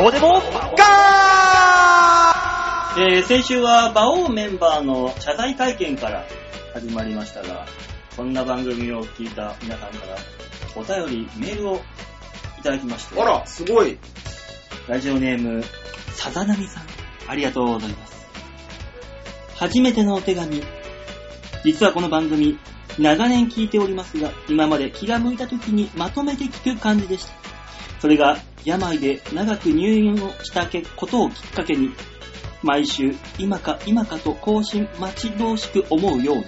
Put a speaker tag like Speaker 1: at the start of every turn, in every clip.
Speaker 1: 王でもガ
Speaker 2: えー先週は馬王メンバーの謝罪会見から始まりましたが、こんな番組を聞いた皆さんからお便り、メールをいただきまして、
Speaker 3: あら、すごい。
Speaker 2: ラジオネーム、さざなみさん。ありがとうございます。初めてのお手紙。実はこの番組、長年聞いておりますが、今まで気が向いた時にまとめて聞く感じでした。それが、病で長く入院をしたことをきっかけに、毎週、今か今かと更新待ち遠しく思うように、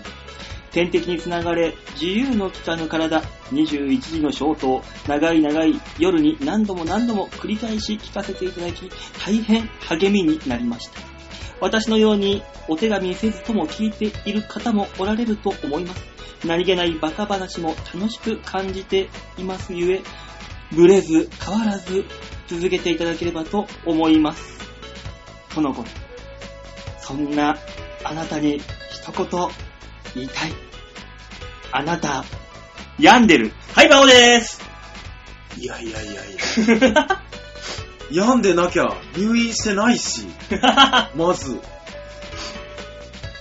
Speaker 2: 天敵につながれ、自由の利かぬ体、21時の消灯、長い長い夜に何度も何度も繰り返し聞かせていただき、大変励みになりました。私のようにお手紙せずとも聞いている方もおられると思います。何気ないバカ話も楽しく感じていますゆえ、ブレず変わらず続けていただければと思います。とのこと。そんなあなたに一言言いたい。あなた、病んでる。はい、バオです。
Speaker 3: いやいやいやいや。病んでなきゃ入院してない し、まず。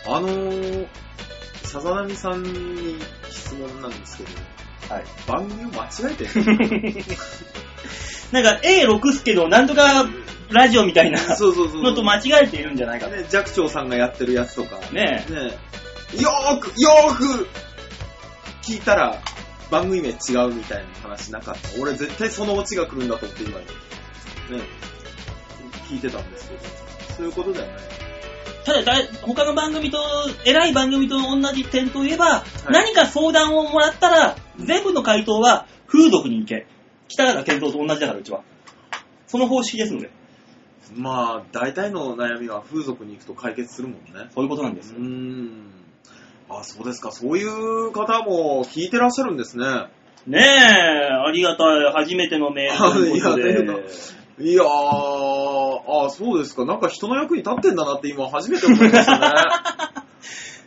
Speaker 3: あのー、さざなみさんに質問なんですけど、
Speaker 2: はい。
Speaker 3: 番組を間違えてる
Speaker 2: なんか A6 すけど、なんとかラジオみたいな
Speaker 3: そうそうそう。
Speaker 2: のと間
Speaker 3: 違
Speaker 2: 違えているんじゃないかと。
Speaker 3: ね、寂聴さんがやってるやつとか、ね
Speaker 2: ねえ。
Speaker 3: よーく、よーく聞いたら番組名違うみたいな話なかった。俺絶対そのオチが来るんだと思って今、ね、聞いてたんですけど、そういうことではない。
Speaker 2: ただだい、他の番組と、偉い番組と同じ点といえば、
Speaker 3: い
Speaker 2: 何か相談をもらったら、全部の回答は、風俗に行け。北方健三と同じだから、うちは。その方式ですので、
Speaker 3: まあ、大体の悩みは風俗に行くと解決するもんね。
Speaker 2: そういうことなん
Speaker 3: う
Speaker 2: です。
Speaker 3: ーん。あ、そうですか。そういう方も聞いてらっしゃるんですね。
Speaker 2: ねえ、ありがたい。初めてのメールということ
Speaker 3: あり
Speaker 2: で
Speaker 3: がとうございま。いやー、あ、そうですか。なんか人の役に立ってんだなって今初めて思いました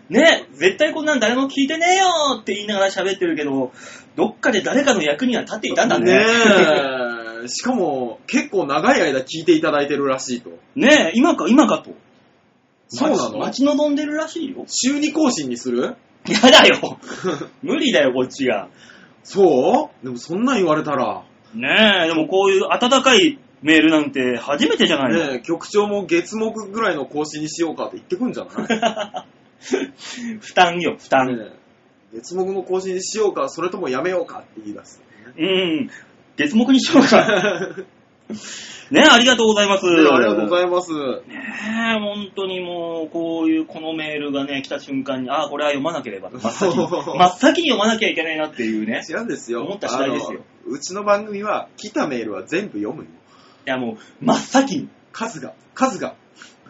Speaker 3: ね。
Speaker 2: ねえ、絶対こんなん誰も聞いてねえよって言いながら喋ってるけど、どっかで誰かの役には立っていたんだね。
Speaker 3: えしかも、結構長い間聞いていただいてるらしいと。
Speaker 2: ねえ、今か、今かと。
Speaker 3: そうなの
Speaker 2: 待ち待ち望んでるらしいよ。
Speaker 3: 週2更新にする
Speaker 2: やだ よ無理だよ、こっちが。
Speaker 3: そうでもそんなん言われたら、
Speaker 2: ねえ、でもこういう温かいメールなんて初めてじゃないの、
Speaker 3: ねえ、局長も月木ぐらいの更新にしようかって言ってくんじゃない、ね
Speaker 2: 負担よ、負担。
Speaker 3: え月木の更新にしようか、それともやめようかって言い出す。
Speaker 2: うん。月目にしようか。 ねえ、ありがとうございます。
Speaker 3: ねえありがとうございます。
Speaker 2: ねえ、本当にもう、こういう、このメールがね、来た瞬間に、ああ、これは読まなければ。真っ先に、
Speaker 3: そう
Speaker 2: 真っ先に読まなきゃいけないなっていうね。
Speaker 3: 違うんですよ。
Speaker 2: 思った次第ですよ
Speaker 3: あのうちの番組は、来たメールは全部読むよ。
Speaker 2: いや、もう、真っ先に。
Speaker 3: 数が、数が。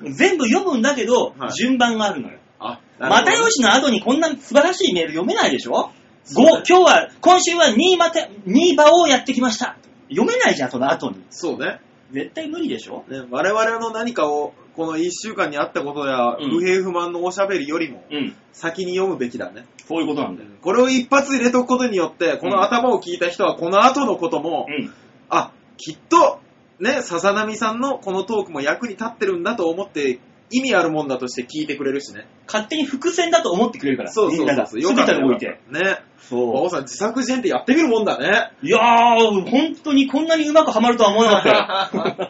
Speaker 2: 全部読むんだけど、
Speaker 3: はい
Speaker 2: 順番があるのよ。
Speaker 3: あ、
Speaker 2: 又吉の後にこんな素晴らしいメール読めないでしょ
Speaker 3: そう
Speaker 2: ご
Speaker 3: だ
Speaker 2: 今日は、今週は2まて、2馬をやってきました。読めないじゃん、その後に。
Speaker 3: そうね。
Speaker 2: 絶対無理でしょ
Speaker 3: ね、我々の何かを、この一週間にあったことや、
Speaker 2: うん
Speaker 3: 不平不満のおしゃべりよりも、
Speaker 2: うん。
Speaker 3: 先に読むべきだね。
Speaker 2: そういうことなんだよ。
Speaker 3: これを一発入れとくことによって、この頭を聞いた人は、この後のことも、
Speaker 2: うん。
Speaker 3: あ、きっと、ね、笹波さんのこのトークも役に立ってるんだと思って、意味あるもんだとして聞いてくれるしね。
Speaker 2: 勝手に伏線だと思ってくれるから。
Speaker 3: そうそ
Speaker 2: み
Speaker 3: うん
Speaker 2: な
Speaker 3: そ
Speaker 2: が。
Speaker 3: うそ
Speaker 2: す
Speaker 3: う。
Speaker 2: べてにおい
Speaker 3: よか
Speaker 2: て。
Speaker 3: ったよかったね。馬
Speaker 2: そ
Speaker 3: 王さん、自作自演ってやってみるもんだ ね。
Speaker 2: う。いやー、本当にこんなにうまくハマるとは思わなかった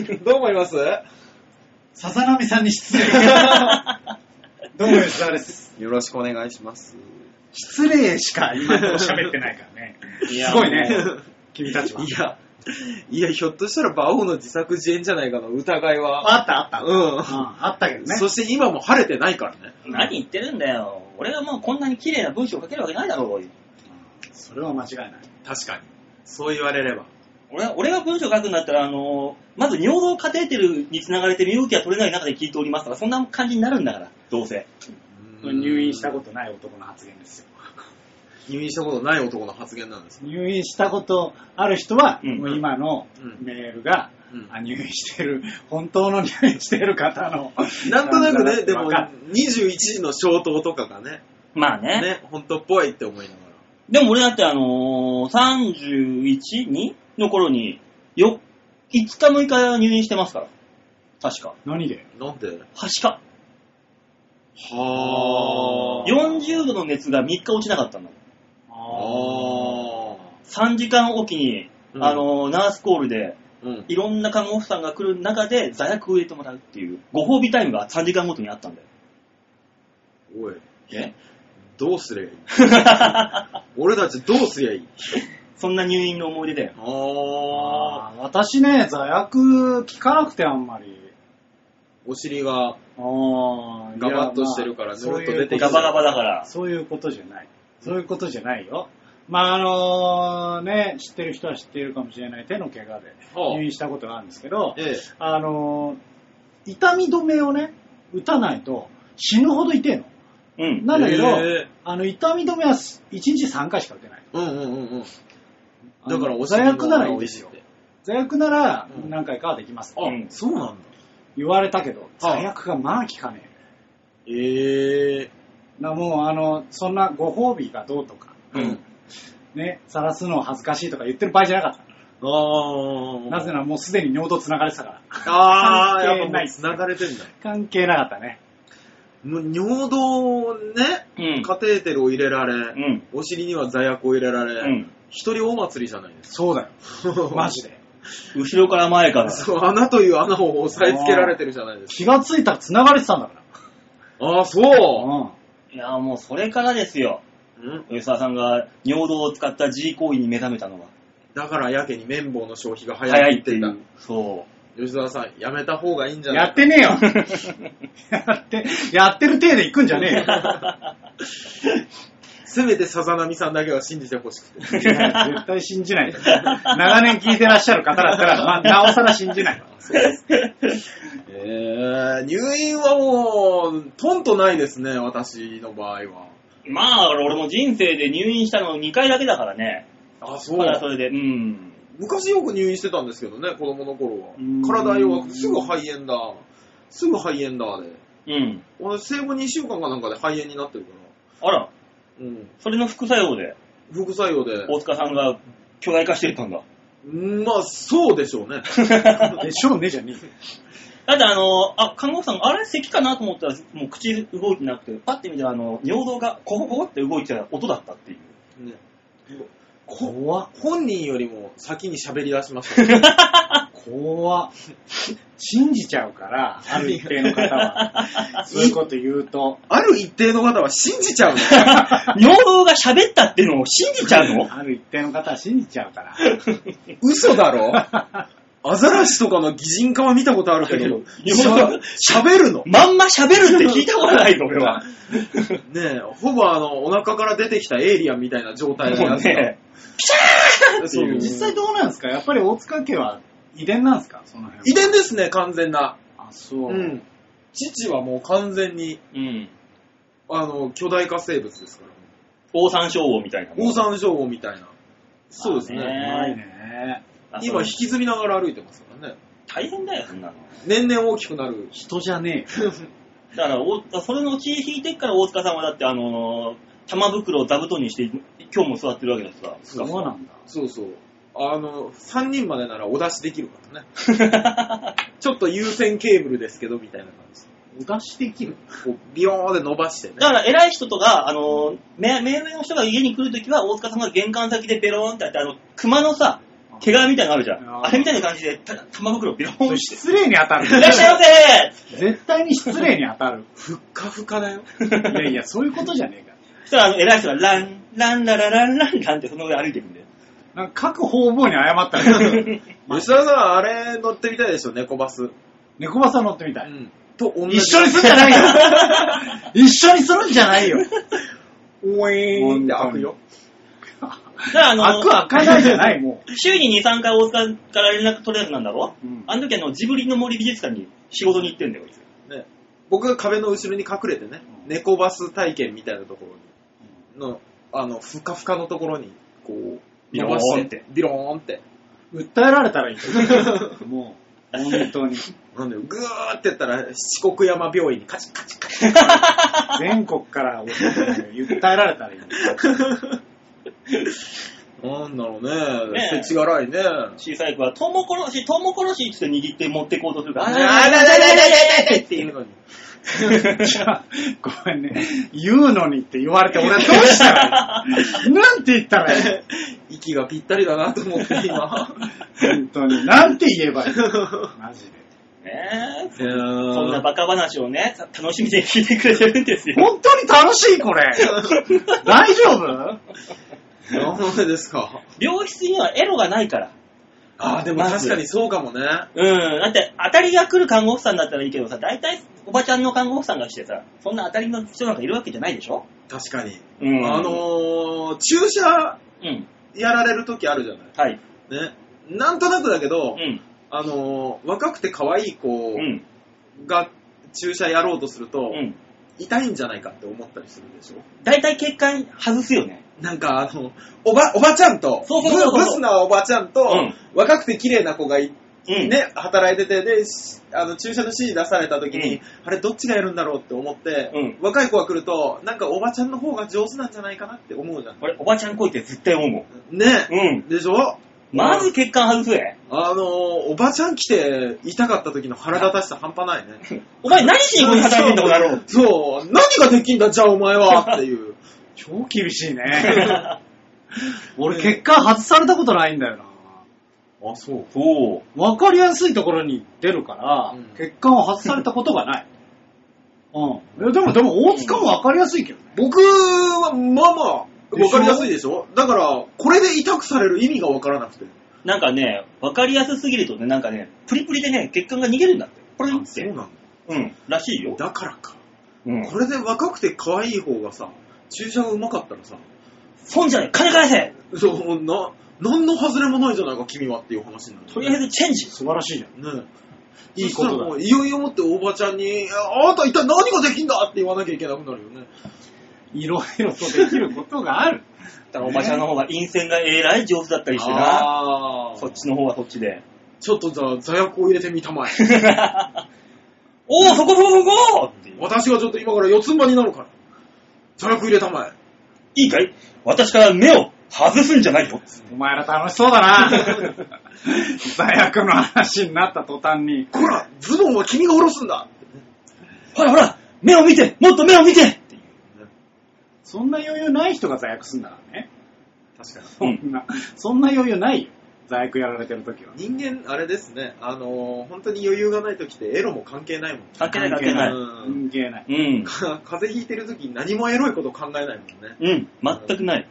Speaker 2: よ。
Speaker 3: どう思います
Speaker 4: 笹波さんに失礼。 どうも吉沢です。
Speaker 3: よろしくお願いします。
Speaker 4: 失礼しか今のとこ喋ってないからね。すごいね。君たちは。
Speaker 3: いや、いや、ひょっとしたら馬王の自作自演じゃないかな、疑いは。
Speaker 4: あったあった。
Speaker 3: う
Speaker 4: うんあったけど
Speaker 3: ん。
Speaker 4: ね。
Speaker 3: そして今も晴れてないからね。
Speaker 2: 何言ってるんだよ。俺がもうこんなに綺麗な文章を書けるわけないだろう。
Speaker 4: それは間違いない。
Speaker 3: 確かに。そう言われれば。。
Speaker 2: 俺は俺が文章書くんだったら、あのーまず尿道カテーテルにつながれて身動きが取れない中で聞いておりますとか、そんな感じになるんだから、どうせ。
Speaker 4: 入院したこととない男の発言ですよ。
Speaker 3: 入院したことない男の発言なんです。
Speaker 4: 入院したことある人は、
Speaker 2: うん
Speaker 4: もう今の
Speaker 3: うん
Speaker 4: メールが、
Speaker 3: うん
Speaker 4: あ入院してる、 本当の入院してる方 の。
Speaker 3: なんとなくね、で
Speaker 4: わ
Speaker 3: も
Speaker 4: かる
Speaker 3: 21時の消灯とかがね、
Speaker 2: まあね。
Speaker 3: ね、本当っぽいって思いながら。
Speaker 2: でも俺だってあのー、31?2? の頃に、よ、 5日6日入院してますから。確か。
Speaker 4: 何で
Speaker 3: なんで
Speaker 2: はしか。
Speaker 3: はぁ。
Speaker 2: 40度の熱が3日落ちなかったの。
Speaker 3: あ
Speaker 2: 3時間おきに、
Speaker 3: うん
Speaker 2: あの、ナースコールで、
Speaker 3: ー。うん。
Speaker 2: いろんな看護婦さんが来る中で座薬を入れてもらうっていう、ご褒美タイムが3時間ごとにあったんだよ。
Speaker 3: おい、
Speaker 2: え
Speaker 3: どうすりゃいい 俺たちどうすりゃいい
Speaker 2: そんな入院の思い出だよ。
Speaker 3: あ
Speaker 4: あー私ね、座薬効かなくてあんまり。
Speaker 3: ー。お尻が、
Speaker 4: あー
Speaker 3: ガバッとしてるから
Speaker 4: いやまあ
Speaker 3: ぬるっと出てきて
Speaker 2: ガバガバだから。
Speaker 4: そういうことじゃない。そういうことじゃないよ。まあ、あのね、知ってる人は知っているかもしれない手の怪我で
Speaker 3: はあ
Speaker 4: 入院したことがあるんですけど、
Speaker 3: ええ。
Speaker 4: あの痛み止めをね、打たないと死ぬほど痛いの。
Speaker 2: うん。
Speaker 4: なんだけど、
Speaker 3: へえ
Speaker 4: あの痛み止めは1日3回しか打てない。
Speaker 3: うんうんうんうん。
Speaker 4: あ
Speaker 3: だ
Speaker 4: の
Speaker 3: からお
Speaker 4: 座
Speaker 3: 尻の
Speaker 4: 薬ならいいですよ
Speaker 3: お。尻って
Speaker 4: 座薬なら
Speaker 3: うん
Speaker 4: 何回かはできます。
Speaker 3: あ、
Speaker 2: うん
Speaker 3: そうなんだ。
Speaker 4: 言われたけど、
Speaker 3: あ
Speaker 4: 座薬がまあ効かねえ。
Speaker 3: ええ。
Speaker 4: なもうあの、そんなご褒美がどうとか、
Speaker 3: うん。
Speaker 4: ね、晒すの恥ずかしいとか言ってる場合じゃなかった。
Speaker 3: あー。
Speaker 4: なぜならもうすでに尿道繋がれてたから。
Speaker 3: あー、
Speaker 4: 関係
Speaker 3: やっぱ
Speaker 4: な
Speaker 3: も
Speaker 4: いう
Speaker 3: 繋がれてんだ。
Speaker 4: 関係なかったね。
Speaker 3: もう尿道をね、
Speaker 2: うん。
Speaker 3: カテーテルを入れら
Speaker 2: う
Speaker 3: れ、
Speaker 2: ん。
Speaker 3: お尻には座薬を入れら
Speaker 2: う
Speaker 3: れ、
Speaker 2: ん。
Speaker 3: 一人お祭りじゃないです
Speaker 4: そうだよ。
Speaker 3: か。
Speaker 4: マジで。
Speaker 2: 後ろから前から。
Speaker 3: そう、穴という穴を押さえつけられてるじゃないですか。
Speaker 4: 気がついたら繋がれてたんだから。
Speaker 3: ああ、そう。
Speaker 4: うん。
Speaker 2: いや、もうそれからですよ。
Speaker 3: うん
Speaker 2: 吉沢さんが尿道を使った G 行為に目覚めたのは。
Speaker 3: だからやけに綿棒の消費が早
Speaker 2: 早
Speaker 3: い
Speaker 2: い
Speaker 3: っ
Speaker 2: って
Speaker 3: て
Speaker 2: い
Speaker 3: 言っ
Speaker 2: う。そ
Speaker 3: た。吉沢さん、やめた方がいいんじゃな
Speaker 4: や
Speaker 3: い
Speaker 4: ってねえ よ。やって、やってる体で行くんじゃねえよ。
Speaker 3: せめてさざなみさんだけは信じてほしくて。
Speaker 4: いや絶対信じない。長年聞いてらっしゃる方だったら、まあ、なおさら信じない。
Speaker 3: えー、入院はもう、とんとないですね、私の場合は。
Speaker 2: う。まあ、俺も人生で入院したの2回だけだからね。
Speaker 3: あ、そ。
Speaker 2: それはそうれで、うん。
Speaker 3: 昔よく入院してたんですけどね、子供の頃は
Speaker 4: うーん。
Speaker 3: 体弱く、すぐ肺炎だ。すぐ肺炎だ、で。
Speaker 2: うん。
Speaker 3: 俺、生後2週間かなんかで肺炎になってるか
Speaker 2: あら、
Speaker 3: ら。うん。
Speaker 2: それの副作用で、
Speaker 3: 副作用で。
Speaker 2: 大塚さんが巨大化していったんだ。
Speaker 3: うんまあ、そうでしょうね。
Speaker 4: でしょうねじゃねえよ。
Speaker 2: だってあの、あ、看護婦さん、あれ咳かなと思ったら、もう口動いてなくて、パッて見たら、あの、尿道がココココって動いてた音だった っていう。
Speaker 3: ねこ
Speaker 4: 怖っ
Speaker 3: 本人よりも先に喋り出しましたね、
Speaker 4: 怖っ信じちゃうから、ある一定の方 は。そういうこと言うと。
Speaker 3: ある一定の方は信じち ゃうの。
Speaker 2: 尿道が喋ったっていうのを信じちゃうの
Speaker 4: ある一定の方は信じちゃうから。
Speaker 3: 嘘だろ アザラシとかの擬人化は見たことあるけど、
Speaker 2: 日本語
Speaker 3: しゃ喋るの。
Speaker 2: まんま喋るって聞いたことないぞ、俺は。
Speaker 3: ねえ、ほぼあの、お腹から出てきたエイリアンみたいな状態の
Speaker 2: も
Speaker 3: や
Speaker 2: う
Speaker 3: つが
Speaker 2: ね、
Speaker 3: そう
Speaker 2: うん
Speaker 4: 実際どうなんですかやっぱり大塚家は遺伝なんですかその辺
Speaker 3: 遺
Speaker 4: は。
Speaker 3: 伝ですね、完全な。
Speaker 4: あ、そう。
Speaker 3: うん。父はもう完全に、
Speaker 2: うん。
Speaker 3: あの、巨大化生物ですから。
Speaker 2: オ山椒王みたいな。
Speaker 3: オオサンショウウオみたいな。そうです
Speaker 2: まあ
Speaker 3: ね。
Speaker 2: ね
Speaker 4: うまいね。
Speaker 2: あそう
Speaker 3: 今引きずりながら歩いてますからね。
Speaker 2: 大変だよ、そんなの。
Speaker 3: 年々大きくなる。
Speaker 4: 人じゃねえよ。
Speaker 2: だからお、それの血引いてっから大塚さんはだって、あのー玉袋を座布団にして、今日も座ってるわけですから。
Speaker 4: そう なんだ。
Speaker 3: そうそう。あの、3人までならお出しできるからね。ちょっと優先ケーブルですけど、みたいな感じ。
Speaker 4: お出しできる
Speaker 3: こう、ビヨーンで伸ばしてね。
Speaker 2: だから、偉い人とか、あのー、目目上の人が家に来るときは、大塚さんが玄関先でベローンってやって、あの、熊のさ、毛皮みたいなのあるじゃ
Speaker 4: あ
Speaker 2: ん。
Speaker 4: ー
Speaker 2: あれみたいな感じで、た玉袋をベローンして、
Speaker 4: 失礼に当たる。
Speaker 2: いらっしゃいませー
Speaker 4: 絶対に失礼に 当たる。
Speaker 3: ふっかふかだよ。
Speaker 4: いやいや、そういうことじゃねえか。
Speaker 2: そしたら、あの、偉い人が、ラン、ランララランランランってその上歩いてくんだよ。
Speaker 4: なんか各方々に謝った ら、
Speaker 3: 吉田さん、あれ乗ってみたいでしょ、猫バス。う
Speaker 4: 猫バスは乗ってみたい。
Speaker 3: ん。と同じ。
Speaker 4: 一緒にすんじゃな いよ一緒にするんじゃないよ
Speaker 3: おえーんって開くよ。
Speaker 2: だから、あの、
Speaker 4: 開く開かないじゃない、も
Speaker 2: 週に2、3回大塚から連絡取れるやつなんだろ、
Speaker 4: うん
Speaker 2: あの時あの、ジブリの森美術館に仕事に行ってんだよ、 こいつ
Speaker 3: ね。僕が壁の後ろに隠れてね、
Speaker 4: うん
Speaker 3: 猫バス体験みたいなところに、の、あの、ふかふかのところに、こう、
Speaker 2: ビ
Speaker 3: 伸
Speaker 2: ローン
Speaker 3: ば
Speaker 2: っ
Speaker 3: してて、ビローンって。
Speaker 4: う。訴えられたら いいよ。もう、本当に。
Speaker 3: なんで、ぐーってやったら、四国山病院にカチッカチッカチ
Speaker 4: 全国からお訴えられたらいいよ。
Speaker 3: ッ。なんだろうね。
Speaker 2: ねえ
Speaker 3: せちがらいね。
Speaker 2: 小さい子は、トウモコロシ、トウモコロシって握って持ってこうとするから、
Speaker 3: あららららららっていうのに。
Speaker 4: じゃあ、ごめんね。言うのにって言われて、俺はどうしたらいいなんて言ったらいい
Speaker 3: 息がぴったりだなと思って今。
Speaker 4: 本当に。なんて言えばいいマジで。
Speaker 2: ねえ
Speaker 3: えー
Speaker 2: そんなバカ話をね、楽しみで聞いてくれてるんですよ。
Speaker 4: 本当に楽しいこれ大丈夫
Speaker 3: なんでですか。
Speaker 2: 病室にはエロがないから。
Speaker 3: ああ、でも確かにそうかもね。
Speaker 2: うん。だって、当たりが来る看護婦さんだったらいいけどさ、大体、おばちゃんの看護婦さんがしてさ、そんな当たりの人なんかいるわけじゃないでしょ
Speaker 3: 確かに。
Speaker 2: うん
Speaker 3: あのー、注射
Speaker 2: うん。
Speaker 3: やられる時あるじゃな
Speaker 2: はい。
Speaker 3: い。ね。なんとなくだけ
Speaker 2: う
Speaker 3: ど、
Speaker 2: ん。
Speaker 3: あのー、若くて可愛い子
Speaker 2: うん。
Speaker 3: が注射やろうとすると、
Speaker 2: うん。
Speaker 3: 痛いんじゃないかって思ったりするでしょ。
Speaker 2: 大体血管外すよね。
Speaker 3: なんかあの、おば、おばちゃんと、
Speaker 2: そうそうそうそう
Speaker 3: ブブスなおばちゃんと、
Speaker 2: うん
Speaker 3: 若くて綺麗な子がい、
Speaker 2: うん。。
Speaker 3: ね、働いてて、で、しあの、注射の指示出された時
Speaker 2: う
Speaker 3: に、
Speaker 2: ん
Speaker 3: あれどっちがやるんだろうって思って、
Speaker 2: うん
Speaker 3: 若い子が来ると、なんかおばちゃんの方が上手なんじゃないかなって思うじゃん。
Speaker 2: 俺、おばちゃん来いって絶対思う。
Speaker 3: ね、
Speaker 2: うん。
Speaker 3: でしょ
Speaker 2: まず血管外すぜ。
Speaker 3: あの、おばちゃん来て痛かった時の腹立たしさ半端ない ね。
Speaker 2: お前何しにここに働いてんだ、この野郎。
Speaker 3: そう、何ができんだじゃあお前はっていう。
Speaker 4: 超厳しいね。俺、結果外されたことないんだよな。
Speaker 3: あ、そう。
Speaker 2: そう。
Speaker 4: わかりやすいところに出るから、
Speaker 3: うん
Speaker 4: 血管を外されたことがない。うんいや。でも、でも、大塚もわかりやすいけどね。
Speaker 3: 僕は、まあまあ、
Speaker 4: で
Speaker 3: わ
Speaker 4: しょ
Speaker 3: かりやすいでしょだから、これで痛くされる意味がわからなくて。
Speaker 2: なんかね、わかりやすすぎるとね、なんかね、プリプリでね、血管が逃げるんだって。プリンっ
Speaker 3: そう
Speaker 2: て。
Speaker 3: なん
Speaker 2: うん。らしいよ。
Speaker 3: だ。だからか。
Speaker 2: うん。
Speaker 3: これで若くて可愛い方がさ、注射がうまかったらさ、
Speaker 2: 損じゃない。金返せ
Speaker 3: そう、な、何の外れもないじゃないか、君はっていう話になる。
Speaker 2: とりあえずチェンジ。
Speaker 4: 素晴らしいじゃん。
Speaker 3: ねえ。
Speaker 4: いいことだ
Speaker 3: そしたらもう、いよいよもっておばちゃんに、ああなた一体何ができんだって言わなきゃいけなくなるよね。
Speaker 4: いろいろとできることがある。
Speaker 2: だからおばちゃんの方が陰線がえらい上手だったりしてな。
Speaker 3: あ
Speaker 2: そ
Speaker 3: そ
Speaker 2: っちの方はそっち で。
Speaker 3: ちょっとじゃあ、座薬を入れてみたまえ。
Speaker 2: おお、そこそこそこっていう
Speaker 3: 私がちょっと今から四つん這いになるから、座薬入れたまえ。
Speaker 2: いいかい私から目を外すんじゃないよ。
Speaker 4: お前ら楽しそうだ な。座薬の話になった途端に、
Speaker 3: こら、ズボンは君が下ろすんだ
Speaker 2: ほらほら目を見てもっと目を見てっていう
Speaker 4: そんな余裕ない人が座薬すんだからね。
Speaker 3: 確かに。
Speaker 4: そんな、そんな余裕ないよ。座薬やられてる時は。
Speaker 3: 人間、あれですね、あのー本当に余裕がない時ってエロも関係ないもん。
Speaker 2: 関係ない関係な。
Speaker 4: はい
Speaker 3: うん
Speaker 4: 関係ない。
Speaker 2: うん。
Speaker 3: か風邪ひいてる時に何もエロいこと考えないもんね。
Speaker 2: うん。全くない。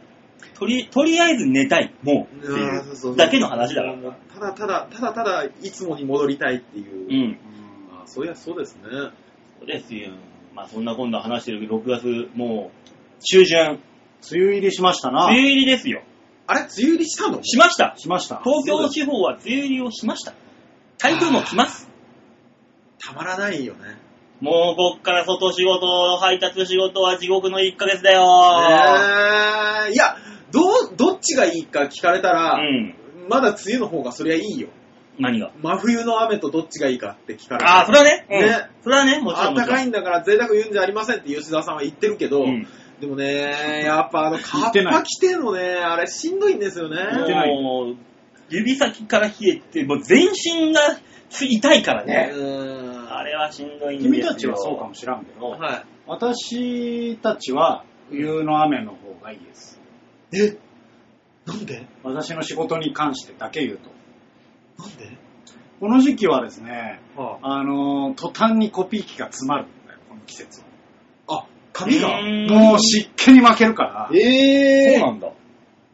Speaker 2: とり、とりあえず寝たい。もう。って
Speaker 3: うんそうそ
Speaker 2: いうう。だけの話だから。
Speaker 3: もうただただ、ただただ、いつもに戻りたいって
Speaker 2: う
Speaker 3: いう。
Speaker 2: ん。
Speaker 3: まあ、そういや、そうですね。
Speaker 2: そうですよ。まあそんな今度話してる6月、もう、中旬。
Speaker 4: 梅雨入りしましたな
Speaker 2: 梅。雨入りですよ。
Speaker 3: あれ、梅雨入りしたの
Speaker 2: しました。
Speaker 4: しました。
Speaker 2: 東京地方は梅雨入りをしました。台風も来ます。
Speaker 3: たまらないよね。
Speaker 2: もうこっから外仕事、配達仕事は地獄の1ヶ月だよ
Speaker 3: えー、いや、どう、どっちがいいか聞かれたら、
Speaker 2: うん。
Speaker 3: まだ梅雨の方がそりゃいいよ。
Speaker 2: 何が
Speaker 3: 真冬の雨とどっちがいいかって聞かれたら
Speaker 2: ああ、それはね。うん
Speaker 3: ね
Speaker 2: それはね、もち
Speaker 3: あ
Speaker 2: ろ
Speaker 3: っ
Speaker 2: んも
Speaker 3: た
Speaker 2: ちろん。
Speaker 3: かいんだから贅沢言うんじゃありませんって吉田さんは言ってるけど、
Speaker 2: うん
Speaker 3: でもね、やっぱあの、カ
Speaker 4: 言
Speaker 3: ッ
Speaker 4: ってない
Speaker 3: パ着てのね、あれしんどいんですよね。
Speaker 4: 言ってない
Speaker 2: もう、指先から冷えて、もう全身がつ痛いからね。
Speaker 3: うーん
Speaker 2: あれはしんどいんですよ
Speaker 4: 君たちはそうかもしらんけど、
Speaker 3: は
Speaker 4: 私たちは冬の雨の方がいいです。
Speaker 3: い。えなんで
Speaker 4: 私の仕事に関してだけ言うと。
Speaker 3: なんで
Speaker 4: この時期はですね、
Speaker 3: は
Speaker 4: あのー途端にコピー機が詰まるんだよ、この季節は。
Speaker 3: あ、あ髪が
Speaker 2: うーん
Speaker 4: もう湿気に負けるから。
Speaker 2: そ
Speaker 3: え
Speaker 2: うなんだ。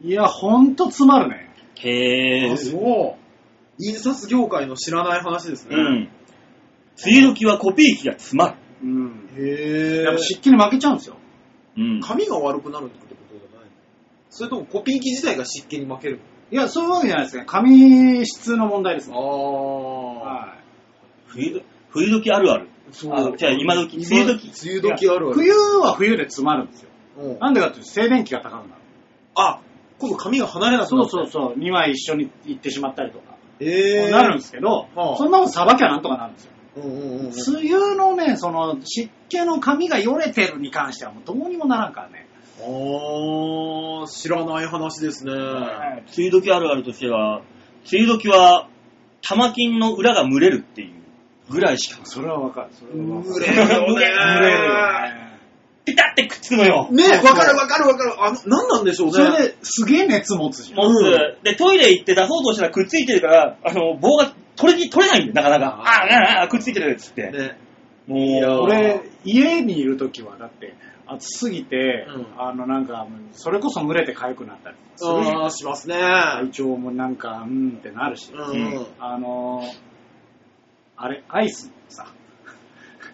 Speaker 4: いや、ほんと詰まるね。
Speaker 2: へ
Speaker 3: あ、
Speaker 2: え。
Speaker 3: そう。印刷業界の知らない話ですね。
Speaker 2: う。ん。梅雨時はコピー機が詰まる。
Speaker 4: うん。
Speaker 3: へ
Speaker 4: やっぱ
Speaker 3: ー
Speaker 4: 湿気に負けちゃうんですよ。
Speaker 2: うん
Speaker 3: 髪が悪くなるってことじゃないそれともコピー機自体が湿気に負ける
Speaker 4: いや、そういうわけじゃないですね。紙質の問題ですね。
Speaker 3: ああ。
Speaker 4: は
Speaker 2: 冬、冬時あるある。
Speaker 3: そう
Speaker 2: あじゃあ今時梅雨時
Speaker 3: 梅雨
Speaker 4: い
Speaker 3: 時ある
Speaker 4: い
Speaker 3: わ
Speaker 4: や冬は冬で詰まるんですよ。
Speaker 3: うん
Speaker 4: なんでかっていうと静電気が高くなる。
Speaker 3: あ、今度髪が離れなく
Speaker 4: そ
Speaker 3: な
Speaker 4: うそう
Speaker 3: う。
Speaker 4: そう。2枚一緒に行ってしまったりとか。
Speaker 3: えー。
Speaker 4: なるんですけど、
Speaker 3: はあ
Speaker 4: そんなもんさばきゃなんとかなるんですよ。
Speaker 3: うんうんうんうん。
Speaker 4: 梅雨のね、その湿気の紙がよれてるに関してはもうどうにもならんからね。
Speaker 3: あーー、知らない話ですね。
Speaker 4: はい
Speaker 2: 梅雨時あるあるとしては、梅雨時は、玉金の裏が蒸れるっていうぐらいしか。
Speaker 4: それはわかる。それはわかる。
Speaker 3: 蒸れるよね
Speaker 4: 蒸れるよね。
Speaker 2: ピタってくっつくのよ。
Speaker 3: ねわかるわかるわかる。あの、なんなんでしょうね。
Speaker 4: それで、すげえ熱持つじゃん。
Speaker 2: 持つ。で、トイレ行って出そうとしたらくっついてるから、あの、棒が取れに、取れないんだよ、なかなか。あ
Speaker 3: あ
Speaker 2: あ、ああ、あーくっついてるっつって。
Speaker 3: ね。
Speaker 2: もう、
Speaker 3: や
Speaker 4: 俺、家にいるときは、だって、暑すぎて、
Speaker 3: うん
Speaker 4: あの、なんか、それこそ蒸れて痒くなったりするやん
Speaker 3: あー、しますね。
Speaker 4: 体調もなんか、うんってなるし、
Speaker 3: うん。
Speaker 4: あのー、あれ、アイスもさ、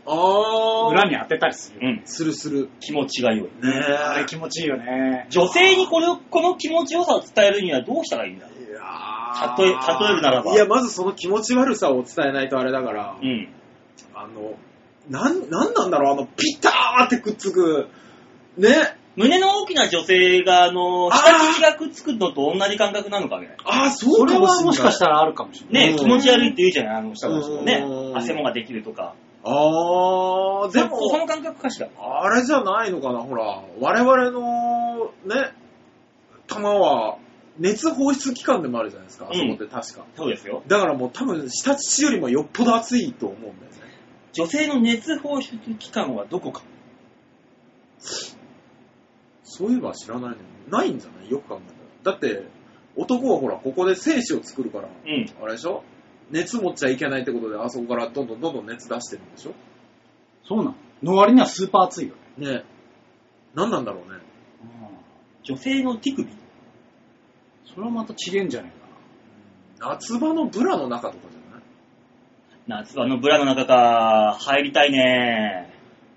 Speaker 3: あー。
Speaker 4: 裏に当てたりする
Speaker 2: う
Speaker 4: よ。
Speaker 2: ん、
Speaker 3: するする。
Speaker 2: 気持ちが良い。
Speaker 3: ね
Speaker 4: あれ気持ちいいよね。
Speaker 2: 女性にこれを、この気持ちよさを伝えるにはどうしたらいいんだろう。
Speaker 3: いやー
Speaker 2: 例え例えるならば
Speaker 3: いや、まずその気持ち悪さを伝えないとあれだから、
Speaker 2: うん。
Speaker 3: あの、なん、なんなんだろう、あの、ピターってくっつく、ね。
Speaker 2: 胸の大きな女性が、あの、
Speaker 3: あー
Speaker 2: 下地がくっつくのと同じ感覚なのかね。
Speaker 3: ああ、そ
Speaker 4: そうれ
Speaker 3: かもしれな。
Speaker 4: はいもしかした
Speaker 3: ら。
Speaker 4: らあるかもしれない。
Speaker 2: ね、
Speaker 3: うん
Speaker 2: 気持ち悪いって言うじゃないあの下の人もね
Speaker 3: う。ん
Speaker 2: 汗もができるとか。
Speaker 3: あー、で
Speaker 2: そこ
Speaker 3: も、
Speaker 2: の感覚かしら。
Speaker 3: あれじゃないのかな、ほら。我々の、ね、玉は、熱放出期間でもあるじゃないですか、あそこって確か。
Speaker 2: そうですよ。
Speaker 3: だからもう多分、下乳よりもよっぽど熱いと思うんだよね。
Speaker 2: 女性の熱放出期間はどこか。
Speaker 3: そういえば知らないね。ないんじゃないよく考えたら。だって、男はほら、ここで精子を作るから、
Speaker 2: うん。
Speaker 3: あれでしょ熱持っちゃいけないってことで、あそこからどんどんどんどん熱出してるんでしょ
Speaker 4: そうなの。の割にはスーパー熱いよね。
Speaker 3: ねえ。何なんだろうね。
Speaker 2: 女性の手首。
Speaker 4: それはまた違えんじゃないか
Speaker 3: 夏場のブラの中とかじゃない
Speaker 2: 夏場のブラの中か、入りたいね。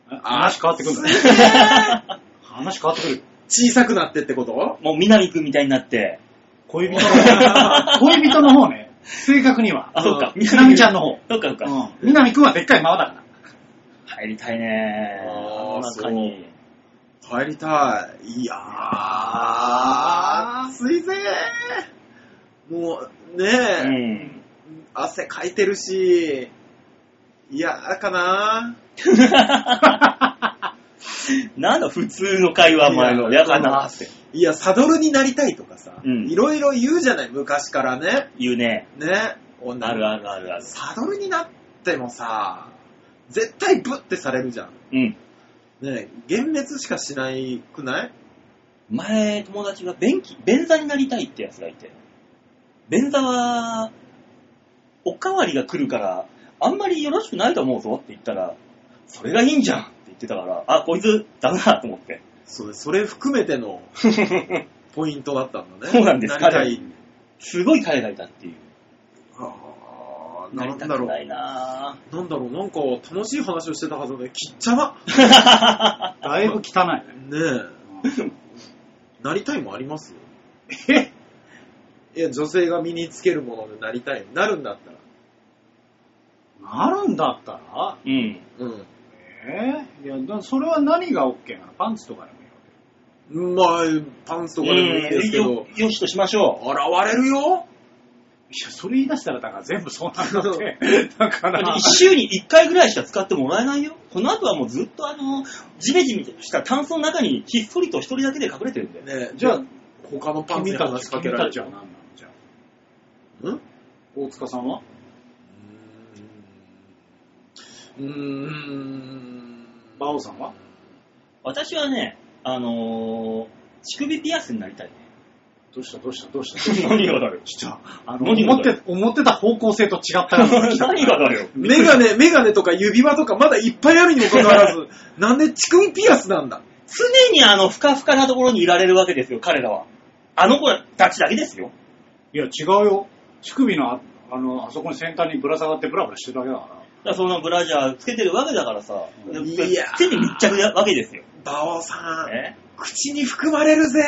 Speaker 4: な。話変わってくるんだね。話変わってくる。
Speaker 3: 小さくなってってこと
Speaker 2: もう南くんみたいになって。
Speaker 4: 恋人の方。恋人の方ね。正確には。
Speaker 2: あ、そっか。
Speaker 4: みなみちゃんの方。
Speaker 2: そっかそっか。
Speaker 4: うん。みなみくんはでっかいままだから。
Speaker 2: 入りたいね。
Speaker 3: あ
Speaker 2: の
Speaker 3: ー
Speaker 2: 中に。
Speaker 3: 入りたい。いやー、暑いぜー。もう、
Speaker 2: う
Speaker 3: ねえ、
Speaker 2: ん。
Speaker 3: 汗かいてるし、いやかな
Speaker 2: なんだ、普通の会話、お前の。
Speaker 3: いや
Speaker 2: やだなって。
Speaker 3: いや、サドルになりたいとかさ、
Speaker 2: うん
Speaker 3: いろいろ言うじゃない、昔からね。
Speaker 2: 言うね。
Speaker 3: ね、女
Speaker 2: あるあるあるある。
Speaker 3: サドルになってもさ、絶対ブッてされるじゃん。
Speaker 2: うん。
Speaker 3: ね、幻滅しかしないくない
Speaker 2: 前、友達が便器、便座になりたいってやつがいて。便座は、おかわりが来るから、あんまりよろしくないと思うぞって言ったら、それがいいんじゃんって言ってたから、あ、こいつ、ダメだと思って。
Speaker 3: それ、それ含め てのポイントだったんだね。
Speaker 2: そうなんです
Speaker 3: なりたい。
Speaker 2: すごい彼がいたっていう。
Speaker 3: あー
Speaker 2: な
Speaker 3: な
Speaker 2: り
Speaker 3: ん
Speaker 2: た
Speaker 3: だ
Speaker 2: く
Speaker 3: ろう。
Speaker 2: ないな
Speaker 3: なんだろう、なんか楽しい話をしてたはずなのに、きっちゃま。
Speaker 4: だいぶ汚いね。
Speaker 3: ねえ、なりたいもあります
Speaker 4: え
Speaker 3: いや、女性が身につけるものでなりたい。なるんだったら。
Speaker 4: なるんだったら
Speaker 2: うん。
Speaker 3: うん。
Speaker 4: えー、いや、だそれは何が OK なのパンツとかでもいいわ
Speaker 3: まあ、パンツとかでもいいですけ
Speaker 2: うん
Speaker 3: ど
Speaker 2: よ、よしとしましょう。
Speaker 3: 現れるよ
Speaker 4: け。いや、それ言い出したら、だから全部そうなんだって。だから、
Speaker 2: 一週に一回ぐらいしか使ってもらえないよ。この後はもうずっとあの、ジメジメしたタンスの中にひっそりと一人だけで隠れてるんだよね。
Speaker 3: ねえ
Speaker 4: じゃあ、
Speaker 3: 他のパンツ
Speaker 4: 君
Speaker 3: に
Speaker 4: た
Speaker 3: 話し
Speaker 4: ち、
Speaker 3: かけ
Speaker 4: 君
Speaker 3: ら
Speaker 4: た
Speaker 3: れ
Speaker 4: ち
Speaker 3: ちゃ
Speaker 4: は
Speaker 3: う
Speaker 4: 何なのじゃあ、
Speaker 3: んう
Speaker 4: 大塚さんは
Speaker 3: ーん。うーん。
Speaker 4: 馬王さんは
Speaker 2: 私はね、あのー、乳首ピアスになりたいね。
Speaker 4: どうしたどうしたどうし た
Speaker 2: 何がだよ。
Speaker 4: ちょっと、あの、
Speaker 2: 何が
Speaker 4: 思
Speaker 2: だ
Speaker 4: っ
Speaker 2: よ
Speaker 4: て、思ってた方向性と違ったから 来 た
Speaker 2: 何がだよ。
Speaker 3: メガネ、メガネとか指輪とかまだいっぱいあるにもかかわら ず、なんで乳首ピアスなんだ
Speaker 2: 常にあの、ふかふかなところにいられるわけですよ、彼らは。あの子たちだけですよ。
Speaker 4: いや、違うよ。乳首のあ、あの、あそこに先端にぶら下がってブラブラしてるだけだから。
Speaker 2: だからそのブラジャーつけてるわけだからさ。
Speaker 3: いや
Speaker 2: 常に密着なわけですよ。
Speaker 3: 馬王さん、
Speaker 2: ね
Speaker 3: 口に含まれるぜ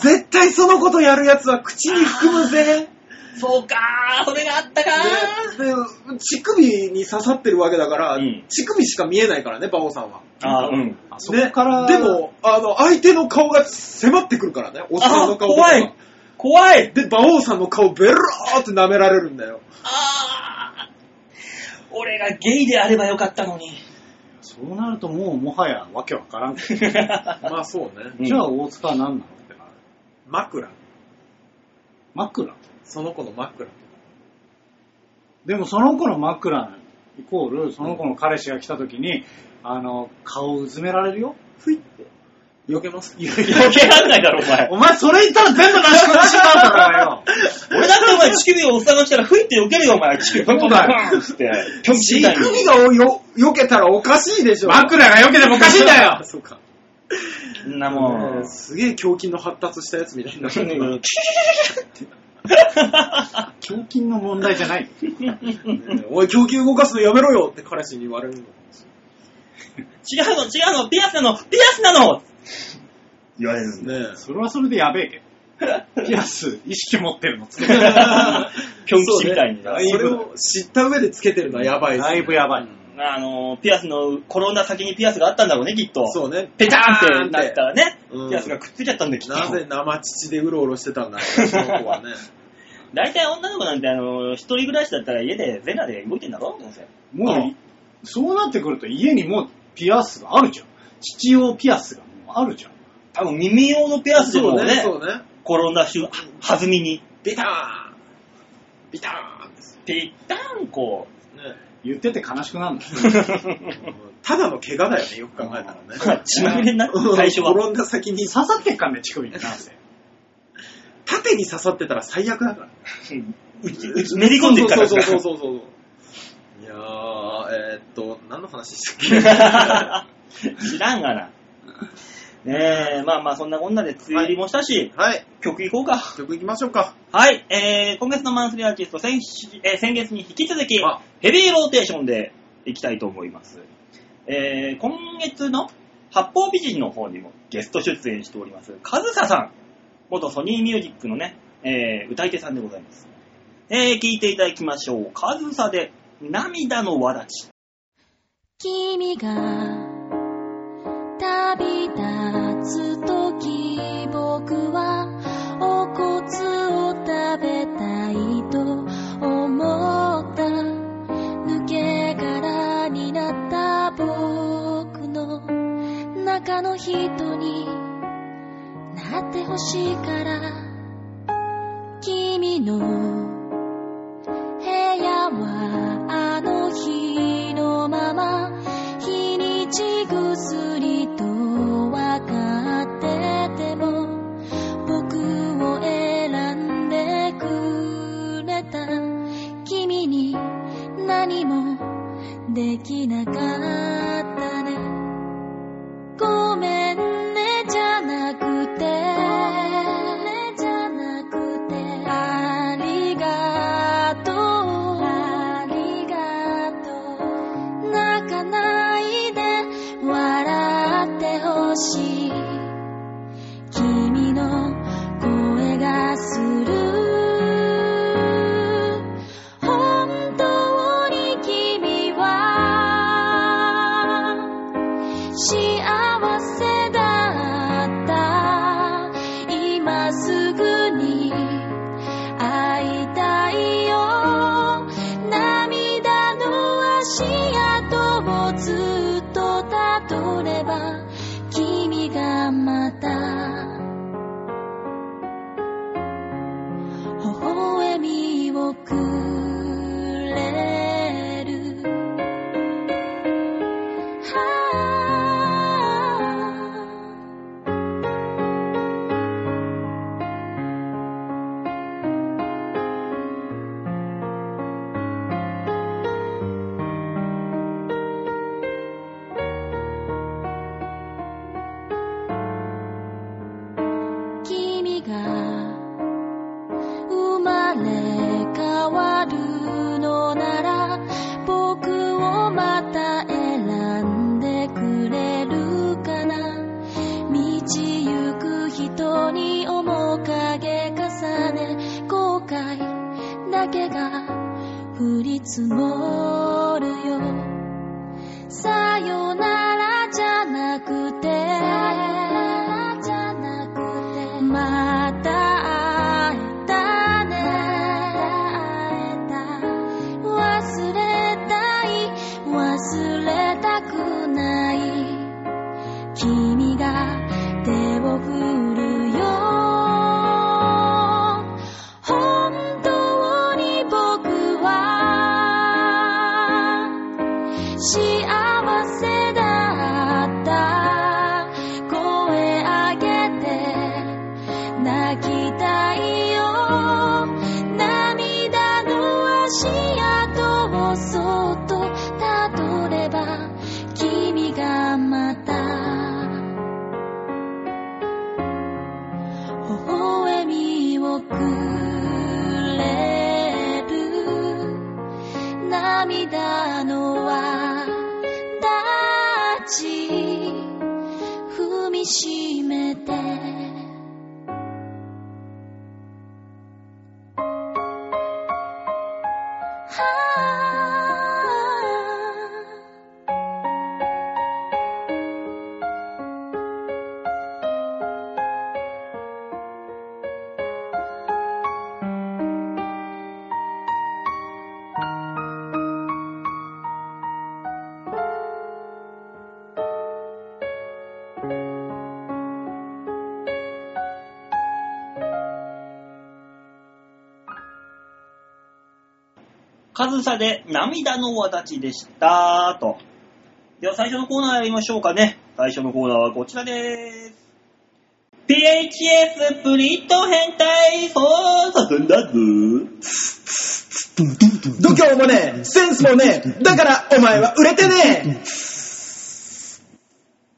Speaker 3: 絶対そのことやるやつは口に含むぜ
Speaker 2: そうかー、それがあったかー。
Speaker 3: でで乳首に刺さってるわけだから、
Speaker 2: うん
Speaker 3: 乳首しか見えないからね、馬王さんは。
Speaker 2: あー、うん。
Speaker 4: あそこから、
Speaker 3: ねで、も、あの、相手の顔が迫ってくるからね、おっさん
Speaker 2: あ
Speaker 3: の
Speaker 2: ー、
Speaker 3: 顔とか
Speaker 2: 怖い。怖い。
Speaker 3: で、馬王さんの顔ベローって舐められるんだよ。
Speaker 2: あー。俺がゲイであればよかったのに。
Speaker 4: そうなるともうもはやわけわからんけど。
Speaker 3: まあそうね。
Speaker 2: うん
Speaker 4: じゃあ大塚は何なのってなる。
Speaker 3: 枕。
Speaker 4: 枕
Speaker 3: その子の枕。
Speaker 4: でもその子の枕イコール、その子の彼氏が来た時に、あの、顔をうずめられる よ。
Speaker 3: ふいって。避けます
Speaker 4: いや
Speaker 2: 避けらんないだろ、お 前。
Speaker 4: お前それ言ったら全部なし崩しになるからよ。
Speaker 2: 俺だってお前、乳首をおっさんが来たら、ふいって避けるよ、お前。乳首、ポンポンポン ポンつって。ぴょんち
Speaker 3: 乳
Speaker 2: みたいに。
Speaker 3: 首がおよ、避けたらおかしいでしょ。
Speaker 4: 枕が良けてもおかしいんだよ
Speaker 3: そうか。
Speaker 2: そんなもう。
Speaker 3: すげえ胸筋の発達したやつみたいになってるね
Speaker 4: 胸筋の問題じゃない。
Speaker 3: おい、胸筋動かすのやめろよって彼氏に言われるの。
Speaker 2: 違うの、違うの、ピアスなの、ピアスなの言われるん だ。
Speaker 3: ねえ。
Speaker 4: それはそれでやべえけど。ピアス、意識持ってるのつ けて
Speaker 2: ぴょんちみたいにな。
Speaker 3: それを知った上でつけてるのはやばいです、
Speaker 4: だいぶやばい。
Speaker 2: あの、ピアスの、転んだ先にピアスがあったんだろうね、きっと。
Speaker 3: そうね。
Speaker 2: ペターンって
Speaker 3: ペタ
Speaker 2: なったらね、
Speaker 3: うん
Speaker 2: ピアスがくっついちゃったんだよ、きっと。
Speaker 3: なぜ生乳でうろうろしてたんだろうねその子はね。
Speaker 2: 大体女の子なんて、あの、一人暮らしだったら家でゼラで動いてんだろどうせ
Speaker 4: もう、
Speaker 3: うん
Speaker 4: そうなってくると家にもうピアスがあるじゃん。父用ピアスがもうあるじゃん。
Speaker 2: 多分耳用のピアスでもね、
Speaker 3: そうね。
Speaker 2: 転んだ瞬、は弾みに、
Speaker 3: ビターンビターンです
Speaker 2: ぺったん こ
Speaker 3: ね。
Speaker 4: 言ってて悲しくな るんだよ。
Speaker 3: ただの怪我だよね、よく考えたらね。
Speaker 2: う、血まみれになって、最初は。
Speaker 3: 転んだ先に
Speaker 4: 刺さってっかんね、乳首になんせ。
Speaker 3: 縦に刺さってたら最悪だから。
Speaker 2: うち、う ち、練り込んでいったから。
Speaker 3: そうそうそうそうそうそう。いやー、えーっと、何の話でしたっ
Speaker 2: 知らんがな。ねえ、まあまあそんなこんなで梅雨入りもしたし、
Speaker 3: けはい、
Speaker 2: 曲いこうか。
Speaker 3: 曲いきましょうか。
Speaker 2: はい、えー、今月のマンスリーアーティスト、先週えー先月に引き続き、
Speaker 3: あ
Speaker 2: ヘビーローテーションでいきたいと思います。えー、今月の八方美人の方にもゲスト出演しております、カズサさん。元ソニーミュージックのね、えー、歌い手さんでございます。えー、聞いていただきましょう。カズサで、涙のわだち。
Speaker 1: 君が旅立つ時僕はお骨を食べたいと思った抜け殻になった僕の中の人になってほしいから君の部屋はあの日のまま日にち薬と分かってても僕を選んでくれた君に何もできなかったねごめんねじゃなくて、ねじゃなくて、ありがとう、ありがとう。泣かないで笑ってほしい。君の声がする。本当に君は幸せだった今すぐに会いたいよ涙の足跡をずっとたどれば君がまた微笑みをくれるはあ君が生まれ変わるのなら僕をまた選んでくれるかな道行く人に面影重ね後悔だけが降り積もるよさよならじゃなくて、また会えたね。忘れたい、忘れたくない。るよ本当に僕は幸せだった声あげて泣きたいよ涙の足跡をそっとたどれば君がまた微笑みをくれる涙の私踏みしめてはあ
Speaker 2: カズサで涙の輪立ちでした、と。では最初のコーナーやりましょうかね。最初のコーナーはこちらです。PHS プリント変態操作だぞ。
Speaker 3: 度胸もねえ、センスもねえ、だからお前は売れてねえ。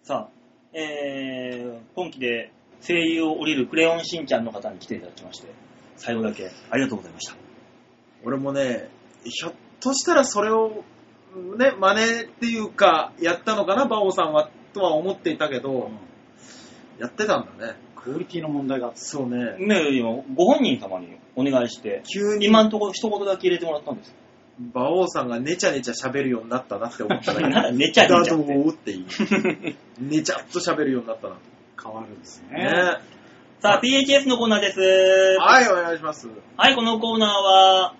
Speaker 2: さあ、えー、今期で声優を降りるクレヨンしんちゃんの方に来ていただきまして、最後だけありがとうございました。
Speaker 3: 俺もね、ひょっとしたらそれを、ね、真似っていうか、やったのかな、馬王さんは、とは思っていたけど、やってたんだね。
Speaker 4: クオリティの問題があって
Speaker 3: そうね。
Speaker 2: ねえ、今、ご本人様にお願いして、
Speaker 3: 急に
Speaker 2: 今のところ一言だけ入れてもらったんです。
Speaker 3: 馬王さんがネチャネチャ喋るようになったなって思った
Speaker 2: な
Speaker 3: ら、
Speaker 2: んか 寝ちゃ
Speaker 3: だ
Speaker 2: 寝ちゃ
Speaker 3: と
Speaker 2: って。
Speaker 3: 思うっていう。 ネチャっと喋るようになったな。
Speaker 4: 変わるんですね。
Speaker 3: ね
Speaker 2: さあ、PHS のコーナーです。
Speaker 3: はい、お願いします。
Speaker 2: はい、このコーナーは、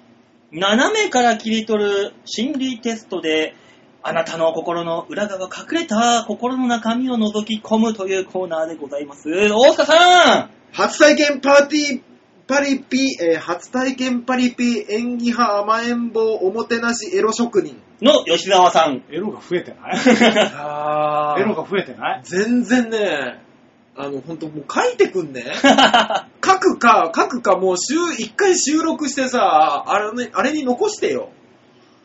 Speaker 2: 斜めから切り取る心理テストで、あなたの心の裏側隠れた心の中身を覗き込むというコーナーでございます。大塚さん
Speaker 3: 初体験パーティー、パリピ、えー初体験パリピ、演技派甘えん坊、おもてなし、エロ職人。
Speaker 2: の吉沢さん。
Speaker 4: エロが増えてない
Speaker 3: あ
Speaker 4: エロが増えてない
Speaker 3: 全然ね、あの、ほんともう書いてくんね。書くか、書くか、もう週、一回収録してさ、あれね、あれに残してよ。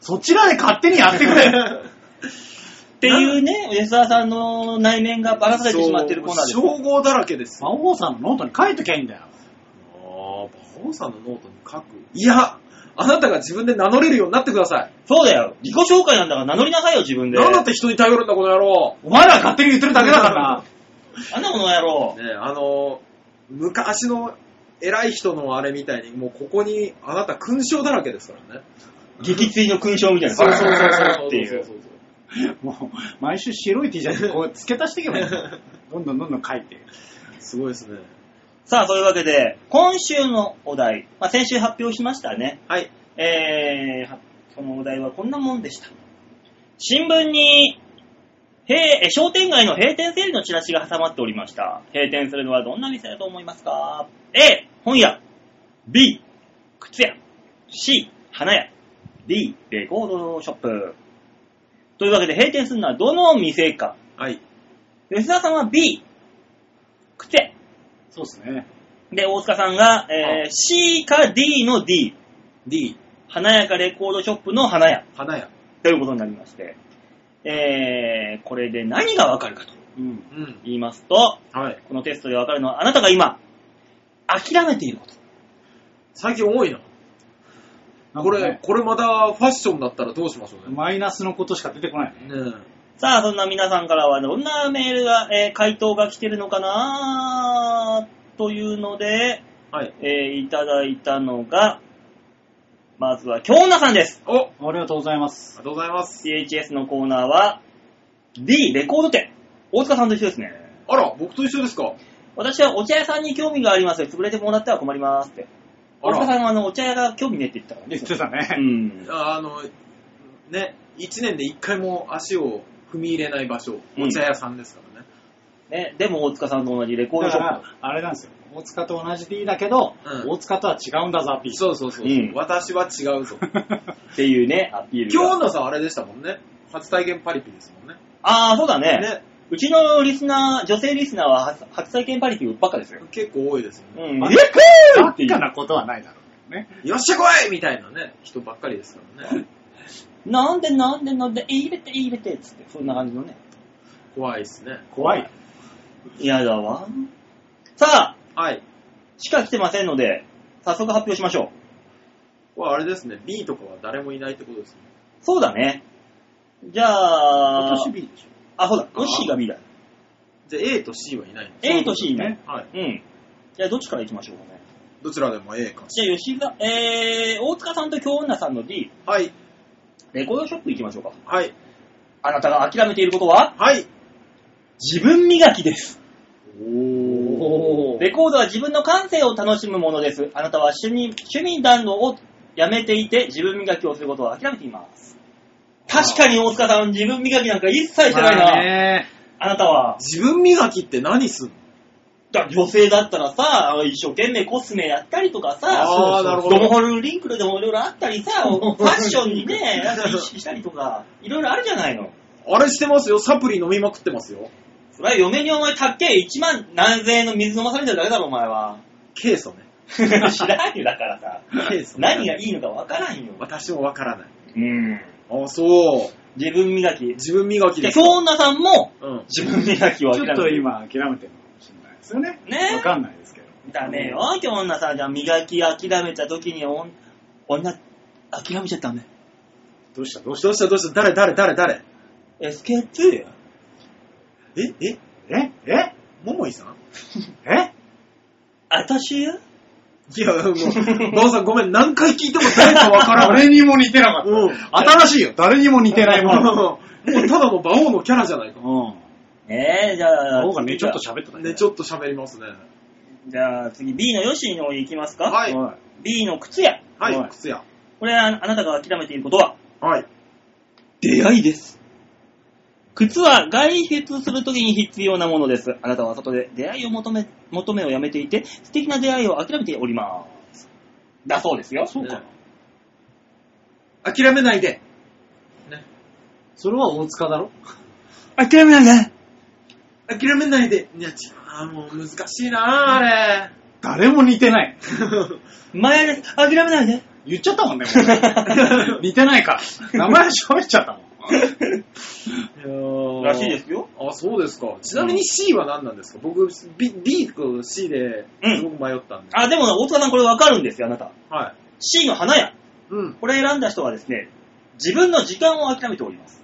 Speaker 4: そちらで勝手にやってく れ
Speaker 2: っていうね、吉沢さんの内面がばらされてしまっているコーナーです。
Speaker 3: そう称号だらけですよ。
Speaker 4: 魔王さんのノートに書いときゃいいんだよ。
Speaker 3: ああ、馬王さんのノートに書く。いや、あなたが自分で名乗れるようになってください。
Speaker 2: そうだよ。自己紹介なんだから名乗りなさいよ、自分で。
Speaker 3: なんだって人に頼るんだ、この野郎。
Speaker 4: お前らが勝手に言ってるだけだから な。
Speaker 2: あんなものやろう。
Speaker 3: ねえあの、昔の偉い人のあれみたいに、もうここにあなた勲章だらけですからね。
Speaker 2: 激追の勲章みたいな。 っていう。
Speaker 3: そうそう。
Speaker 4: もう、毎週白い T シャツにこう付け足していけばいいんだ よどんどんどんどん書いて。
Speaker 3: すごいですね。
Speaker 2: さあ、そういうわけで、今週のお題、まあ、先週発表しましたね。
Speaker 3: はい。
Speaker 2: えー、はそのお題はこんなもんでした。新聞に、へえ商店街の閉店セールのチラシが挟まっておりました。閉店するのはどんな店だと思いますか ?A、本屋。B、靴屋。C、花屋。D、レコードショップ。というわけで、閉店するのはどの店か。
Speaker 3: はい。
Speaker 2: 吉沢さんは B、靴屋。
Speaker 4: そうですね。
Speaker 2: で、大塚さんが、えー C か D の D、
Speaker 3: D、
Speaker 2: 華やかレコードショップの花屋
Speaker 3: 花屋。
Speaker 2: ということになりまして、えー、これで何がわかるかと
Speaker 4: うん。
Speaker 3: うん。
Speaker 2: 言いますと、
Speaker 3: はい。
Speaker 2: このテストでわかるのはあなたが今、諦めていること。
Speaker 3: 最近多いな。
Speaker 4: なん
Speaker 3: こ
Speaker 4: か
Speaker 3: れ、
Speaker 4: ね、
Speaker 3: これまたファッションだったらどうしましょうね。
Speaker 4: マイナスのことしか出てこないね。
Speaker 3: ね
Speaker 2: さあ、そんな皆さんからはどんなメールが、えー回答が来てるのかなというので、
Speaker 3: えはい。
Speaker 2: えーいただいたのが、まずは京奈さんです。
Speaker 3: おあ
Speaker 4: ありがとうございま
Speaker 3: り。
Speaker 4: す
Speaker 3: がとうございます。
Speaker 2: CHS のコーナーは D、レコード店。大塚さんと一緒ですね。
Speaker 3: あら、僕と一緒ですか
Speaker 2: 私はお茶屋さんに興味がありますよ。潰れてもらっては困りますって。
Speaker 3: あ
Speaker 2: 大塚
Speaker 3: ら、
Speaker 2: さんはあのお茶屋が興味ねえって言ったからね。
Speaker 4: 言ってた
Speaker 2: う
Speaker 4: ね。
Speaker 2: ん。
Speaker 3: あの、ね、一年で一回も足を踏み入れない場所、
Speaker 2: うん
Speaker 3: お茶屋さんですからね。
Speaker 2: ね、でも大塚さんと同じレコード
Speaker 4: だ
Speaker 2: シ
Speaker 4: か
Speaker 2: ョッ
Speaker 4: ら
Speaker 2: プ。、
Speaker 4: あれなんですよ。大塚と同じでいいだけど、
Speaker 3: うん
Speaker 4: 大塚とは違うんだぞ、アピール。
Speaker 3: そうそうそう。
Speaker 2: うん
Speaker 3: 私は違うぞ。
Speaker 2: っていうね、アピールが。
Speaker 3: 今日のさ、あれでしたもんね。初体験パリピですもんね。
Speaker 2: ああ、そうだね
Speaker 3: ね。
Speaker 2: うちのリスナー、女性リスナーは初初体験パリピばっかですよ。
Speaker 3: 結構多いですよ
Speaker 2: う
Speaker 3: ね。
Speaker 2: ん。
Speaker 4: あ
Speaker 2: レクー
Speaker 4: ば
Speaker 2: っ
Speaker 4: って
Speaker 2: いう
Speaker 4: か。なことはないだろうけどね。
Speaker 3: よっしゃ来いみたいなね、人ばっかりですからね。
Speaker 2: なんでなんでなんで、入れて入れてっつって、そんな感じのね。
Speaker 3: 怖いですね。
Speaker 4: 怖い。
Speaker 2: 嫌だわ。さあ、
Speaker 3: はい。
Speaker 2: しか来てませんので、早速発表しましょう。
Speaker 3: これあれですね、B とかは誰もいないってことですね。
Speaker 2: そうだね。じゃあ、
Speaker 4: 今年 B でしょ。
Speaker 2: あ、そうだ、ヨッシーが B だ。
Speaker 3: じゃあ A と C はいない。
Speaker 2: A と C ね。
Speaker 3: はい。
Speaker 2: うん。じゃあ、どっちから行きましょうかね。
Speaker 3: どちらでも A か。
Speaker 2: じゃあ、吉沢、えー、大塚さんと京女さんの D、
Speaker 3: はい。
Speaker 2: レコードショップ行きましょうか。
Speaker 3: はい。
Speaker 2: あなたが諦めていることは、
Speaker 3: はい。
Speaker 2: 自分磨きです。
Speaker 3: お
Speaker 4: ー
Speaker 2: レコードは自分の感性を楽しむものです。あなたは趣味、趣味弾道をやめていて、自分磨きをすることを諦めています。確かに大塚さん、自分磨きなんか一切してないな。
Speaker 4: まあ
Speaker 2: あ
Speaker 4: ね
Speaker 2: なたは。
Speaker 3: 自分磨きって何すんの
Speaker 2: だ女性だったらさ、一生懸命コスメやったりとかさ、
Speaker 3: あーなるほど
Speaker 2: ドモホルンリンクルでもいろいろあったり さ、ファッションにね、なんか意識したりとか、いろいろあるじゃないの。
Speaker 3: あれしてますよ。サプリ飲みまくってますよ。
Speaker 2: それは嫁にお前たっけえ1万何千円の水飲まされてるだけだろ、お前は。
Speaker 3: ケイ素ね。
Speaker 2: 知らんよ、だからさ。
Speaker 3: ケイ素、
Speaker 2: 何がいいのかわからんよ。
Speaker 3: 私もわからない。
Speaker 2: うん。
Speaker 3: あ、そう。
Speaker 2: 自分磨き。
Speaker 3: 自分磨き
Speaker 2: で、
Speaker 3: です
Speaker 2: 京
Speaker 3: か。
Speaker 2: 女さんも
Speaker 3: うん。
Speaker 2: 自分磨きを
Speaker 4: ち
Speaker 2: 諦
Speaker 4: ょ
Speaker 2: め
Speaker 4: っと
Speaker 2: てる。
Speaker 4: 今諦めてるのかもしれないですよね。
Speaker 2: ね
Speaker 4: わかんないですけど。
Speaker 2: ダメよ、京女さん。じゃあ磨き諦めた時におん、女、諦めちゃダメ。
Speaker 4: どうしたどうし
Speaker 3: どうしたどうした誰誰誰誰
Speaker 2: エスケープや。
Speaker 3: ええ
Speaker 4: たええ
Speaker 3: 桃井さん
Speaker 4: え
Speaker 2: 私よ
Speaker 3: いや、 もう、馬場さんごめん。何回聞いても誰かわからない。
Speaker 4: 誰にも似てなかった。
Speaker 3: うん
Speaker 4: 新しいよ。誰にも似てないもの。
Speaker 3: もうただの馬王のキャラじゃないか。
Speaker 4: うん。
Speaker 2: ねえ、じゃあ。
Speaker 4: 僕がね、ちょっと喋っただけ
Speaker 3: ね、ちょっと喋りますね。
Speaker 2: じゃあ次 B のヨシの方に行きますか。
Speaker 3: はい。
Speaker 4: は
Speaker 2: B の靴屋。
Speaker 3: は
Speaker 4: はい
Speaker 3: い、靴屋。
Speaker 2: これはあなたが諦めていることは
Speaker 3: はい。
Speaker 2: 出会いです。靴は外出するときに必要なものです。あなたは外で出会いを求め、求めをやめていて、素敵な出会いを諦めております。だそうですよ。
Speaker 4: そうかな
Speaker 3: ね。諦めないで。
Speaker 4: それは大塚だろ
Speaker 2: 諦めないね。
Speaker 3: 諦めないで。いや、違う、もう難しいなあれ。
Speaker 4: 誰も似てない。
Speaker 2: 前です。諦めないで。
Speaker 4: 言っちゃったもんね、も う似てないから。名前喋っちゃったもん。
Speaker 2: らしいですよ。
Speaker 3: あ、そうですか。ちなみに C は何なんですか僕、B, B と C で
Speaker 2: うん
Speaker 3: すごく迷ったんで。
Speaker 2: あ、でも大塚さんこれわかるんですよ、あなた。
Speaker 3: はい。
Speaker 2: C の花屋。
Speaker 3: うん。
Speaker 2: これ選んだ人はですね、自分の時間を諦めております。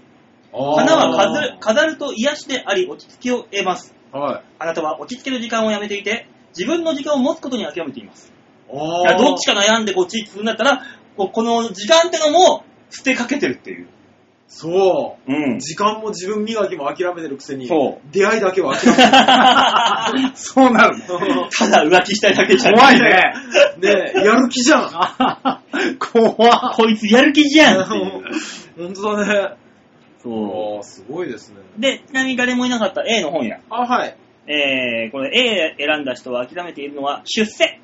Speaker 2: 花
Speaker 3: 花
Speaker 2: は飾る飾ると癒しであり落ち着きを得ます。
Speaker 3: はい。
Speaker 2: あなたは落ち着ける時間をやめていて、自分の時間を持つことに諦めています。
Speaker 3: あ
Speaker 2: いやどっちか悩んでこっちにするんだったら、ここの時間ってのも捨てかけてるっていう。
Speaker 3: そうう。
Speaker 2: ん。
Speaker 3: 時間も自分磨きも諦めてるくせに、
Speaker 2: そ
Speaker 3: 出会いだけは諦めて
Speaker 4: そうなるね。
Speaker 3: る
Speaker 2: ただ浮気したいだけじゃん。
Speaker 4: 怖いね。
Speaker 3: ね え、やる気じゃん。
Speaker 4: あ怖っ
Speaker 2: こいつやる気じゃんっていう。
Speaker 3: 本当だね。
Speaker 2: そ
Speaker 3: ああ、すごいですね。
Speaker 2: う。で、ちなみに誰もいなかった A の本や。
Speaker 3: あ、はい。
Speaker 2: えー、これ A 選んだ人は諦めているのは出世。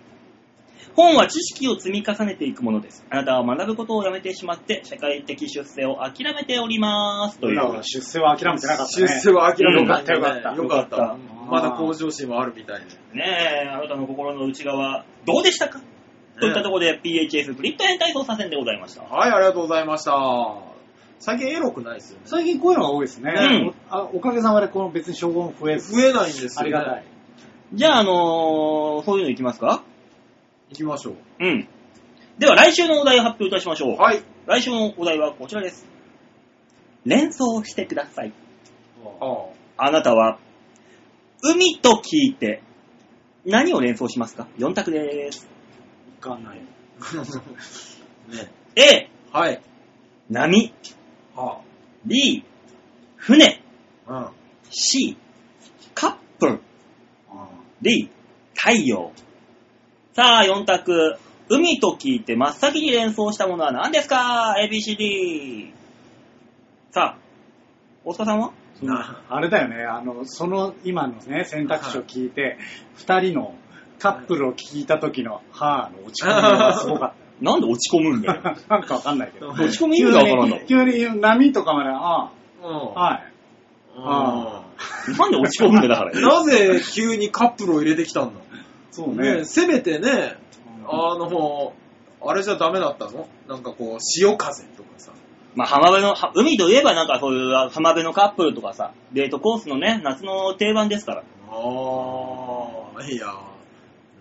Speaker 2: 本は知識を積み重ねていくものです。あなたは学ぶことをやめてしまって、社会的出世を諦めております。とい
Speaker 4: 今
Speaker 2: う
Speaker 4: は。出世は諦めてなかったね。
Speaker 3: 出世は諦めて
Speaker 4: よかった
Speaker 3: よ
Speaker 4: よ
Speaker 3: か
Speaker 2: か
Speaker 3: っ
Speaker 2: ったた。
Speaker 3: まだ向上心もあるみたいで。
Speaker 2: ねえ、あなたの心の内側、どうでしたか、といったところで PHS プリット変態操作戦でございました。
Speaker 3: はい、ありがとうございました。最近エロくないですよね。
Speaker 4: 最近こういうのが多いですね。
Speaker 2: うん
Speaker 4: あおかげさまでこの別に称号も増えず。
Speaker 3: 増えないんですよ、ね。
Speaker 4: ありがたい。。
Speaker 2: じゃあ、あのー、そういうのいきますか
Speaker 3: 行きましょ
Speaker 2: うん。では、来週のお題を発表いたしましょ
Speaker 3: う。
Speaker 2: う。
Speaker 3: はい。
Speaker 2: 来週のお題はこちらです。連想してください。
Speaker 3: ああ
Speaker 2: あなたは、海と聞いて、何を連想しますか ?4 択です。
Speaker 4: いかんない。
Speaker 3: ね。
Speaker 2: A、
Speaker 3: はい。
Speaker 2: 波。
Speaker 3: は
Speaker 2: B、船。
Speaker 3: あ。うん。
Speaker 2: C、カップル。
Speaker 4: あ
Speaker 2: D、太陽。さあ、4択。海と聞いて真っ先に連想したものは何ですか ?ABCD。さあ、大塚さんは
Speaker 4: ーその
Speaker 3: あ
Speaker 4: あれだよね、あの、その今のね、選択肢を聞いて、二、人のカップルを聞いた時の、はぁの落ち込みがすごかっ
Speaker 5: なんで落ち込むんだ よ。
Speaker 4: た。なんかわかんないけど。
Speaker 3: 落
Speaker 5: 落ち込む意味がわからんだもん。
Speaker 4: 急に、急に波とかまで、ああ、はい。
Speaker 3: あ
Speaker 5: なんで落ち込むんだよ、だから。
Speaker 3: なぜ急にカップルを入れてきたんだ
Speaker 4: そう
Speaker 3: ね
Speaker 4: ね
Speaker 3: え。せめてね、
Speaker 4: うん
Speaker 3: あの、あれじゃダメだったのなんかこう、潮風とかさ。
Speaker 2: まあ、浜辺の、は海といえばなんかそういう浜辺のカップルとかさ、デートコースのね、夏の定番ですから。
Speaker 3: ああ、いや、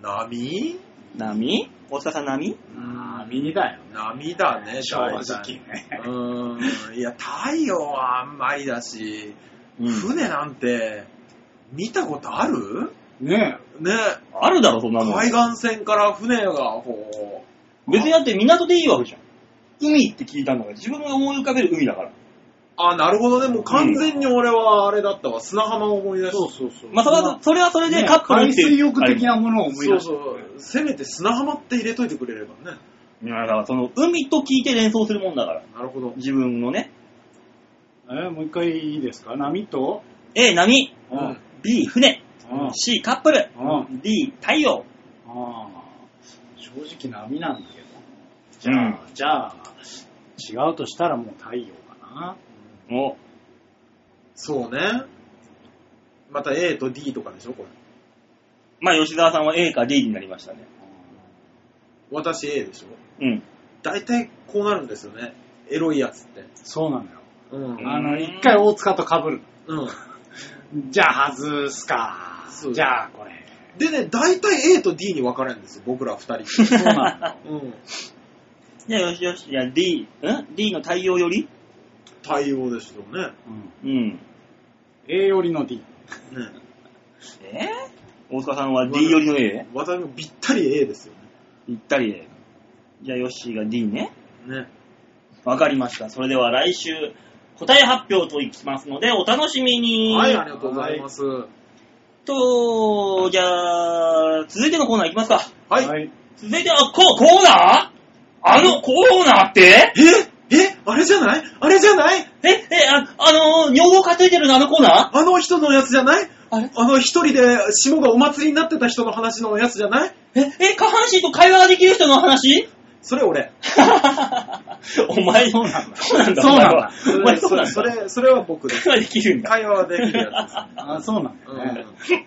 Speaker 3: 波
Speaker 2: 波大塚さん波
Speaker 4: ああ、右だよね。
Speaker 3: 波だね、
Speaker 4: 正直ね。
Speaker 3: うーん、いや、太陽はあんまりだし、
Speaker 2: うん。
Speaker 3: 船なんて、見たことある
Speaker 4: ね
Speaker 3: ね、
Speaker 2: あるだろ、そんなもん。
Speaker 3: 海岸線から船が、こう、
Speaker 2: 別にだって港でいいわけじゃん。海って聞いたのが自分が思い浮かべる海だから。
Speaker 3: あ、なるほどね、もう完全に俺はあれだったわ、砂浜を思い出
Speaker 4: え。
Speaker 3: した。
Speaker 4: そうそうそう。
Speaker 2: まあ、それは、それはそれで
Speaker 4: ね
Speaker 2: カップル
Speaker 4: 海
Speaker 2: っていう。
Speaker 4: 水浴的なものを思い
Speaker 3: そ
Speaker 4: 出
Speaker 3: う
Speaker 4: し
Speaker 3: そう、せめて砂浜って入れといてくれればね。
Speaker 2: いやだからその、海と聞いて連想するもんだから。
Speaker 3: なるほど。
Speaker 2: 自分のね。
Speaker 4: えもう一回いいですか波と
Speaker 2: A、波。
Speaker 4: うん。うん。
Speaker 2: B、船。
Speaker 4: うん。
Speaker 2: C、カップル。D、太陽。
Speaker 4: ああ、正直波なんだけど。じ
Speaker 2: う
Speaker 4: ゃあ、
Speaker 2: ん
Speaker 4: じゃあ、違うとしたらもう太陽かな。
Speaker 2: お、
Speaker 3: そうね。また A と D とかでしょ、これ。
Speaker 2: まあ、吉沢さんは A か D になりましたね。
Speaker 3: 私 A でしょ。
Speaker 2: うん。
Speaker 3: 大体こうなるんですよね。エロいやつって。
Speaker 4: そうなのよ。
Speaker 3: うん。
Speaker 2: ん
Speaker 4: あの、一回大塚と被る。
Speaker 3: うん。
Speaker 4: じゃあ外すか
Speaker 3: そう。
Speaker 4: じゃあこれ。
Speaker 3: でね、大体 A と D に分かれるんですよ、僕ら二人。
Speaker 4: そうな のよ。
Speaker 3: うん。
Speaker 2: じゃあ、よしよし。じゃあ D、ん ?D の太陽より
Speaker 3: 対応ですよね。
Speaker 4: う
Speaker 2: う
Speaker 4: ん
Speaker 2: ん。
Speaker 4: A よりの D。
Speaker 3: ね
Speaker 2: えー、大塚さんは D よりの A?
Speaker 3: 私もぴったり A ですよ
Speaker 2: ぴったり A。じゃあ、ヨッシーが D ね。
Speaker 3: ね。ね。
Speaker 2: わかりました。それでは来週、答え発表といきますので、お楽しみに。
Speaker 3: はい、ありがとうございます。は
Speaker 2: と、じゃあ、続いてのコーナーいきますか。
Speaker 3: い。
Speaker 4: い。
Speaker 2: 続いては、こ、コーナーあのコーナーって
Speaker 3: ええあれじゃないあれじゃない
Speaker 2: え、え、あ、あのー、女房担いでるのあのコーナー
Speaker 3: あの人のやつじゃない
Speaker 2: あれ
Speaker 3: あの一人で下がお祭りになってた人の話のやつじゃない
Speaker 2: え、え、下半身と会話ができる人の 話
Speaker 3: それ 俺。
Speaker 2: お前、
Speaker 4: そうなんだ
Speaker 2: そうなんだ。
Speaker 4: そうなんだ
Speaker 2: お前そうなんだ。
Speaker 3: それ、それそれは僕です。
Speaker 2: 会話できるんだ。
Speaker 3: 会話はできるやつ
Speaker 4: あそうなんだね
Speaker 3: で。す。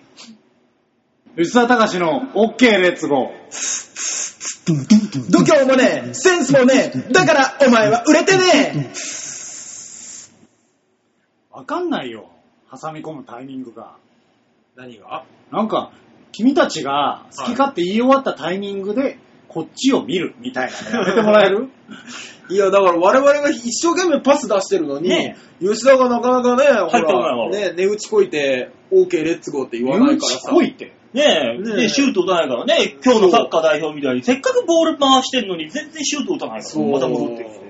Speaker 4: 吉沢隆の OK レッツゴー。
Speaker 3: うん、度胸もねえ、センスもねえ、だからお前は売れてねえ。
Speaker 4: わかんないよ。挟み込むタイミングが。
Speaker 3: 何が
Speaker 4: なんか、君たちが好き勝手言い終わったタイミングで、こっちを見るみたいなのやめてもらえる
Speaker 3: いや、だから我々が一生懸命パス出してるのに、
Speaker 2: ね
Speaker 3: 吉田がなかなかね、ほ
Speaker 2: ってこないわ
Speaker 3: ら、ね、値打ちこいて、OK レッツゴーって言わないからさ。
Speaker 4: こいって。
Speaker 2: ねえ、
Speaker 3: ねえ
Speaker 2: でシュート打たないからね、今日のサッカー代表みたいに、せっかくボール回してんのに、全然シュート打たないか
Speaker 3: そ
Speaker 2: ら、
Speaker 3: う。
Speaker 2: また戻ってきて。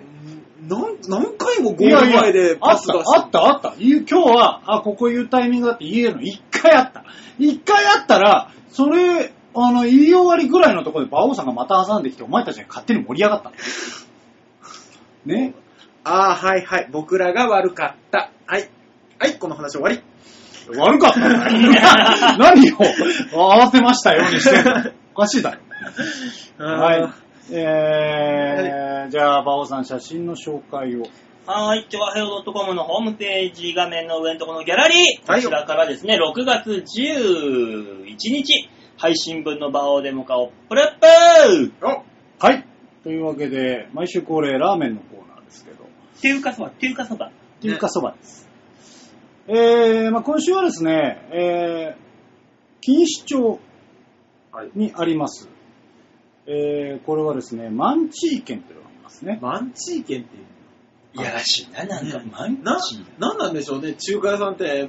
Speaker 3: なん何回もゴール前で
Speaker 4: あ
Speaker 3: パ
Speaker 4: っ
Speaker 3: ス
Speaker 4: た
Speaker 3: 出、して
Speaker 4: あった、あった。言う今日は、あ、ここ言うタイミングだって言えるの。一回あった。一回あったら、それ、あの、言い終わりぐらいのところで馬王さんがまた挟んできて、お前たちが勝手に盛り上がった。ね。
Speaker 3: ああ、はいはい。僕らが悪かった。はい。はい、この話終わり。
Speaker 4: 悪かったよ。何を合わせましたようにしてんのおかしいだろ。はい。えー、じゃあ、馬王さん写真の紹介を。
Speaker 2: はーい、今日はヘオドットコムのホームページ画面の上のところのギャラリー、
Speaker 3: はい
Speaker 2: こちらからですね、6月11日、配信分の場をデモ化をプレップ
Speaker 3: お
Speaker 4: はい。というわけで、毎週恒例ラーメンのコーナーですけど、
Speaker 2: 中華そば、中華そば。
Speaker 4: 中華そばです。えー、まあ今週はですね、えー、錦糸町にあります、えー、これはですね、マンチー県というのがあります ね。
Speaker 3: マンチーケンっていう。
Speaker 2: いやらしいな、なんか、
Speaker 3: ね
Speaker 2: 毎
Speaker 3: な
Speaker 2: 日。、
Speaker 3: なんなんでしょうね。中華屋さんって、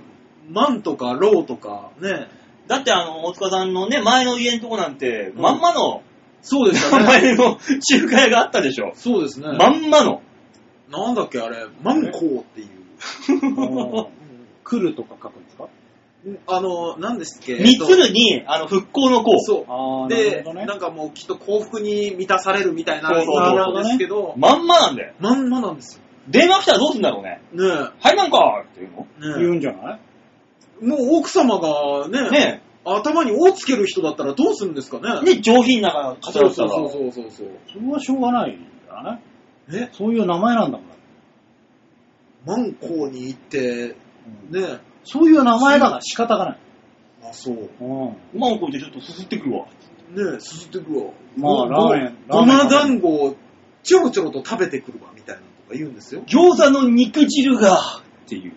Speaker 3: マンとかローとか、ね。
Speaker 2: だって、あの、大塚さんのね、前の家のとこなんて、まんまの、
Speaker 3: そうでした
Speaker 2: 名 前
Speaker 3: ね。
Speaker 2: の中華屋があったでしょ。
Speaker 3: そうですね。
Speaker 2: まんまの。
Speaker 3: なんだっけ、あれ。マンコウっていう。
Speaker 4: もう来るとか書くんですか
Speaker 3: あの、なんですっけ。
Speaker 2: 三つ
Speaker 3: えっ
Speaker 2: るに、あの、復興の子
Speaker 3: と。そう。
Speaker 4: あー、なる
Speaker 3: で、
Speaker 4: ほどね
Speaker 3: な。んかもうきっと幸福に満たされるみたいな
Speaker 2: そうそうそう
Speaker 3: 意味なんですけど、
Speaker 2: まんまなんだよ。
Speaker 3: まんまなんですよ。
Speaker 2: 電話来たらどうすんだろうね。
Speaker 3: ね
Speaker 2: はい、なんかっていうの
Speaker 3: え、
Speaker 4: 言う
Speaker 3: ね
Speaker 4: んじゃない
Speaker 3: え。もう奥様がね、
Speaker 2: ね
Speaker 3: 頭に「お」つける人だったらどうするんですかね。
Speaker 2: で、上品な方
Speaker 3: そ
Speaker 2: だっ
Speaker 3: う
Speaker 2: た
Speaker 3: そう
Speaker 2: ら、
Speaker 3: そうそうそうそう。
Speaker 4: それはしょうがないんじゃない
Speaker 3: え
Speaker 4: そういう名前なんだもん。
Speaker 3: マンコウに行って、ねえ。
Speaker 4: そういう名前だから仕方がない。
Speaker 3: あ、そう。
Speaker 4: うん。
Speaker 2: マンコいてちょっとすすってくるわ。
Speaker 3: ねえ、すすってくわ。
Speaker 4: まあ
Speaker 3: ご
Speaker 4: ラーメン
Speaker 3: ごご
Speaker 4: ラーメ
Speaker 3: ま
Speaker 4: ン
Speaker 3: 団子をちょろちょろと食べてくるわ、みたいなのとか言うんですよ。
Speaker 2: 餃子の肉汁が、っていう。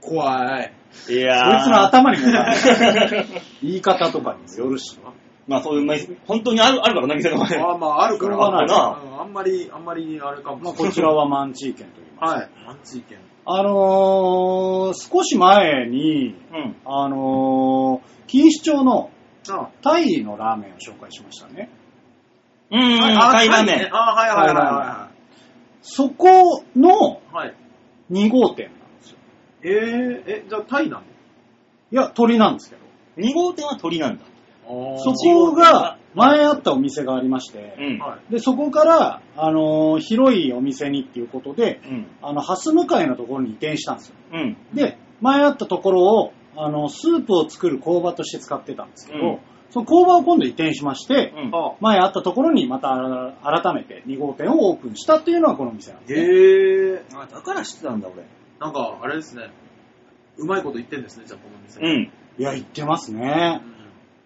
Speaker 3: 怖い。
Speaker 2: い
Speaker 4: そ
Speaker 2: や
Speaker 4: いつの頭にもな言い方とかにもよるしな。
Speaker 2: まあそういう、まあ本当にあるあるからな、店の前。
Speaker 3: あまあ、あるから。
Speaker 4: しょうがない
Speaker 2: な
Speaker 3: うんあんまり、あんまり、あれかも。
Speaker 4: まあ、こちらはマンチー県と言います。
Speaker 3: はい。マンツイケン。
Speaker 4: あのー、少し前に、
Speaker 2: うん。
Speaker 4: あのー、錦糸町の
Speaker 3: あ
Speaker 4: タイのラーメンを紹介しましたね。
Speaker 2: うん、
Speaker 3: あ
Speaker 2: 貝ラーメ
Speaker 3: タイね
Speaker 2: ン。
Speaker 3: あ、はいはいは
Speaker 4: そこの
Speaker 3: いはい。はい。
Speaker 4: 2号店なんですよ。
Speaker 3: えー、え、じゃあタイなの
Speaker 4: いや、鳥なんですけど。
Speaker 2: 2号店は鳥なんだ。
Speaker 4: そ
Speaker 2: ち
Speaker 4: こが、前あったお店がありまして、
Speaker 2: うん。
Speaker 3: はい。
Speaker 4: で、そこから、あのー広いお店にっていうことで、
Speaker 2: うん。
Speaker 4: あの、ハス向かいのところに移転したんですよ。
Speaker 2: うん。
Speaker 4: で、前あったところを、あの、スープを作る工場として使ってたんですけど、
Speaker 2: うん
Speaker 4: その工場を今度移転しまして、
Speaker 2: うん。
Speaker 3: あ
Speaker 4: 前あったところにまた改めて2号店をオープンしたというのがこの店なんです、
Speaker 3: へえー、
Speaker 2: あ、だから知ってたんだ、俺。
Speaker 3: なんか、あれですね。うまいこと言ってんですね、じゃあこの店。
Speaker 2: う。ん。
Speaker 4: いや、行ってますね。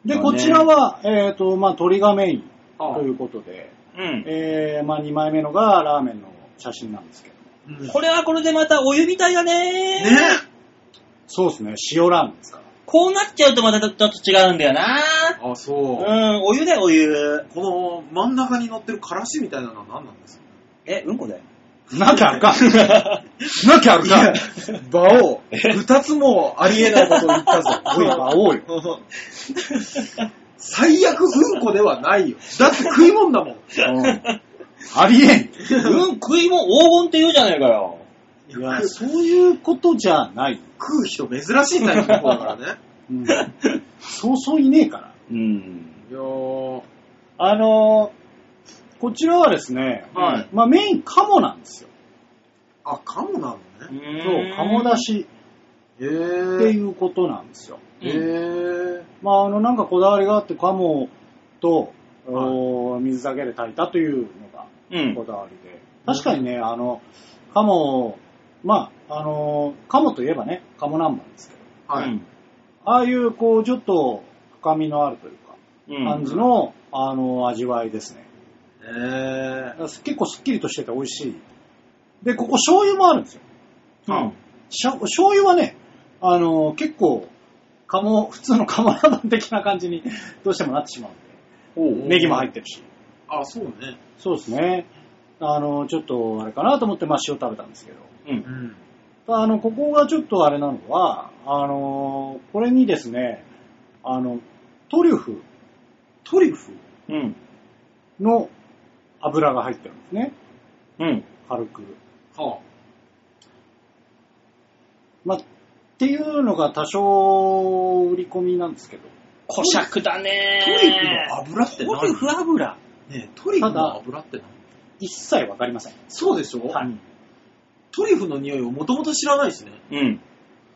Speaker 4: で、
Speaker 2: まあね
Speaker 4: こちらは、えっ、と、まあ、鶏がメイン
Speaker 3: ああ
Speaker 4: ということで、
Speaker 2: うん。
Speaker 4: えー、まあ、2枚目のがラーメンの写真なんですけど、
Speaker 3: うん。
Speaker 2: これはこれでまたお湯みたいだね
Speaker 3: ね
Speaker 4: そうですね、塩ラーメンですから。
Speaker 2: こうなっちゃうとまたちょっと違うんだよな
Speaker 3: あ、そう。
Speaker 2: うん、お湯だよ、お湯。
Speaker 3: この真ん中に乗ってるからしみたいなのは何なんですか
Speaker 2: え、うんこだよ。
Speaker 4: なきゃあかん。 なきゃあかん。
Speaker 3: 馬王、二つもありえないことを言った ぞ。
Speaker 4: おい、馬王よ。
Speaker 3: 最悪うんこではないよ。だって食い物だもん。
Speaker 4: ありえん。
Speaker 2: うん、食いも黄金って言うじゃねえかよ。
Speaker 4: いや、そういうことじゃない。
Speaker 3: 食う人珍しいタイプの方だからね。
Speaker 4: うん、そうそういねえから。
Speaker 2: うん。
Speaker 3: いやー、
Speaker 4: あのーこちらはですね、
Speaker 3: はい
Speaker 4: まあメイン鴨なんですよ。
Speaker 3: あ、カモなのね。
Speaker 4: そ、
Speaker 2: そう
Speaker 4: 鴨だ。し
Speaker 3: へ
Speaker 4: って
Speaker 3: ー。
Speaker 4: いうことなんですよ。
Speaker 3: へー。
Speaker 4: まああの、なんかこだわりがあって鴨と、
Speaker 3: はい
Speaker 4: おー水だけで炊いたというのが
Speaker 2: うん。
Speaker 4: こだわりで。確かにね、あの、鴨を、まあ、あのー鴨といえばね、鴨南蛮ですけど、
Speaker 3: は
Speaker 2: う
Speaker 3: い。
Speaker 2: ん
Speaker 4: ああいうこう、ちょっと深みのあるというか、
Speaker 2: うん
Speaker 4: 感じの、あの、味わいですね。
Speaker 3: えー。
Speaker 4: 結構すっきりとしてて美味しい。で、ここ醤油もあるんですよ。
Speaker 2: うん
Speaker 4: しょ醤油はね、あの、結構、鴨、普通の鴨ラーメン的な感じにどうしてもなってしまうんで、ネギも入ってるし。
Speaker 3: あ、そうね。
Speaker 4: そうですね。あの、ちょっとあれかなと思って、まあ塩食べたんですけど。
Speaker 2: うん。
Speaker 3: ん。
Speaker 4: あの、ここがちょっとあれなのは、あの、これにですね、あの、トリュフ
Speaker 3: トリュフ
Speaker 2: うん。
Speaker 4: の油が入ってるんですね。
Speaker 2: うん。
Speaker 4: 軽く。
Speaker 3: は
Speaker 4: まあ、っていうのが多少売り込みなんですけど、
Speaker 2: こしゃくだ
Speaker 3: あ、
Speaker 2: ね
Speaker 3: トリュフの油って何
Speaker 2: トリュフ油。
Speaker 3: ねえトリュフの油って何
Speaker 4: 一切わかりません。
Speaker 3: そうでしょ、
Speaker 4: はい
Speaker 3: トリュフの匂いをもともと知らないですね。
Speaker 2: うん。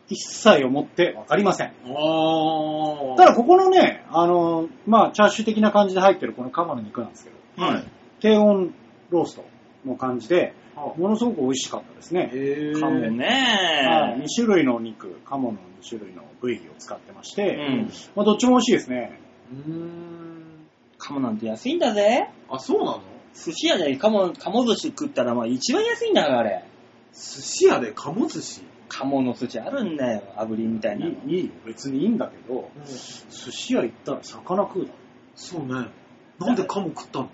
Speaker 4: 一切をもってわかりません。
Speaker 3: あー
Speaker 4: ただここのね、あの、まあ、チャーシュー的な感じで入ってるこのカマの肉なんですけど、
Speaker 2: はい。
Speaker 4: 低温ローストの感じで、
Speaker 3: は
Speaker 4: ものすごく美味しかったです
Speaker 3: あ
Speaker 4: ね。
Speaker 3: へー
Speaker 2: かも
Speaker 4: はい、2
Speaker 2: ね
Speaker 4: 種類のお肉、カモの2種類の部位を使ってまし
Speaker 2: う
Speaker 4: て、
Speaker 2: ん。
Speaker 4: まあ、どっちも美味しいですね。
Speaker 3: うーん。
Speaker 2: かもなんて安いんだぜ。
Speaker 3: あ、そうなの
Speaker 2: 寿司屋でかも、かも寿司食ったらまあ一番安いんだから、あれ。
Speaker 3: 寿司屋で鴨寿司、
Speaker 2: かもの寿司あるんだよ。炙りみたいなの。
Speaker 4: いいいいよ、別にいいんだけど、寿司屋行ったら魚食うだろ。
Speaker 3: そうね。なんで鴨食ったの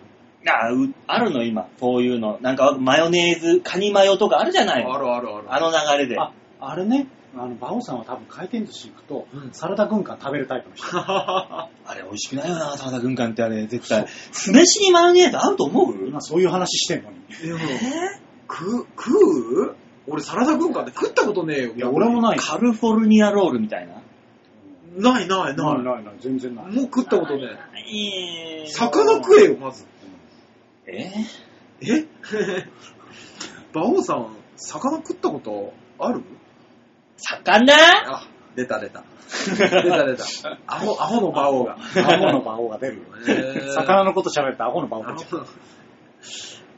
Speaker 2: あうあるの今、そういうの。なんかマヨネーズ、カニマヨとかあるじゃない
Speaker 3: あるあるあ る。
Speaker 2: あの流れで。
Speaker 4: あ、あれね、あの、バオさんは多分回転寿司行くと、
Speaker 3: うん
Speaker 4: サラダ軍艦食べるタイプの人。
Speaker 2: あれ美味しくないよな、サラダ軍艦ってあれ、絶対。酢飯にマヨネーズ合うと思う
Speaker 4: 今そういう話してんのに。
Speaker 3: でも
Speaker 2: え
Speaker 3: 食う、食う俺サラダ軍艦って食ったことねえよ。
Speaker 4: いや、俺も
Speaker 3: な
Speaker 4: ない
Speaker 2: ー
Speaker 4: よ。
Speaker 2: カルフォルニアロールみたいな。
Speaker 3: ないない
Speaker 4: な
Speaker 3: ない。
Speaker 4: ないない、全然ないい。
Speaker 3: もう食ったことね
Speaker 2: え
Speaker 3: え。魚食えよ、まず。
Speaker 2: え
Speaker 3: え馬王さん、魚食ったことある
Speaker 2: 魚
Speaker 3: あ、出た出た。出た 出た。アホ、アホの魔 王が。
Speaker 4: アホの魔王が出るよ。
Speaker 3: へー
Speaker 4: 魚のこと喋るとアホの魔王が出ちゃう。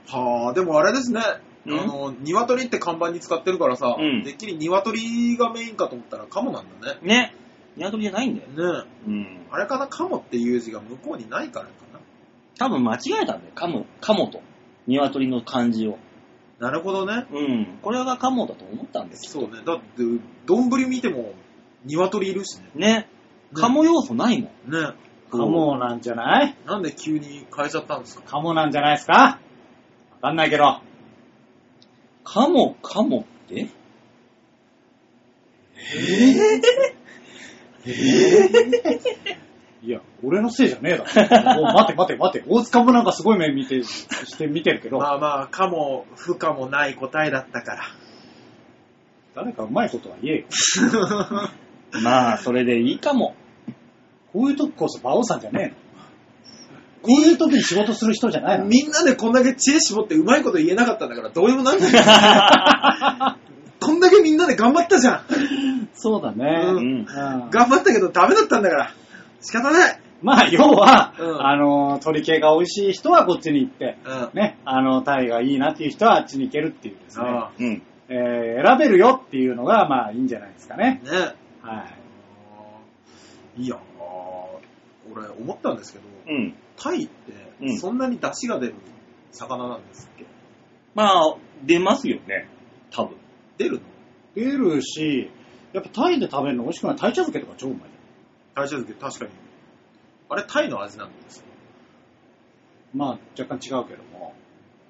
Speaker 3: はあ、でもあれですね。あ
Speaker 2: うん
Speaker 3: の、鶏って看板に使ってるからさ、
Speaker 2: うん
Speaker 3: てっきり鶏がメインかと思ったらカモなんだね。
Speaker 2: ね。鶏じゃないんだよ。
Speaker 3: ねえ
Speaker 2: うん。
Speaker 3: あれかな、カモっていう字が向こうにないからか
Speaker 2: 多分間違えたんだよ。カモ、カモと。鶏の漢字を。
Speaker 3: な。なるほどね。
Speaker 2: うん。これがカモだと思ったんです
Speaker 3: そうね。だって、丼見ても鶏いるしね。
Speaker 2: ね。カモ要素ないもん。
Speaker 3: ね
Speaker 4: カモなんじゃない
Speaker 3: なんで急に変えちゃったんですか
Speaker 4: カモなんじゃないですかわかんないけど。
Speaker 2: カモ、カモって
Speaker 4: いや、俺のせいじゃねえだ ろ。お待て待て待て。大塚もなんかすごい目見て、して見てるけど、
Speaker 3: まあまあ、かも、不可もない答えだったから。
Speaker 4: 誰かうまいことは言えよ。
Speaker 2: まあ、それでいいかも。
Speaker 4: こういう時こそ馬王さんじゃねえの。こういう時に仕事する人じゃないの。
Speaker 3: みんなでこんだけ知恵絞ってうまいこと言えなかったんだから、どうにもなんない。 こんだけみんなで頑張ったじゃん。
Speaker 4: そうだね。
Speaker 3: う
Speaker 2: うんん。
Speaker 4: うん
Speaker 3: 頑張ったけどダメだったんだから。仕方ない。
Speaker 4: まあ、要は、
Speaker 3: うん
Speaker 4: あの、鶏系が美味しい人はこっちに行って、
Speaker 3: うん。あ
Speaker 4: ね、あの、タイがいいなっていう人はあっちに行けるっていうですね、
Speaker 3: あ
Speaker 2: うん。
Speaker 4: えー選べるよっていうのが、まあ、いいんじゃないですかね。
Speaker 3: ね。
Speaker 4: はい。
Speaker 3: いやー俺思ったんですけど、
Speaker 2: うん。
Speaker 3: タイっ
Speaker 2: う
Speaker 3: て
Speaker 2: ん
Speaker 3: そんなに出汁が出る魚なんですっけ
Speaker 2: まあ、出ますよね。多分。
Speaker 3: 出るの
Speaker 4: 出るし、やっぱタイで食べるの美味しくない。タイ茶漬けとか超うまいじ
Speaker 3: 大丈夫漬け確かに。あれタイの味なんですよ
Speaker 4: ゃん。まあ、若干違うけども。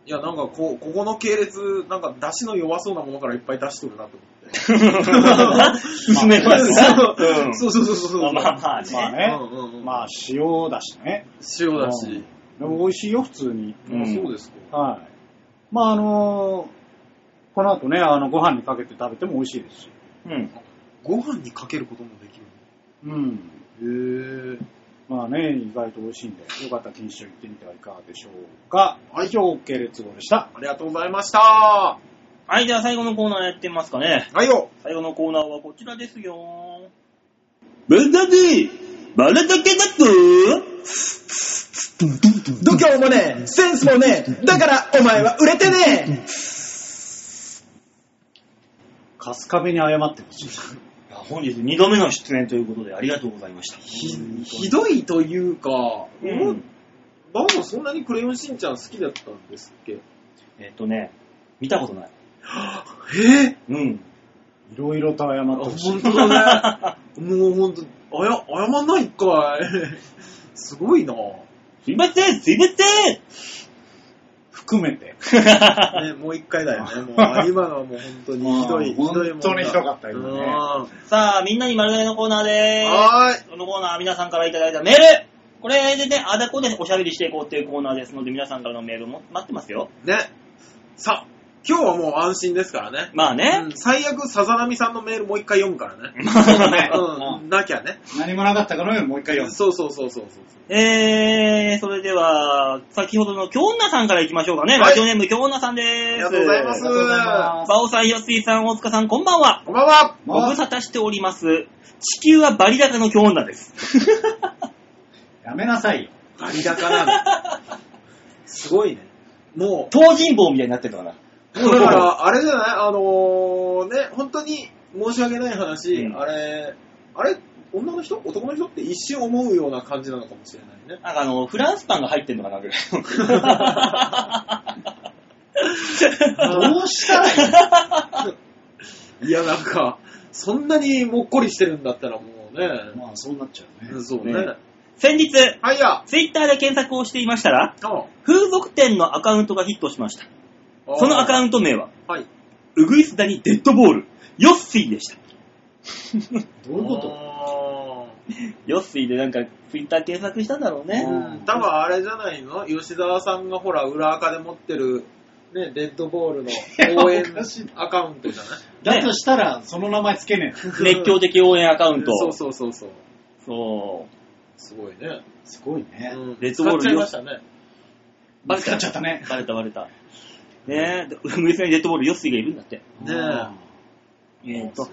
Speaker 3: いや、なんかこう、ここの系列、なんか出汁の弱そうなものからいっぱい出しとるなと思って。
Speaker 2: 進めますよ。 うん
Speaker 3: そうそうそうそうそう。
Speaker 2: まあまあ
Speaker 4: まあ
Speaker 2: ね。
Speaker 4: ね、
Speaker 3: うんうんうん
Speaker 4: まあ、塩だしね。
Speaker 3: 塩だし。
Speaker 4: でも美味しいよ、普通に。
Speaker 2: うん
Speaker 3: あそうですか。
Speaker 4: はい。まあ、あのこの後ね、あの、ご飯にかけて食べても美味しいですし。
Speaker 2: うん。
Speaker 3: ご飯にかけることもでき
Speaker 4: うん。
Speaker 3: る。へえ。
Speaker 4: まあね、意外と美味しいんで、よかったら錦糸町行ってみてはいかがでしょうか。以上、OK 列号でした。
Speaker 3: ありがとうございました。は
Speaker 2: はい、じゃあ最後のコーナーやってみますかね。
Speaker 3: いよ。
Speaker 2: 最後のコーナーはこちらですよ。ブンダディバラだけだと
Speaker 3: 度胸もねえ、センスもねえ、だからお前は売れてね
Speaker 4: カスカベに謝ってほしい。
Speaker 2: 本日2度目の出演ということでありがとうございました。
Speaker 3: え。ひどいというか、
Speaker 2: うん。
Speaker 3: バオさんそんなにクレヨンしんちゃん好きだったんですっけ
Speaker 2: えっとね、見たことない。
Speaker 3: ええ
Speaker 2: うん。
Speaker 4: いろいろと謝って
Speaker 3: あ、
Speaker 4: ほし
Speaker 3: 本
Speaker 4: い。
Speaker 3: 当 だね。もう本当、あや、謝んないんかい。すごいな、ね、
Speaker 2: すいません、すいません
Speaker 4: 含めて。
Speaker 3: もう一回だよ ね。もう今のはもう本当にひどい、
Speaker 4: あ
Speaker 3: ひどいもんだ
Speaker 4: 本当にひどかった今ね
Speaker 3: うん
Speaker 2: さあ、みんなに丸投げのコーナーでーす。
Speaker 3: はーい。
Speaker 2: このコーナーは皆さんからいただいたメールこれでね、あだこでおしゃべりしていこうっていうコーナーですので、皆さんからのメールも待ってますよ。
Speaker 3: ね。さあ、今日はもう安心ですからね。
Speaker 2: まあ
Speaker 3: う
Speaker 2: ね
Speaker 3: ん。最悪、さざなみさんのメールもう一回読む からね。
Speaker 4: う
Speaker 3: うん、なきゃね。
Speaker 4: 何もなかったからよりもう一回読む。
Speaker 3: そうそうそうそうそう。
Speaker 2: えー、それでは、先ほどの京女さんからいきましょうかね。
Speaker 3: はい
Speaker 2: ラジオネーム京女さんで
Speaker 3: あ
Speaker 2: ーす。
Speaker 3: りがとうございます。
Speaker 4: ありがとうございます
Speaker 2: バオさん、ヨスイさん、大塚さん、こんばんは。
Speaker 3: こんばんは。
Speaker 4: こんばんは
Speaker 2: ご無沙汰しております。地球はバリ高の京女 です。
Speaker 4: やめなさいよ。
Speaker 3: バリ高なの。すごいね。も
Speaker 2: 東尋坊みたいになってるのか
Speaker 3: う、もうだから、あれじゃないあのー、ね、本当に申し訳ない話、
Speaker 2: うん
Speaker 3: あれ、あれ、女の人男の人って一瞬思うような感じなのかもしれないね。
Speaker 2: な。なんかあの、フランスパンが入ってるのかなぐらい。
Speaker 4: どうしたらい い
Speaker 3: いや、なんか、そんなにもっこりしてるんだったらもう
Speaker 4: の
Speaker 3: ね、
Speaker 4: まあ、そうなっちゃうね。
Speaker 3: そうね。
Speaker 2: ね 先日、
Speaker 3: はいや。
Speaker 2: ツイッターで検索をしていましたら、
Speaker 3: あ
Speaker 2: 風俗店のアカウントがヒットしました。
Speaker 3: あ
Speaker 2: そのアカウント名は、
Speaker 3: はい。
Speaker 2: うぐいすだにデッドボール、ヨッスイでした。
Speaker 4: どういうこと
Speaker 3: と
Speaker 2: ヨッスイでなんかツイッター検索したんだろうね。
Speaker 4: うん
Speaker 3: 多分あれじゃないの吉沢さんがほら、裏垢で持ってる、ね、レッドボールの応援
Speaker 4: いやおかしい
Speaker 3: アカウントじゃない
Speaker 4: だとしたら、その名前つけねえの。
Speaker 2: 熱狂的応援アカウント。
Speaker 3: そうそうそうそう。
Speaker 2: そ
Speaker 3: すごいね。
Speaker 4: すごいね。
Speaker 3: うん
Speaker 2: レッドボール
Speaker 3: 使っちゃいましたね。
Speaker 2: うバレ
Speaker 4: 使
Speaker 2: た
Speaker 4: っちゃったね。
Speaker 2: バレたバレた。ねえ、ウグイスにデッドボール、ヨッシーがいるんだって。
Speaker 3: ねえ
Speaker 2: えっと、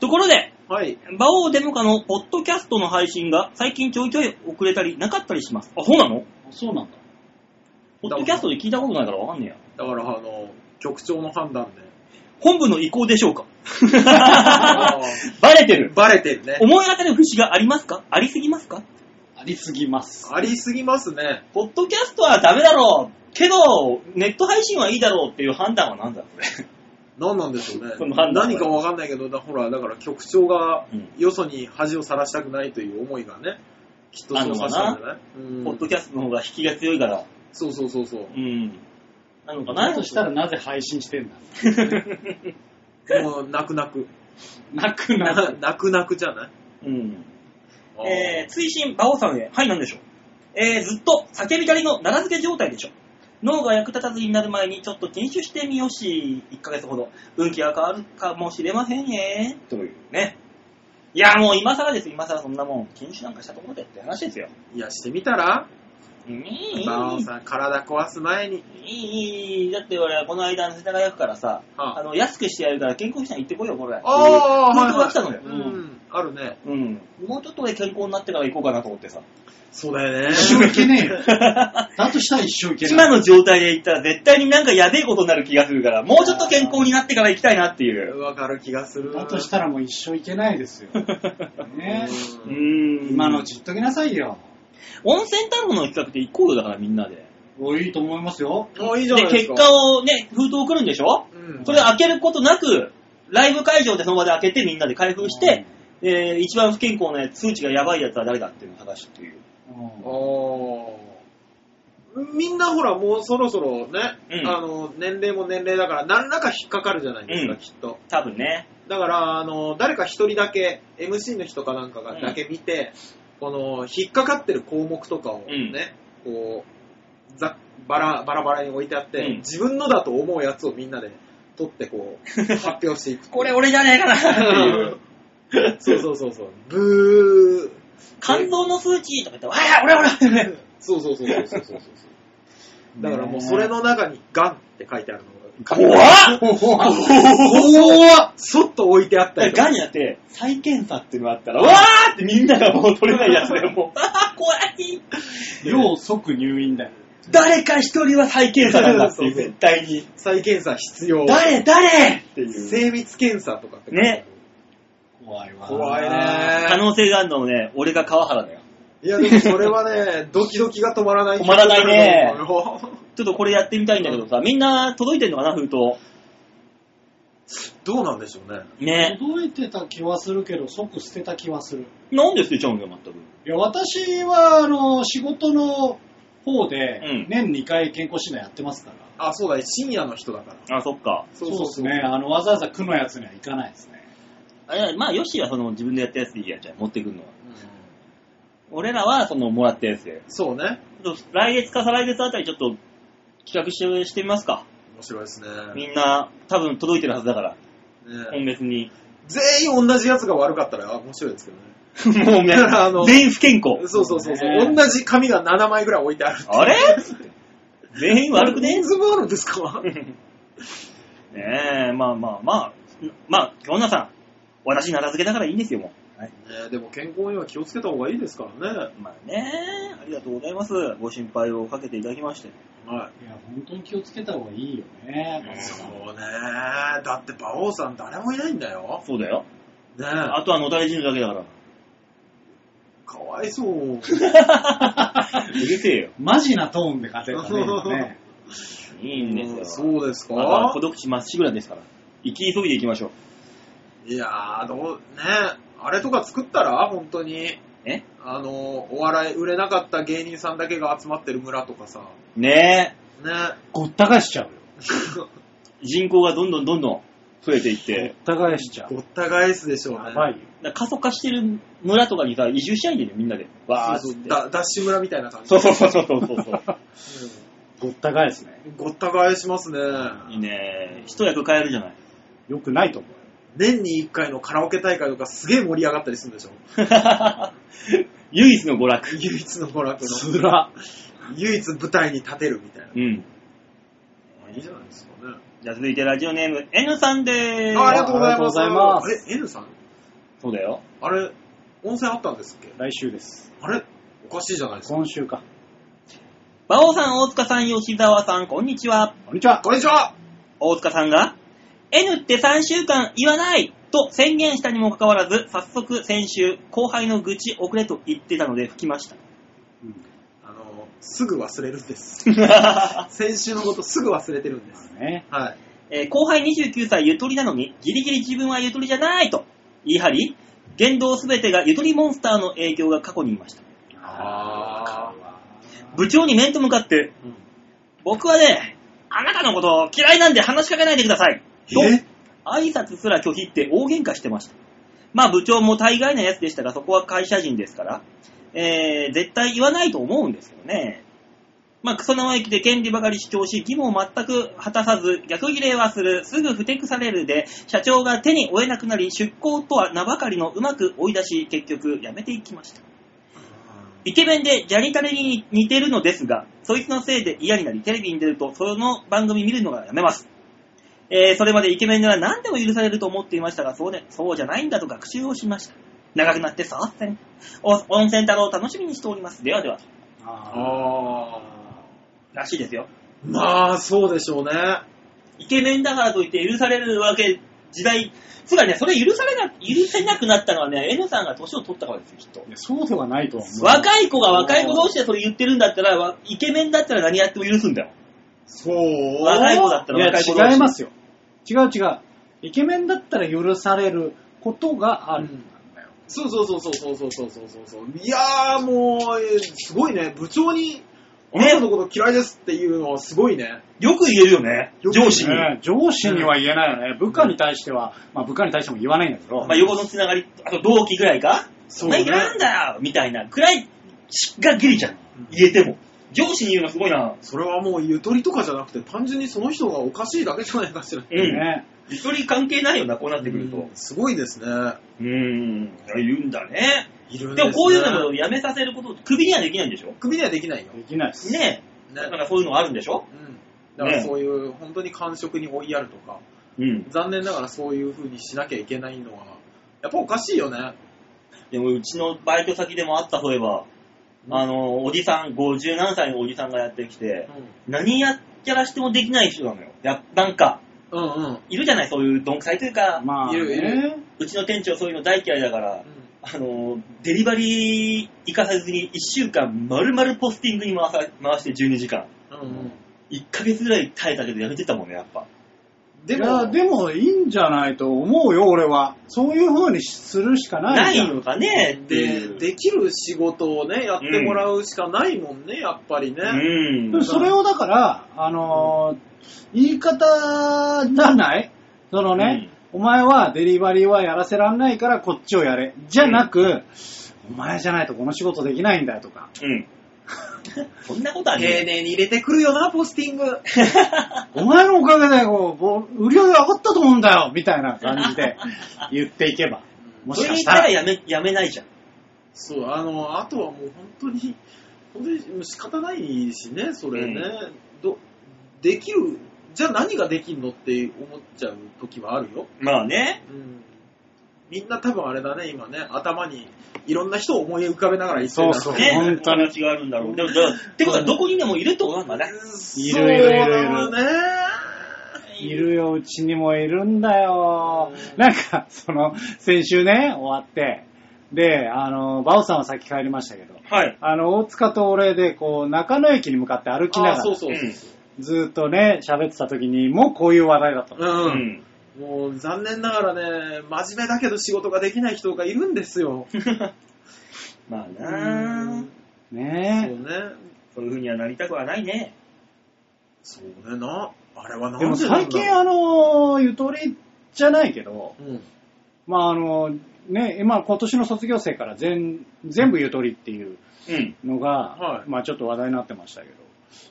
Speaker 2: ところで、
Speaker 3: はい。
Speaker 2: バオーデモカのポッドキャストの配信が最近ちょいちょい遅れたりなかったりします。あ、そうなの
Speaker 4: あそうなんだ。
Speaker 2: ポッドキャストで聞いたことないからわかんねえや。
Speaker 3: だから、あの、局長の判断で。
Speaker 2: 本部の意向でしょうか
Speaker 3: あ
Speaker 2: バレてる
Speaker 3: ーバレてるね。
Speaker 2: 思い当たる節がありますかありすぎますか
Speaker 4: ありすぎます。
Speaker 3: ありすぎますね。
Speaker 2: ポッドキャストはダメだろうけど、ネット配信はいいだろうっていう判断はなんだそれ。
Speaker 3: 何なんでしょうね
Speaker 2: この。判断
Speaker 3: 何かわかんないけど、だほら、だから局長が
Speaker 2: うん
Speaker 3: よそに恥をさらしたくないという思いがね、きっとそうさせたんじゃないうん
Speaker 2: ポッドキャストの方が引きが強いから。
Speaker 3: そうそうそうそう。
Speaker 2: うん。なのか
Speaker 4: だ
Speaker 2: な
Speaker 4: としたらなぜ配信してんだ
Speaker 3: もう、泣く泣く。
Speaker 4: なくな る。
Speaker 3: 泣く泣くじゃない
Speaker 2: うん。
Speaker 3: あー
Speaker 2: えー、追伸、馬王さんへ。はい、なんでしょう。えー、ずっと叫びたりの奈良漬け状態でしょ。脳が役立たずになる前にちょっと禁酒してみよし、1ヶ月ほど。運気が変わるかもしれませんね。というね。いや、もう今更です、今更そんなもん。禁酒なんかしたところでって話ですよ。
Speaker 3: いや、してみたら
Speaker 2: うん。
Speaker 3: バオさん、体壊す前に。
Speaker 2: いい、いい、だって俺、この間、世田谷区からさ、
Speaker 3: はあ
Speaker 2: あの、安くしてやるから健康診断行ってこいよ、これ。
Speaker 3: あー
Speaker 2: 本当が来たのよ。
Speaker 3: う
Speaker 2: うん
Speaker 3: ん、あるね。
Speaker 2: うん。もうちょっと俺健康になってから行こうかなと思 ってさ。
Speaker 3: そうだよね。
Speaker 4: 一 生いけねえよ。だとしたら一生いけな
Speaker 2: 今
Speaker 4: い。
Speaker 2: の状態で行ったら絶対になんかやべえことになる気がするから、もうちょっと健康になってから行きたいなっていう。
Speaker 3: わかる気がする。
Speaker 4: だとしたらもう一生いけないです よ。ね
Speaker 2: う
Speaker 3: うん
Speaker 2: ん。
Speaker 4: 今のうち言っときなさいよ。
Speaker 2: 温泉太郎の企画で行こうよ、だからみんなで。
Speaker 4: おいいと思いますよ。
Speaker 3: もういいじ
Speaker 2: で
Speaker 3: ゃない、で
Speaker 2: 結
Speaker 3: すか。
Speaker 2: 果をね、封筒送るんでしょ
Speaker 3: うん
Speaker 2: それ開けることなく、ライブ会場でその場で開けてみんなで開封して、えー一番不健康なやつ、数値がやばいやつは誰だっていうのを探すっていう。
Speaker 4: うん、
Speaker 3: あーみんなほら、もうそろそろね、
Speaker 2: うん
Speaker 3: あの、年齢も年齢だから、何らか引っかかるじゃないですか、
Speaker 2: うん
Speaker 3: きっと。
Speaker 2: 多分ね。
Speaker 3: だから、あの、誰か一人だけ、MC の人かなんかがだけ見て、この、引っかかってる項目とかをね、こう、ざバラ、バラバラに置いてあって、
Speaker 2: うん
Speaker 3: 自分のだと思うやつをみんなで取ってこ う、発表していく。
Speaker 2: これ俺じゃねえかなっていう。
Speaker 3: そうそうそうそう。ブー。
Speaker 2: 肝臓の数値とか言って、わあ、俺俺俺
Speaker 3: そうそうそうそうそうそうそう。だからもうそれの中にガンって書いてあるのが、
Speaker 2: 怖っ
Speaker 4: 怖っ
Speaker 3: 怖っそっと置いてあった
Speaker 2: だ
Speaker 3: り
Speaker 2: からガ
Speaker 3: と
Speaker 2: ン
Speaker 3: か。
Speaker 2: じゃなくて、再検査っていうのがあったら、わーってみんながもう取れないやつだよ、もう。あ ー怖い
Speaker 4: 要即入院だよ。
Speaker 2: 誰か一人は再検査なん だっていう、
Speaker 3: そうそう
Speaker 2: 絶対に。
Speaker 3: 再検査必要。
Speaker 2: 誰誰っていう。
Speaker 3: 精密検査とかって。
Speaker 2: ね。
Speaker 4: 怖いわ。
Speaker 3: 怖い
Speaker 2: 可
Speaker 3: ね。
Speaker 2: 能性があるのもね、俺が川原だよ。
Speaker 3: いやでもそれはね、ドキドキが止まらない。
Speaker 2: 止まらないね
Speaker 3: よ。
Speaker 2: ちょっとこれやってみたいんだけどさ、みんな届いてんのかな、封筒。
Speaker 3: どうなんでしょうね。
Speaker 2: ね。
Speaker 4: 届いてた気はするけど、即捨てた気はする。
Speaker 2: なんで捨てちゃうんだよ、全く。
Speaker 4: いや、私は、あの、仕事の方で
Speaker 2: うん、
Speaker 4: 年2回健康診断やってますから。
Speaker 3: あ、そうだね。深夜の人だから。
Speaker 2: あ、そっか。
Speaker 3: そ
Speaker 4: ですね。。あの、わざわざ区のやつには行かないですね。
Speaker 2: あいやまあ、ヨッシーはその自分でやったやつでいいやじゃあ持ってくるのは。俺らはそのもらったやつで。
Speaker 3: そうね。
Speaker 2: ちょっと来月か再来月あたりちょっと企画してしてみますか。
Speaker 3: 面白いですね。
Speaker 2: みんな多分届いてるはずだから、
Speaker 3: ね
Speaker 2: 今月 に。
Speaker 3: 全員同じやつが悪かったらあ面白いですけどね。
Speaker 2: もうね
Speaker 3: だからあの、
Speaker 2: 全員不健 康。
Speaker 3: そうそうそうそう。
Speaker 4: ね
Speaker 3: 同じ紙が7枚ぐらい置いてある。
Speaker 2: あれ全員悪くね
Speaker 3: 人数分あるんですか
Speaker 2: ねえ、まあまあまあ、まあ、京奈さん、私奈良漬けだからいいんですよ、も
Speaker 3: ねでも健康には気をつけた方がいいですからね。
Speaker 2: う。まあねありがとうございます。ご心配をかけていただきまして。
Speaker 3: はい
Speaker 4: や、本当に気をつけた方がいいよね。
Speaker 2: うん
Speaker 3: い。そうね。だって馬王さん誰もいないんだよ。
Speaker 2: そうだよ。
Speaker 3: ね
Speaker 2: あとは野垂れ死ぬだけだから。
Speaker 3: かわいそう。
Speaker 2: うるせえよ。
Speaker 4: マジなトーンで勝てたね今ね。
Speaker 2: いいんですよ。
Speaker 3: そうです
Speaker 2: あとは
Speaker 3: か
Speaker 2: 孤独地まっしぐらですから。生き急ぎで行きましょう。
Speaker 3: いやー、どう、ねあれとか作ったら本当に。
Speaker 2: え
Speaker 3: あの、お笑い売れなかった芸人さんだけが集まってる村とかさ。
Speaker 2: ね
Speaker 3: ね
Speaker 4: ごった返しちゃうよ。
Speaker 2: え、人口がどんどんどんどん増えていって、
Speaker 4: ごった返しちゃう。
Speaker 3: ごった返すでしょうね。
Speaker 4: やばいよ。
Speaker 2: だから過疎化してる村とかにさ、移住しちゃいんだよね、みんなで。わーっ
Speaker 3: そう
Speaker 2: つっ
Speaker 3: そう
Speaker 2: て。
Speaker 3: だダッシュ村みたいな感じ。
Speaker 2: そうそうそうそうそうそう。
Speaker 4: ごった返すね。
Speaker 3: うんごった返しますね。
Speaker 2: いいね一役買えるじゃない。
Speaker 4: よくないと思うよ。
Speaker 3: 年に1回のカラオケ大会とかすげえ盛り上がったりするんでしょ
Speaker 2: 唯一の娯楽。
Speaker 3: 唯一の娯楽の。
Speaker 4: つら。
Speaker 3: 唯一舞台に立てるみたいな。
Speaker 2: うん。ね
Speaker 3: いいんじゃないですかね。
Speaker 2: じゃあ続いてラジオネーム N さんで
Speaker 3: ああり
Speaker 2: ー
Speaker 3: がとうございます。
Speaker 4: ありがとうございま
Speaker 3: え、N さん
Speaker 2: す。そうだよ。
Speaker 3: あれ、温泉あったんですっけ
Speaker 4: 来週です。
Speaker 3: あれおかしいじゃないですか。
Speaker 4: 今週か。
Speaker 2: 馬王さん、大塚さん、吉沢さん、こんにちは。
Speaker 4: こんにちは。
Speaker 3: こんにちは
Speaker 2: 大塚さんが、N って3週間言わないと宣言したにもかかわらず、早速先週、後輩の愚痴遅れと言ってたので吹き ました。
Speaker 4: うん
Speaker 3: あの、すぐ忘れるん です。先週のことすぐ忘れてるんです。
Speaker 4: ね、
Speaker 3: はい。
Speaker 2: えー後輩29歳ゆとりなのに、ギリギリ自分はゆとりじゃないと言い張り、言動すべてがゆとりモンスターの影響が過去にいました。
Speaker 3: あ
Speaker 2: 部長に面と向かって、
Speaker 3: うん
Speaker 2: 僕はね、あなたのこと嫌いなんで話しかけないでください。と
Speaker 3: え、
Speaker 2: 挨拶すら拒否って大喧嘩してました。まあ部長も大概なやつでしたが、そこは会社人ですから、えー、絶対言わないと思うんですけどね。まあ、クソ生意気で権利ばかり主張し、義務を全く果たさず、逆ギレはする、すぐふてくされるで、社長が手に負えなくなり、出向とは名ばかりのうまく追い出し、結局、辞めていきました。イケメンでジャニタレに似てるのですが、そいつのせいで嫌になり、テレビに出ると、その番組見るのがやめます。えーそれまでイケメンなら何でも許されると思っていましたが、そうでそうじゃないんだと学習をしました。長くなってさあせん。お温泉太郎楽しみにしております。ではでは。
Speaker 4: あ
Speaker 3: あ
Speaker 2: らしいですよ。
Speaker 3: ー。まあ、そうでしょうね。
Speaker 2: イケメンだからといって許されるわけ、時代、つまりね、それ許されな、許せなくなったのはね、N さんが年を取ったからですよ、きっと
Speaker 4: ー。いやそうではないとは思う。
Speaker 2: 若い子が若い子同士でそれ言ってるんだったら、わイケメンだったら何やっても許すんだよ。
Speaker 3: そう
Speaker 2: 若い子だったら
Speaker 4: いや
Speaker 2: 若い子同士
Speaker 4: 違いますよ。違う違う。イケメンだったら許されることがあるんだよ。
Speaker 3: そうそうそうそうそうそうそうそうそういやーもう、えーすごいね。部長に、あなたのこと嫌いですっていうのはすごいね。
Speaker 2: よく言えるよね、
Speaker 3: よく言え
Speaker 2: 上
Speaker 3: る
Speaker 2: 司に。
Speaker 4: ね上司には言えないよね。部下に対しては、まあ部下に対しても言わないんだけど。
Speaker 2: まあ、横のつながり、あと同期ぐらいか、
Speaker 3: そ
Speaker 2: そうう
Speaker 3: ね
Speaker 2: ね、なんだよみたいなぐらいがギリじゃん。言えても。上司に言うのすごいな。
Speaker 3: それはもうゆとりとかじゃなくて、単純にその人がおかしいだけじゃないかしら。
Speaker 2: うん。
Speaker 4: ね
Speaker 2: ゆとり関係ないよな、こうなってくると。
Speaker 3: すごいですね。
Speaker 2: うん。言うんだね。
Speaker 3: いるん
Speaker 2: でも
Speaker 3: です、ね、
Speaker 2: こういうのをやめさせること、クビにはできないんでしょ
Speaker 3: 首にはできないよ。
Speaker 4: できないです。
Speaker 2: ね
Speaker 3: ね
Speaker 2: え。だからそういうのはあるんでしょ
Speaker 3: うんだから
Speaker 2: ね
Speaker 3: そういう、本当に感触に追いやるとか、
Speaker 2: うん。
Speaker 3: 残念ながらそういう風にしなきゃいけないのは、やっぱおかしいよね。
Speaker 2: でもうちのバイト先でもあった、そういえば。あの、おじさん、50何歳のおじさんがやってきて、何ややらしてもできない人なのよ。や、なんか、
Speaker 3: うん、うん、うん。
Speaker 2: いるじゃない、そういうどんくさいというか、
Speaker 4: まあ、
Speaker 3: いるい
Speaker 4: ね
Speaker 3: る。
Speaker 2: うちの店長そういうの大嫌いだから、あの、デリバリー行かさずに1週間丸々ポスティングに回さ回して12時間。
Speaker 3: うんうん
Speaker 2: 1ヶ月ぐらい耐えたけどやめてたもんね、やっぱ。
Speaker 3: で
Speaker 4: いや、
Speaker 3: も、
Speaker 4: でもいいんじゃないと思うよ、俺は。そういう風にするしかな
Speaker 2: ない
Speaker 4: じゃ
Speaker 2: い
Speaker 4: ん
Speaker 2: のかねって
Speaker 3: で、
Speaker 2: いう。
Speaker 3: できる仕事をね、やってもらうしかないもんね、やっぱりね。
Speaker 2: うん
Speaker 4: で。それをだから、あのー言い方じゃないそのね、お前はデリバリーはやらせらんないからこっちをやれ。じゃなく、お前じゃないとこの仕事できないんだよとか、
Speaker 2: うん。そんなことは
Speaker 3: 丁
Speaker 2: ね
Speaker 3: 寧に入れてくるよな、ポステ ィング。
Speaker 4: お前のおかげでこうぼ売り上げ上がったと思うんだよみたいな感じで言っていけば、も
Speaker 2: そ
Speaker 4: し
Speaker 2: れ
Speaker 4: か
Speaker 2: に
Speaker 4: し
Speaker 2: 言
Speaker 4: た
Speaker 2: った
Speaker 4: ら
Speaker 2: ら。やめ、やめないじゃん。
Speaker 3: そう、あの、あとはもう本当に、本当にもう仕方ないしね、それね。どできる、じゃあ何ができんのって思っちゃう時はあるよ。
Speaker 2: まあね。
Speaker 3: うん。みんな多分あれだね、今ね、頭にいろんな人を思い浮かべながら言ってるんだろ
Speaker 4: そう
Speaker 2: ね。
Speaker 4: 本当に
Speaker 2: 友達があるんだろう。でも、でもってことはどこにでもいるってことなんだね。
Speaker 4: いるいるいるいる
Speaker 3: そうなのね。
Speaker 4: いるよ、うちにもいるんだよ。なんか、その、先週ね、終わって、で、あの、バオさんは先帰りましたけど、
Speaker 2: はい。
Speaker 4: あの、大塚と俺で、こう、中野駅に向かって歩きな
Speaker 3: あ
Speaker 4: が
Speaker 3: そう
Speaker 4: ら、
Speaker 3: そうそう
Speaker 4: ずーっとね、喋ってた時に、もうこういう話題だったの。
Speaker 3: そう。
Speaker 2: う
Speaker 3: うん。
Speaker 2: ん。
Speaker 3: もう残念ながらね、真面目だけど仕事ができない人がいるんですよ。
Speaker 2: まあ
Speaker 3: う
Speaker 2: なん
Speaker 3: そう
Speaker 4: ね
Speaker 3: ね。
Speaker 2: そういう風にはなりたくはないね。
Speaker 3: そうね、な、あれはなん
Speaker 4: で
Speaker 3: な
Speaker 4: も
Speaker 3: んだろう
Speaker 4: 最近、あの、ゆとりじゃないけど、
Speaker 3: うん。
Speaker 4: まああの、ね、今、今年の卒業生から全、全部ゆとりっていう
Speaker 2: うん。
Speaker 4: のが、
Speaker 3: はい
Speaker 4: まあちょっと話題になってましたけど、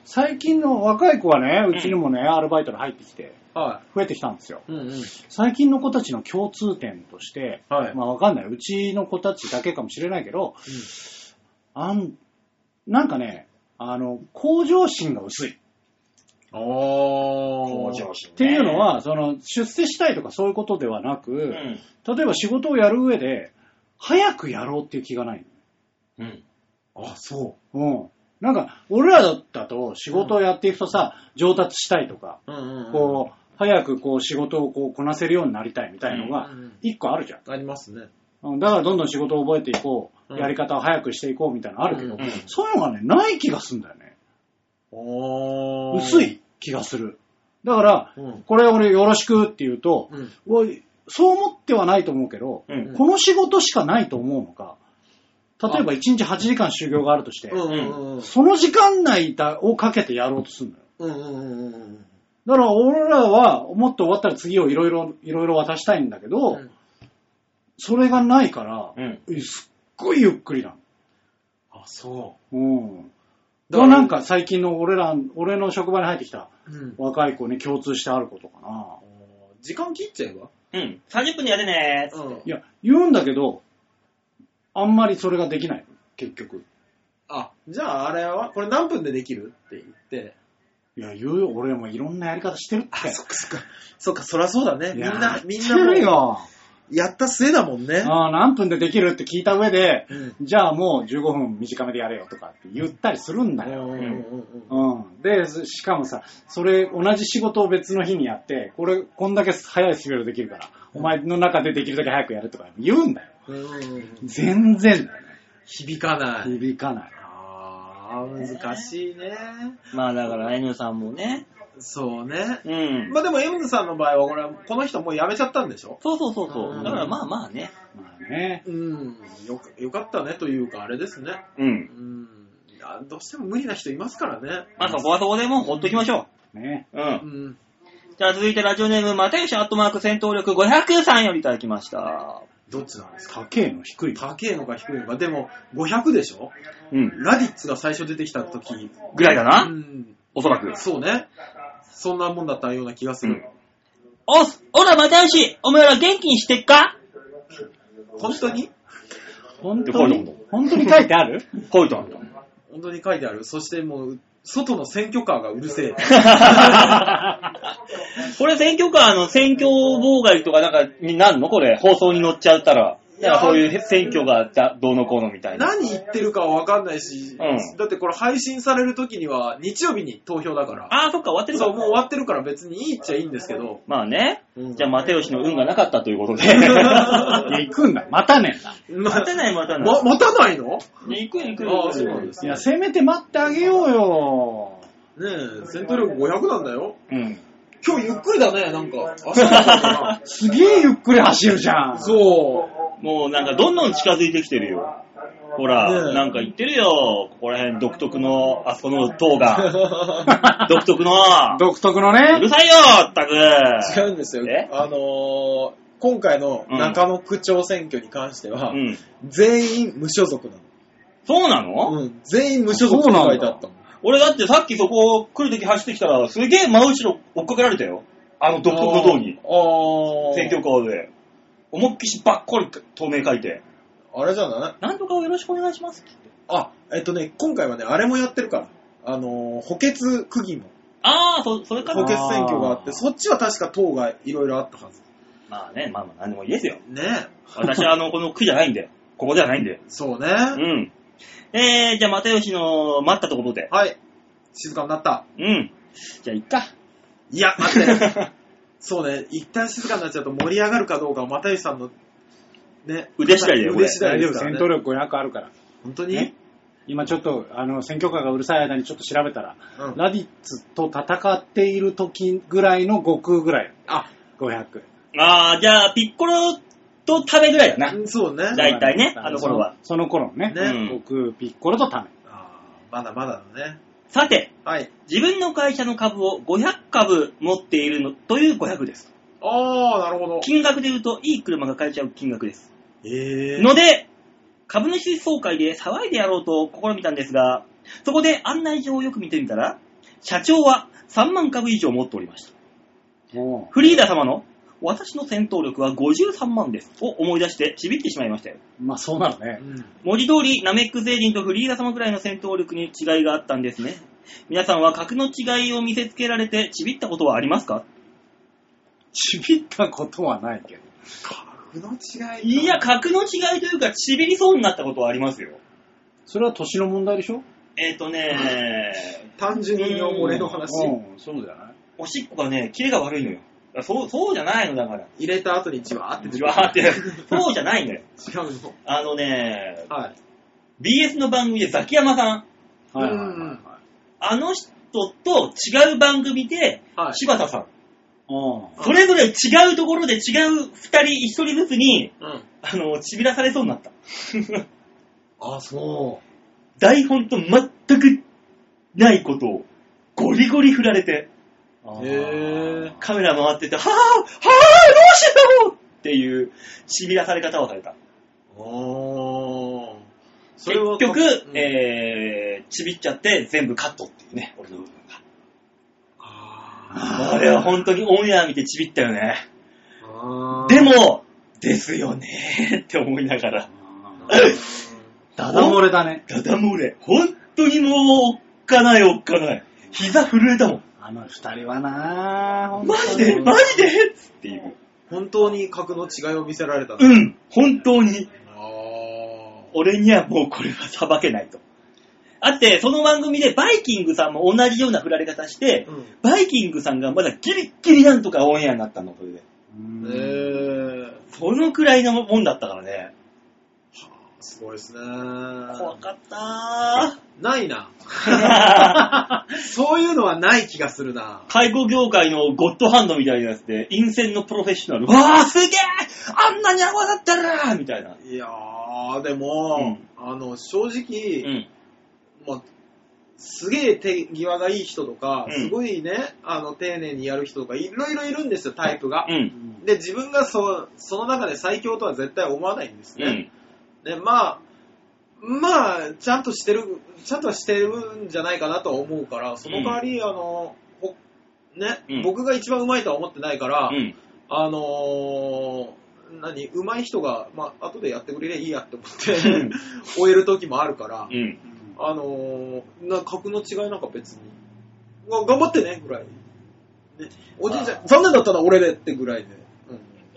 Speaker 4: 最近の若い子はね、うちにもね、アルバイトで入ってきて、
Speaker 3: は
Speaker 4: 増えてきたんですよ。
Speaker 3: い。うんうん。
Speaker 4: 最近の子たちの共通点として、
Speaker 3: はい
Speaker 4: まあわかんない。うちの子たちだけかもしれないけど、あん、なんかね、あの、向上心が薄い。
Speaker 3: お
Speaker 2: 向
Speaker 3: ー。
Speaker 2: 上心。っ
Speaker 4: っていうの、は、その、出世したいとかそういうことではなく、
Speaker 2: うん。
Speaker 4: 例えば仕事をやる上で、早くやろうっていう気がない。
Speaker 2: うん。
Speaker 3: あ、そ
Speaker 4: うん。なんか、俺らだったと仕事をやっていくとさ、上達したいとか、
Speaker 3: う。うんうんうん。
Speaker 4: こう、早くこう仕事をこうこなせるようになりたいみたいのが
Speaker 3: うんうん、
Speaker 4: 一個あるじゃん。
Speaker 3: ありますね。
Speaker 4: うんだからどんどん仕事を覚えていこ
Speaker 3: う
Speaker 4: う、
Speaker 3: ん
Speaker 4: やり方を早くしていこうみたいなのあるけど、
Speaker 3: うん
Speaker 2: うん
Speaker 4: そういうのがね、ない気がするんだよね。
Speaker 3: おー。
Speaker 4: 薄。い気がする。だから、
Speaker 3: うん。
Speaker 4: これ俺よろしくって言うと、
Speaker 3: うん。
Speaker 4: おいそう思ってはないと思うけど、
Speaker 2: うん。
Speaker 4: この仕事しかないと思うのか、例えば1日8時間修行があるとして、
Speaker 3: うんうんうん。
Speaker 4: その時間内だをかけてやろうとするのよ。
Speaker 3: うんうんうんうん。
Speaker 4: だから俺らはもっと終わったら次をいろいろ、いろいろ渡したいんだけど、
Speaker 3: うん
Speaker 4: それがないから、
Speaker 2: うん。
Speaker 4: すっごいゆっくりな
Speaker 3: あ、そ
Speaker 4: の。うん。
Speaker 3: だ
Speaker 4: だ
Speaker 3: か
Speaker 4: かららなんか最近の俺ら、俺の職場に入ってきた
Speaker 3: う。うん。
Speaker 4: 若い子に共通してあることかな。
Speaker 3: 時間切っちゃえば
Speaker 2: うん。30分でやるねー。
Speaker 3: うん
Speaker 4: い。や、言うんだけど、あんまりそれができない。結局。
Speaker 3: あ、じゃああれは、これ何分でできるって言って。
Speaker 4: いや、言うよ。俺もいろんなやり方してるって。
Speaker 3: あ、そっかそっか。そっか、そらそうだね。みんな、みんな
Speaker 4: も。
Speaker 3: もう、
Speaker 4: よ。
Speaker 3: やった末だもんね。
Speaker 4: ああ、何分でできるって聞いた上で、
Speaker 3: うん
Speaker 4: じゃあもう15分短めでやれよとかって言ったりするんだ
Speaker 3: う
Speaker 4: よ。
Speaker 3: んうんうんうん
Speaker 4: うん。で、しかもさ、それ、同じ仕事を別の日にやって、これ、こんだけ早いスピードできるから、お前の中でできるだけ早くやるとか言うんだよ。
Speaker 3: うんうんうん
Speaker 4: 全然、
Speaker 3: 響かない。
Speaker 4: 響かない。
Speaker 3: あー、難しいね。
Speaker 2: まあだから、エニューさんもね。
Speaker 3: そうね。
Speaker 2: うん。
Speaker 3: まあでも、エムズさんの場合は、これ、この人もう辞めちゃったんでしょ
Speaker 2: そうそうそう
Speaker 3: う
Speaker 2: そ
Speaker 3: ん
Speaker 2: う。だからまあまあね。
Speaker 4: まあね。
Speaker 3: うん。よく、よかったねというか、あれですね。
Speaker 2: う。
Speaker 3: うんん。いやどうしても無理な人いますからね。
Speaker 2: まあそこはそこでもうほっときましょ
Speaker 4: ね。
Speaker 2: う。う。
Speaker 3: うんん。
Speaker 2: じゃあ続いてラジオネーム、又吉アットマーク戦闘力500さんよりいただきました。
Speaker 3: どっちなんですか
Speaker 4: 高えの低い。
Speaker 3: 高えのか低いのか。でも、500でしょ
Speaker 2: うん。
Speaker 3: ラディッツが最初出てきた時。
Speaker 2: ぐらいだ
Speaker 3: う
Speaker 2: な。
Speaker 3: ん。
Speaker 2: おそらく。
Speaker 3: そうね。そんなもんだったような気がする。
Speaker 2: おっ、おら、又吉お前ら元気にしてっか
Speaker 3: 本当に
Speaker 4: 本
Speaker 2: で
Speaker 4: 当
Speaker 2: こういう
Speaker 4: に
Speaker 2: の
Speaker 4: 本当に書いてあ る
Speaker 2: ほいとんと。
Speaker 3: 本当に書いてある。そしてもう、外の選挙カーがうるせ え。
Speaker 2: これ選挙カーの選挙妨害とかなんかになんのこれ放送に乗っちゃったら。
Speaker 3: いや
Speaker 2: なんかそういう選挙がだどうのこうのみたいな。
Speaker 3: 何言ってるかはわかんないし、
Speaker 2: うん
Speaker 3: だってこれ配信される時には日曜日に投票だから。
Speaker 2: ああ、そっか、終わってるか
Speaker 3: そう、もう終わってるから別にいいっちゃいいんですけど。
Speaker 2: まあね。
Speaker 3: うん
Speaker 2: じゃあ、又吉の運がなかったということで。
Speaker 4: いや、行くんだ。待たねえんだ。
Speaker 3: ま、
Speaker 2: ない、待た
Speaker 3: ま、待たないのね
Speaker 2: 行くよ、行く
Speaker 3: あーそうなんです
Speaker 4: いや、せめて待ってあげようよ。
Speaker 3: え、戦闘力500なんだよ。
Speaker 2: うん。
Speaker 3: 今日ゆっくりだね、なん か。足が痛いか
Speaker 4: すげえゆっくり走るじゃん。
Speaker 3: らそ
Speaker 2: もうなんかどんどん近づいてきてるよ。ほら、
Speaker 3: ねえ
Speaker 2: なんか言ってるよ。ここら辺独特の、あそこの塔 が。
Speaker 3: う。
Speaker 2: 独特の。
Speaker 4: 独特の
Speaker 2: うる
Speaker 4: ね。
Speaker 2: さいよ、まったく。
Speaker 3: 違うんですよ
Speaker 2: え。
Speaker 3: あのー、今回の中野区長選挙に関しては、
Speaker 2: うん。
Speaker 3: 全員無所属なの。
Speaker 2: そうなの、
Speaker 3: うん、全員無所属って書いてあったもん。
Speaker 2: 俺だってさっきそこ来るとき走ってきたら、すげえ真後ろ追っかけられたよ。あの独特の塔に。
Speaker 3: あー。
Speaker 2: 選挙カーで。思いっきしばっこり透明書いて。
Speaker 3: あれじゃない
Speaker 2: なんとかをよろしくお願いしますって言って。
Speaker 3: あ、えっとね、今回はね、あれもやってるから。あのー、補欠区議も。
Speaker 2: ああ、そ、それか
Speaker 3: 補
Speaker 2: な
Speaker 3: 欠。選挙があって、
Speaker 4: あー
Speaker 3: そっちは確か党がいろいろあったはず。
Speaker 2: まあね、まあまあ何でもいいです よ。
Speaker 3: ね
Speaker 2: 私はあの、この区じゃないんで。ここではないんで。
Speaker 3: そう
Speaker 2: う
Speaker 3: ね。
Speaker 2: ん。えー、じゃあ、又吉の待ったところで。
Speaker 3: はい。静かになった。
Speaker 2: うん。じゃあ、いっか。
Speaker 3: いや、待って。そうね、一旦静かになっちゃうと盛り上がるかどうかは、又吉さんの、ね、
Speaker 2: 腕次第だよこれ
Speaker 3: 腕次第
Speaker 4: 大
Speaker 3: で
Speaker 4: 丈
Speaker 3: す
Speaker 4: 夫、
Speaker 3: から
Speaker 4: 戦
Speaker 3: ね
Speaker 4: 闘。力500あるから。
Speaker 3: 本当に
Speaker 4: ね今ちょっと、あの、選挙カーがうるさい間にちょっと調べたら、
Speaker 3: うん
Speaker 4: ラディッツと戦っている時ぐらいの悟空ぐらい。
Speaker 3: あ、
Speaker 4: 500。
Speaker 2: あー、じゃあ、ピッコロと食べぐらいだな。
Speaker 3: そうね。
Speaker 2: だいたいね
Speaker 4: だから
Speaker 2: あの頃は。
Speaker 4: そのその頃のね。
Speaker 3: ね
Speaker 2: うん
Speaker 4: 悟空、ピッコロとタメ。
Speaker 3: あーまだまだだね。
Speaker 2: さて、
Speaker 3: はい。
Speaker 2: 自分の会社の株を500株持っているのという500です。
Speaker 3: ああ、なるほど。
Speaker 2: 金額で言うと、いい車が買えちゃう金額です。
Speaker 3: ええ
Speaker 2: ので、株主総会で騒いでやろうと試みたんですが、そこで案内状をよく見てみたら、社長は3万株以上持っておりました。
Speaker 4: お
Speaker 2: フリーダ様の私の戦闘力は53万ですを思い出してちびってしまいましたよ。
Speaker 4: うまあそうなのね。
Speaker 3: うん
Speaker 2: 文字通りナメック星人とフリーダ様ぐらいの戦闘力に違いがあったんですね。皆さんは格の違いを見せつけられてちびったことはありますか
Speaker 4: ちびったことはないけど。
Speaker 3: 格の違い。
Speaker 2: いや、格の違いというか、ちびりそうになったことはありますよ。
Speaker 4: それは年の問題でしょ
Speaker 2: えっ、ー、とね、
Speaker 3: 単純に俺の話。
Speaker 4: うん、そうじゃない
Speaker 2: おしっこがね、キレが悪いのよ。そう、そうじゃないのだから。
Speaker 3: 入れた後にじわーって
Speaker 2: じわー って。そうじゃないのよ。
Speaker 3: 違うの。
Speaker 2: あのね、
Speaker 3: はい。
Speaker 2: BS の番組でザキヤマさん、
Speaker 4: はいはいはい、
Speaker 3: う
Speaker 4: はい
Speaker 3: ん。
Speaker 2: あの人と違う番組で、
Speaker 3: はい。
Speaker 2: 柴田さん。
Speaker 4: うん
Speaker 2: それぞれ違うところで違う二人、一人ずつに、
Speaker 3: うん。
Speaker 2: あの、ちびらされそうになった。
Speaker 3: あ、そ
Speaker 2: 台本と全くないことを、ゴリゴリ振られて、
Speaker 4: あー
Speaker 3: へー
Speaker 2: カメラ回ってて、はぁはぁどうしようっていう、ちびらされ方をされた。
Speaker 3: う。おー。
Speaker 2: 結
Speaker 3: それは
Speaker 2: 局、
Speaker 3: うん
Speaker 2: えー、ちびっちゃって全部カットっていうね、俺の部分が。
Speaker 3: あ
Speaker 2: あれは本当にオンエア見てちびったよね。
Speaker 3: ーあー
Speaker 2: でも、ですよねって思いながら。
Speaker 4: あー
Speaker 3: う
Speaker 4: ダダ漏れだね。
Speaker 2: ダダ漏れ。本当にもう、おっかないおっかない。膝震えたもん。
Speaker 4: あの二人はなぁ、ほんと
Speaker 2: マジでマジでっていう。
Speaker 3: ん本当に格の違いを見せられたんだ
Speaker 2: うん、本当に。
Speaker 3: あ
Speaker 2: 俺にはもうこれは裁けないと。あって、その番組でバイキングさんも同じような振られ方して、
Speaker 3: ー。うん。
Speaker 2: バイキングさんがまだギリッギリなんとかオンエアになったの、それで。
Speaker 4: うん
Speaker 3: えー、
Speaker 2: そのくらいのもんだったからね。
Speaker 3: すごいですね。
Speaker 2: 怖かった
Speaker 3: ないな。
Speaker 2: ー。
Speaker 3: そういうのはない気がするな。
Speaker 2: 介護業界のゴッドハンドみたいなやつで、陰線のプロフェッショナル。わーすげえあんなに泡だったらみたいな。
Speaker 3: いやー、でも、あの、正直、
Speaker 2: うん。
Speaker 3: まあ、すげえ手際がいい人とか、
Speaker 2: うん
Speaker 3: すごいね、あの、丁寧にやる人とか、いろいろいるんですよ、タイプが
Speaker 2: う。。
Speaker 4: うんん
Speaker 3: で、自分がそその中で最強とは絶対思わないんです
Speaker 2: う
Speaker 3: ね。
Speaker 2: ん。
Speaker 3: で、まあ、まあ、ちゃんとしてる、ちゃんとはしてるんじゃないかなとは思うから、その代わり、あの、ほね、
Speaker 2: うん
Speaker 3: 僕が一番うまいとは思ってないから、
Speaker 2: うん。
Speaker 3: あのー、何、上手い人が、まあ、後でやってくれりゃいいやって思って
Speaker 2: うん、
Speaker 3: 終える時もあるから、
Speaker 2: うん。
Speaker 3: あのー、な格の違いなんか別に。うわ頑張ってね、ぐらい。ね、おじいちゃん、残念だったな、俺でってぐらいで。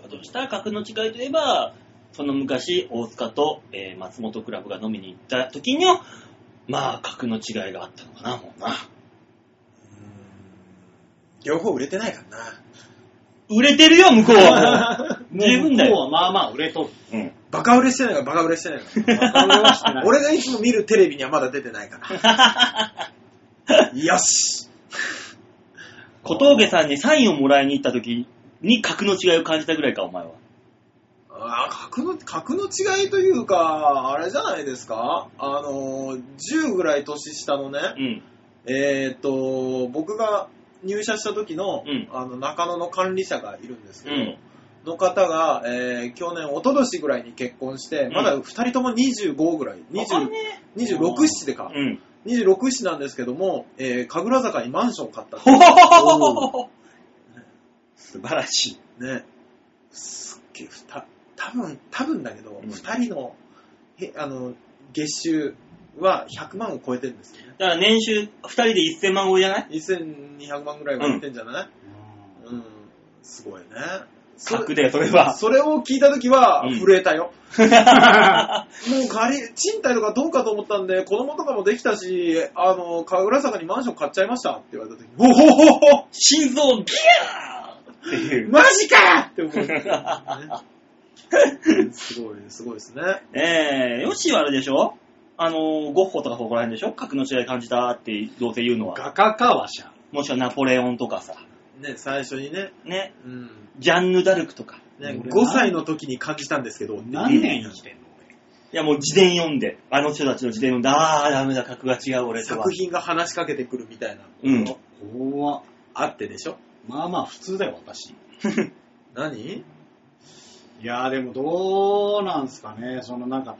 Speaker 2: あとした格の違いといえば、その昔、大塚と、えー松本クラブが飲みに行った時の、まあ、格の違いがあったのかな、もうな。
Speaker 3: 両方売れてないから
Speaker 2: 売れてるよ、向こうはもう。 十分だよ
Speaker 4: もう向こうはまあまあ売れとる。
Speaker 2: うん。
Speaker 3: バカ売れしてないから、バカ売れしてないか
Speaker 4: 俺はしてな
Speaker 3: ら。
Speaker 4: い
Speaker 3: 俺がいつも見るテレビにはまだ出てない から。よし
Speaker 2: 小峠さんにサインをもらいに行った時に格の違いを感じたぐらいか、お前は。
Speaker 3: あー格の、格の違いというか、あれじゃないですかあのー、10ぐらい年下のね、
Speaker 2: うん。
Speaker 3: えーっと、僕が入社した時の、
Speaker 2: うん
Speaker 3: あの、中野の管理者がいるんですけ
Speaker 2: う
Speaker 3: ど、
Speaker 2: ん。
Speaker 3: の方が、えー去年、一昨年ぐらいに結婚して、
Speaker 2: ん
Speaker 3: まだ2人とも25ぐらい、
Speaker 2: 若い
Speaker 3: 20
Speaker 2: ね
Speaker 3: 26、7でか、
Speaker 2: うん。
Speaker 3: 26、7なんですけども、えー神楽坂にマンションを買ったって
Speaker 2: ほ
Speaker 3: い
Speaker 2: ほ
Speaker 3: う
Speaker 2: ほほほほ素晴らしい。
Speaker 3: ね、すっげえ、ふた、多分多分だけど、
Speaker 2: うん
Speaker 3: 2人の、へあの、月収は100万を超えてるんですよね。
Speaker 2: だから年収2人で1000万超えじゃない
Speaker 3: 1200万ぐらいはいってんじゃない、うん、すごいね。それ
Speaker 2: 格で、それ は。
Speaker 3: それを聞いたときは
Speaker 2: うん
Speaker 3: 震えたよ。もう仮、賃貸とかどうかと思ったんで、子供とかもできたし、あの、神楽坂にマンション買っちゃいましたって言われたとき、おほほほ
Speaker 2: 心臓ギャーっていう。
Speaker 3: マジかって思う、 すごい、すごいですね。
Speaker 2: えー、ヨッシーはあれでしょあのー、ゴッホとかそこら辺でしょ格の違い感じたって、どうせ言うのは。
Speaker 4: 画家かわしゃ。
Speaker 2: もしくはナポレオンとかさ。
Speaker 3: ね、最初にね、
Speaker 2: ね。
Speaker 3: うん。
Speaker 2: ジャンヌ・ダルクとか。
Speaker 3: ね、
Speaker 4: 俺
Speaker 3: 5歳の時に感じたんですけど、
Speaker 4: 何年生きてんの
Speaker 2: いやもう自伝読んで。あの人たちの自伝読んで。あー、ダメだ、格が違う、俺とは
Speaker 3: 作。品が話しかけてくるみたいな、
Speaker 2: うん。
Speaker 4: 俺。怖
Speaker 3: あってでしょ
Speaker 4: まあまあ普通だよ、私。
Speaker 3: 何
Speaker 4: いやーでもどうなんすかね、そのなんか、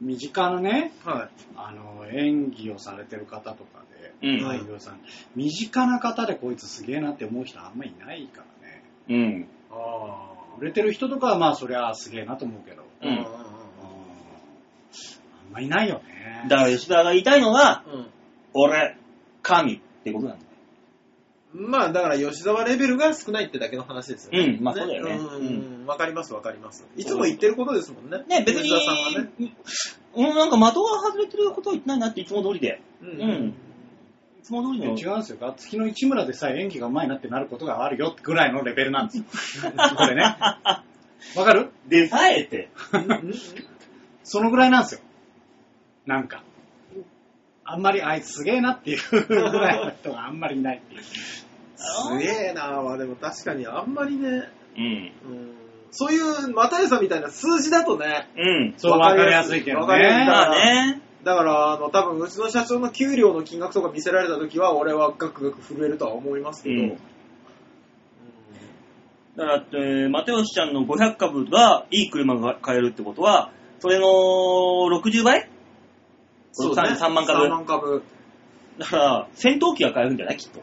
Speaker 4: 身近なね、
Speaker 3: は
Speaker 4: あの、演技をされてる方とかで、
Speaker 2: うん。
Speaker 3: はい
Speaker 4: 俳優さん、身近な方でこいつすげえなって思う人あんまいないからね。
Speaker 2: うん。
Speaker 3: い。あ
Speaker 4: 売れてる人とかはまあそりゃすげえなと思うけど、
Speaker 3: あ。
Speaker 2: うん
Speaker 4: うんあんまいないよね。
Speaker 2: だから吉田が言いたいのは、
Speaker 3: うん。
Speaker 2: 俺、
Speaker 6: 神ってことなんだよ。
Speaker 3: まあだから吉沢レベルが少ないってだけの話ですよね。
Speaker 6: うんまあそうだよね
Speaker 3: うんうんわかりますわかります。いつも言ってることですもんね。
Speaker 6: ね、別に、
Speaker 3: 吉沢さんはね。
Speaker 6: うん、なんか的が外れてることは言ってないなっていつも通りで。
Speaker 3: う
Speaker 6: うん。いつも通り
Speaker 4: 違うん
Speaker 6: の
Speaker 4: ですよ。ガッツキの市村でさえ演技が上手いなってなることがあるよってぐらいのレベルなんですよ。これね。わかる
Speaker 2: でさえて、
Speaker 3: うん
Speaker 4: そのぐらいなんですよ。なんか。あんまりあいつすげえなっていうぐらいの人があんまりいないっていう。
Speaker 3: すげえなぁ。でも確かにあんまり
Speaker 2: う
Speaker 3: ね、
Speaker 2: ん。
Speaker 3: うんそういう、マタネさんみたいな数字だとね、
Speaker 2: うん。
Speaker 4: そう、わかりやすいけど
Speaker 3: わかりやすい
Speaker 4: ね。
Speaker 2: まあね。
Speaker 3: だから、あの、多分、うちの社長の給料の金額とか見せられた時は、俺はガクガク震えるとは思いますけど、
Speaker 2: う
Speaker 3: うんん
Speaker 2: だから、えー、マテオシちゃんの500株が、いい車が買えるってことは、それの60倍3万株
Speaker 3: 3万株。
Speaker 2: だから、戦闘機が買えるんじゃないきっと。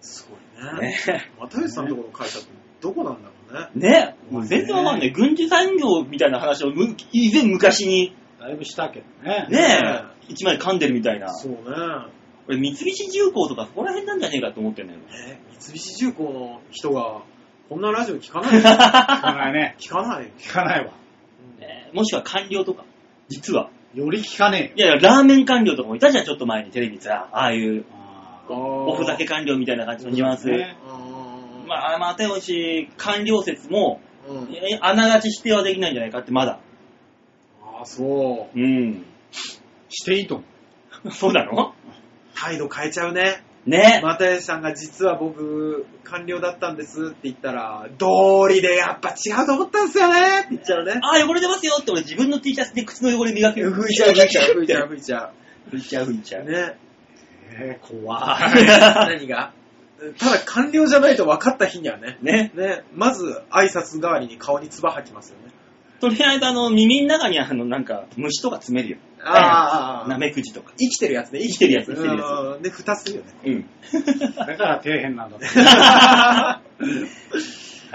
Speaker 3: すごいね。又吉さんのところの会社ってどこなんだろうね。
Speaker 2: ねもう全然わかんない。軍事産業みたいな話をむ、以前昔に、
Speaker 4: だいぶしたけどね。
Speaker 2: ねえ、一枚噛んでるみたいな。
Speaker 3: そうね。
Speaker 2: 俺、三菱重工とかそこら辺なんじゃねえかと思ってんだよね。
Speaker 3: えー三菱重工の人が、こんなラジオ聞かない
Speaker 4: 聞かないね。
Speaker 3: 聞かない。
Speaker 4: 聞かないわ。
Speaker 2: ねえもしくは官僚とか。実は。
Speaker 4: より聞かね
Speaker 2: いやいや、ラーメン官僚とかもいたじゃん、ちょっと前にテレビさ、ああいう
Speaker 4: えよ。あー
Speaker 2: お
Speaker 3: お
Speaker 2: ふざけ。官僚みたいな感じのニュアンス。
Speaker 4: ね
Speaker 2: まあ、またよし、官僚説も、
Speaker 3: うん
Speaker 2: えあながち否定はできないんじゃないかって、まだ。
Speaker 3: ああ、そう。
Speaker 2: うん。
Speaker 4: していいと思う。
Speaker 2: そうなの
Speaker 3: 態度変えちゃうね。
Speaker 2: ね
Speaker 3: 又吉さんが実は僕、官僚だったんですって言ったら、道理でやっぱ違うと思ったんですよねって言っちゃうね。
Speaker 2: ああ、汚れてますよって俺自分の T シャツで口の汚れ磨ける。
Speaker 3: ふいちゃう、ふいちゃう、ふいちゃ う、ふいちゃ
Speaker 2: 拭いちゃう、拭いちゃ
Speaker 3: う。
Speaker 2: う。
Speaker 3: ね。
Speaker 4: えー、怖い。
Speaker 3: 何がただ官僚じゃないと分かった日にはね。
Speaker 2: ね。
Speaker 3: ね。まず、挨拶代わりに顔に唾吐きますよね。
Speaker 2: とりあえず、あの、耳の中に、あの、なんか、虫とか詰めるよ。
Speaker 3: あ
Speaker 2: なめくじとか。
Speaker 3: 生きてるやつね、
Speaker 2: 生きてるやつ生きてるやつ
Speaker 3: うんで、蓋するよ ね。
Speaker 2: うん。
Speaker 4: だから底辺なんだと。
Speaker 2: は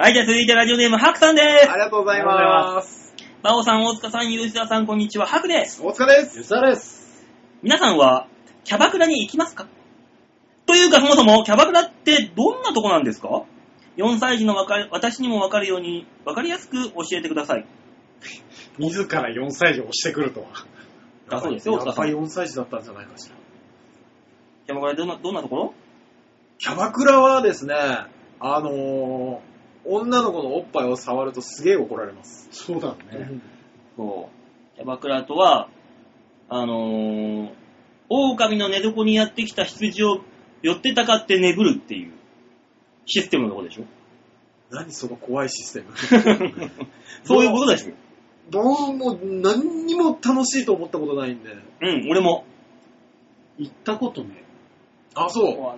Speaker 2: い、じゃあ続いてラジオネーム、ハクさんで
Speaker 3: ありがとうございます。
Speaker 2: す。バオさん、大塚さん、吉田さん、こんにちは、ハクです。
Speaker 3: お疲れです。
Speaker 4: ゆさです。
Speaker 2: 皆さんは、キャバクラに行きますかというか、そもそも、キャバクラってどんなとこなんですか ?4 歳児のわかり私にもわかるように、わかりやすく教えてください。
Speaker 4: 自ら4歳児を押してくるとは。
Speaker 2: だそうですよ、大
Speaker 3: や
Speaker 2: 塚
Speaker 3: っ
Speaker 2: さん。
Speaker 3: ぱり
Speaker 2: キ
Speaker 3: 4歳児だったんじゃないかしら。
Speaker 2: ャバクラどんな、どんなところ
Speaker 3: キャバクラはですね、あのー女の子のおっぱいを触るとすげえ怒られます。
Speaker 4: そうだ
Speaker 3: う
Speaker 4: ね。
Speaker 3: ん
Speaker 2: そう。キャバクラとは、あのー、狼の寝床にやってきた羊を寄ってたかって眠るっていうシステムのとこでしょ
Speaker 3: 何その怖いシステム。
Speaker 2: そういうことですよ。
Speaker 3: どうも何にも楽しいと思ったことないんで。
Speaker 2: うん、俺も。
Speaker 4: 行ったことね。
Speaker 3: あ、そ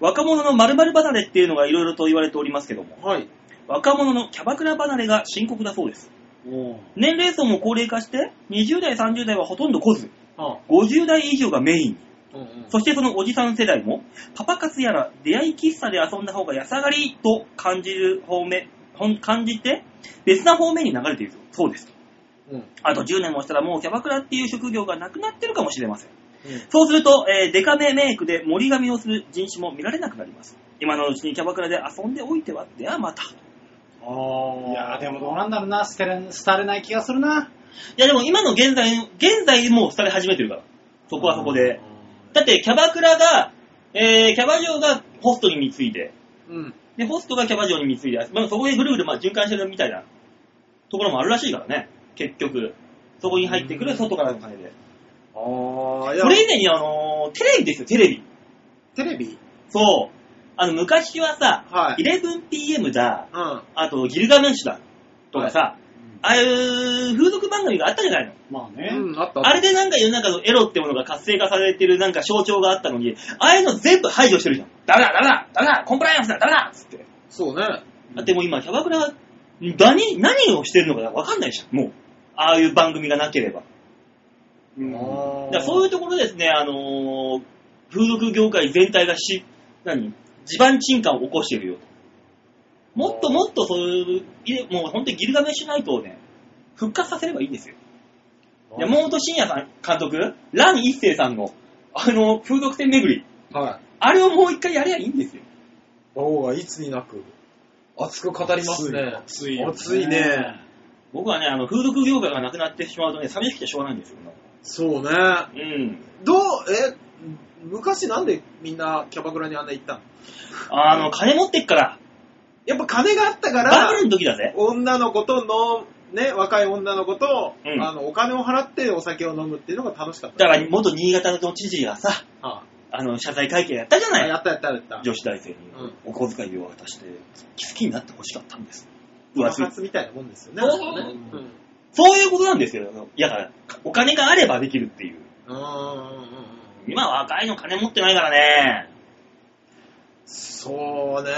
Speaker 2: 若者の〇〇離れっていうのがいろいろと言われておりますけども、
Speaker 3: う。はい。
Speaker 2: 若者のキャバクラ離れが深刻だそうです。
Speaker 4: お
Speaker 2: 年齢層も高齢化して、20代、30代はほとんど来ず、
Speaker 3: あ
Speaker 2: 50代以上がメインに。
Speaker 3: うんうん
Speaker 2: そしてそのおじさん世代も、パパ活やら出会い喫茶で遊んだ方が安上がりと感じる方面、ほん感じて、別な方面に流れているそうです。
Speaker 3: うんうん
Speaker 2: あと10年もしたらもうキャバクラっていう職業がなくなってるかもしれません。そうすると、えーデカめメイクで盛り紙をする人種も見られなくなります。今のうちにキャバクラで遊んでおいては、ではまた。い
Speaker 4: いやーでもどうなんだろうな。捨てれ、廃れない気がするな。
Speaker 2: やでも今の現在、現在もうされ始めてるから。そこはそこで。だってキャバクラが、えーキャバ嬢がホストに貢いで、
Speaker 3: うん。
Speaker 2: で、ホストがキャバ嬢に貢いで、まあ、そこでぐるぐるまあ循環してるみたいなところもあるらしいからね、結局。そこに入ってくる外からの金で。
Speaker 3: ああ、いや
Speaker 2: そ、れ以前に、あのーテレビですよ、テレビ。
Speaker 3: テレビ
Speaker 2: そう。あの、昔はさ、
Speaker 3: はい。
Speaker 2: 11pm だ、
Speaker 3: うん。あ
Speaker 2: あと、ギルガメッシュだ、とかさ、ああいう風俗番組があったじゃないの。
Speaker 4: まあね。
Speaker 3: うん、あった。
Speaker 2: あれでなんか世の中のエロってものが活性化されてるなんか象徴があったのに、ああいうの全部排除してるじゃん。ダメだ、ダメだ、ダメだ、コンプライアンスだ、ダメだっつって。
Speaker 3: そうね。
Speaker 2: だってもう今、キャバクラ、何、何をしてるのかわかんないじゃん、もう。ああいう番組がなければ。
Speaker 4: うん
Speaker 2: だからそういうところですね、あのー風俗業界全体がし、何地盤沈下を起こしてるよ。もっともっとそういういえ、もう本当にギルガメッシュナイトをね、復活させればいいんですよ。山本慎也さん、監督、ラン一世さんの、あの、風俗店巡り。
Speaker 3: はい。
Speaker 2: あれをもう一回やりゃいいんですよ。
Speaker 3: 馬王がいつになく熱く語りますね。
Speaker 4: 熱いよ
Speaker 3: 熱いね。
Speaker 2: 僕はね、あの、風俗業界がなくなってしまうとね、寂しくてしょうがないんですよ。
Speaker 3: そうね。
Speaker 2: うん。
Speaker 3: どう、え、昔なんでみんなキャバクラにあんな行ったの
Speaker 2: あの、金持ってっから、
Speaker 3: やっぱ金があったか
Speaker 2: バ
Speaker 3: ら
Speaker 2: ブ、ルの時だぜ。
Speaker 3: 女の子との、ね、若い女の子と、
Speaker 2: うん
Speaker 3: あの、お金を払ってお酒を飲むっていうのが楽しかった。
Speaker 2: だから、元新潟の知事がさ、
Speaker 3: は
Speaker 2: あの、謝罪会見やったじゃ
Speaker 3: あ
Speaker 2: ない。
Speaker 3: やったやったやった。
Speaker 2: 女子大生に
Speaker 3: うん
Speaker 2: お小遣いを渡して、好きになってほしかったんです。浮
Speaker 3: 爆
Speaker 2: ついて
Speaker 3: 発みたいなもんですよね。
Speaker 2: そうそうそうそういうことなんですよ。だから、お金があればできるっていう。
Speaker 3: うんうんうんうんうん
Speaker 2: 今若いの金持ってないからね。
Speaker 3: そうね。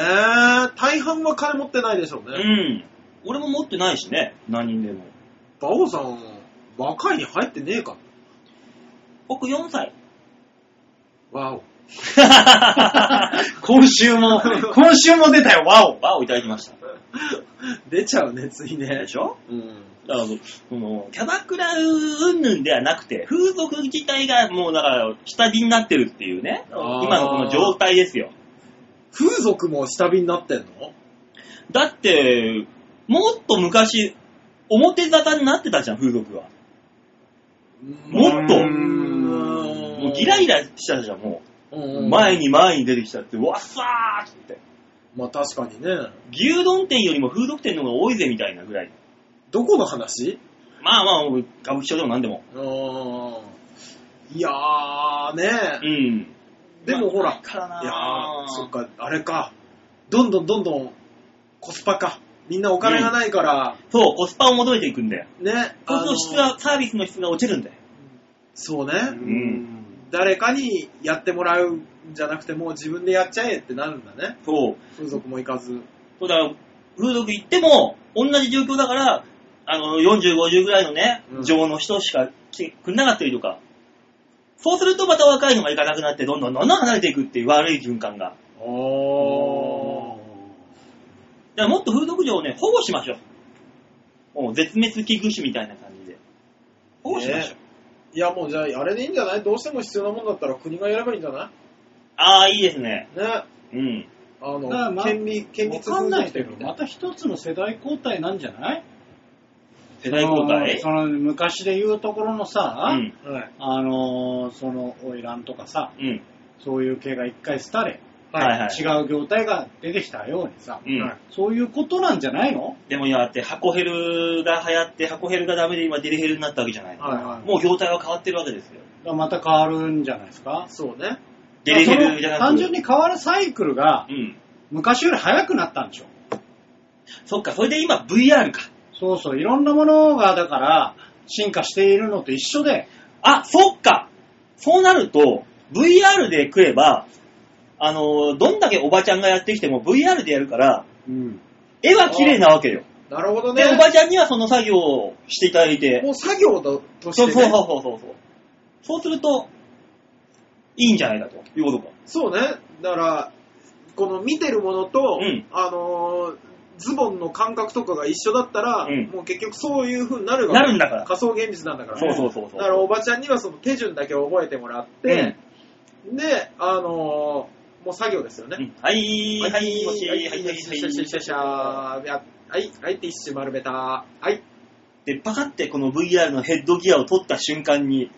Speaker 3: 大半は金持ってないでしょう
Speaker 2: う
Speaker 3: ね。
Speaker 2: ん。俺も持ってないしね。何人でも。
Speaker 3: 馬王さん、若いに入ってねえか。
Speaker 2: 僕4歳。
Speaker 3: わお。
Speaker 4: 今週も、今週も出たよ、ワオ
Speaker 2: バーをいただきました。
Speaker 3: 出ちゃうね、ついね
Speaker 2: で。しょ
Speaker 3: うん。
Speaker 2: だから、その、キャバクラ云々ではなくて、風俗自体がもうだから、下火になってるっていうね。
Speaker 3: あー
Speaker 2: 今のこの状態ですよ。
Speaker 3: 風俗も下火になってんの
Speaker 2: だって、もっと昔、表沙汰になってたじゃん、風俗は。もっともうギラギラしたじゃん、もう。前
Speaker 3: に。
Speaker 2: に前に出てきちゃって、わっさーって。
Speaker 3: まあ確かにね。
Speaker 2: 牛丼店よりも風俗店の方が多いぜ、みたいなぐらい。
Speaker 3: どこの話
Speaker 2: まあまあ、歌舞伎町でも何でも。
Speaker 3: うーんいやーね
Speaker 2: うん。
Speaker 3: でもほら、
Speaker 2: からない
Speaker 3: やー、そっか、あれか。どんどんどんどんコスパか。みんなお金がないから、
Speaker 2: そう、コスパを求めていくんだよ。
Speaker 3: ね。
Speaker 2: そうすると質
Speaker 3: あの
Speaker 2: が、サービスの質が落ちるんだよ。
Speaker 3: そうね。
Speaker 2: ん
Speaker 3: 誰かにやってもらうんじゃなくて、もう自分でやっちゃえってなるんだね。
Speaker 2: そう。
Speaker 3: 風俗も行かず。
Speaker 2: そうだから、風俗行っても、同じ状況だから、あの、40、50ぐらいのね
Speaker 3: う、ん
Speaker 2: 情の人しか来てくんなかったりとか。そうするとまた若いのが行かなくなって、どんどんどんどん離れていくっていう悪い循環が。
Speaker 3: おー。
Speaker 2: だからもっと風俗嬢をね、保護しましょう。もう絶滅危惧種みたいな感じで。保護しましょう。
Speaker 3: いや、もうじゃあ、あれでいいんじゃないどうしても必要なもんだったら国がやればいいんじゃな
Speaker 2: ああ、いいですね。
Speaker 3: いね。
Speaker 2: うん。
Speaker 3: あの、
Speaker 4: だからまあ
Speaker 3: 県民、県民
Speaker 4: わかんないけど、
Speaker 3: みたい
Speaker 4: ま
Speaker 3: な。
Speaker 4: た一つの世代交代なんじゃない
Speaker 2: 世代交
Speaker 4: うん
Speaker 2: 代
Speaker 4: その昔で言うところの
Speaker 2: う
Speaker 4: さ、
Speaker 2: ん。
Speaker 3: はい。
Speaker 4: あのーその、オイランとかさ、
Speaker 2: うん。
Speaker 4: そういう系が一回廃れ、
Speaker 2: はいはい。
Speaker 4: 違う業態が出てきたようにさ、
Speaker 2: うん
Speaker 3: はい
Speaker 4: そういうことなんじゃないの
Speaker 2: でも今だって、箱ヘルが流行って、箱ヘルがダメで今デリヘルになったわけじゃないの。
Speaker 3: はいはい。
Speaker 2: もう業態は変わってるわけですよ。
Speaker 4: だからまた変わるんじゃないですか
Speaker 3: そうね。
Speaker 2: デリヘルじゃなくて。
Speaker 4: 単純に変わるサイクルが
Speaker 2: うん。
Speaker 4: 昔より早くなったんでしょ
Speaker 2: そっか、それで今 VR か。
Speaker 4: そうそう、いろんなものがだから進化しているのと一緒で、
Speaker 2: あ、そっかそうなると、VR で食えば、あのー、どんだけおばちゃんがやってきても VR でやるから、
Speaker 4: うん、
Speaker 2: 絵は綺麗なわけよ。
Speaker 3: なるほどね
Speaker 2: で、。おばちゃんにはその作業をしていただいて。
Speaker 3: もう作業として、
Speaker 2: そう
Speaker 3: ね。
Speaker 2: そうそうそうそうそう。そうすると、いいんじゃないかということか。
Speaker 3: そうね。だから、この見てるものと、
Speaker 2: うん
Speaker 3: あのーズボンの感覚とかが一緒だったら、
Speaker 2: うん
Speaker 3: もう結局そういう風になるわ
Speaker 2: なるんだから
Speaker 3: 仮想現実なんだから、
Speaker 2: そうそうそうそう
Speaker 3: だからおばちゃんにはその手順だけ覚えてもらって、で、あのーもう作業ですよね。
Speaker 2: うんはい、はい、はい、はい、
Speaker 3: は、
Speaker 2: はいい、
Speaker 3: は、
Speaker 2: はいい、
Speaker 3: は、
Speaker 2: はいい、
Speaker 3: は、
Speaker 2: はいい、
Speaker 3: はい、はい、ティッシュ丸めた。はい。
Speaker 2: で、パカってこの VR のヘッドギアを取った瞬間に、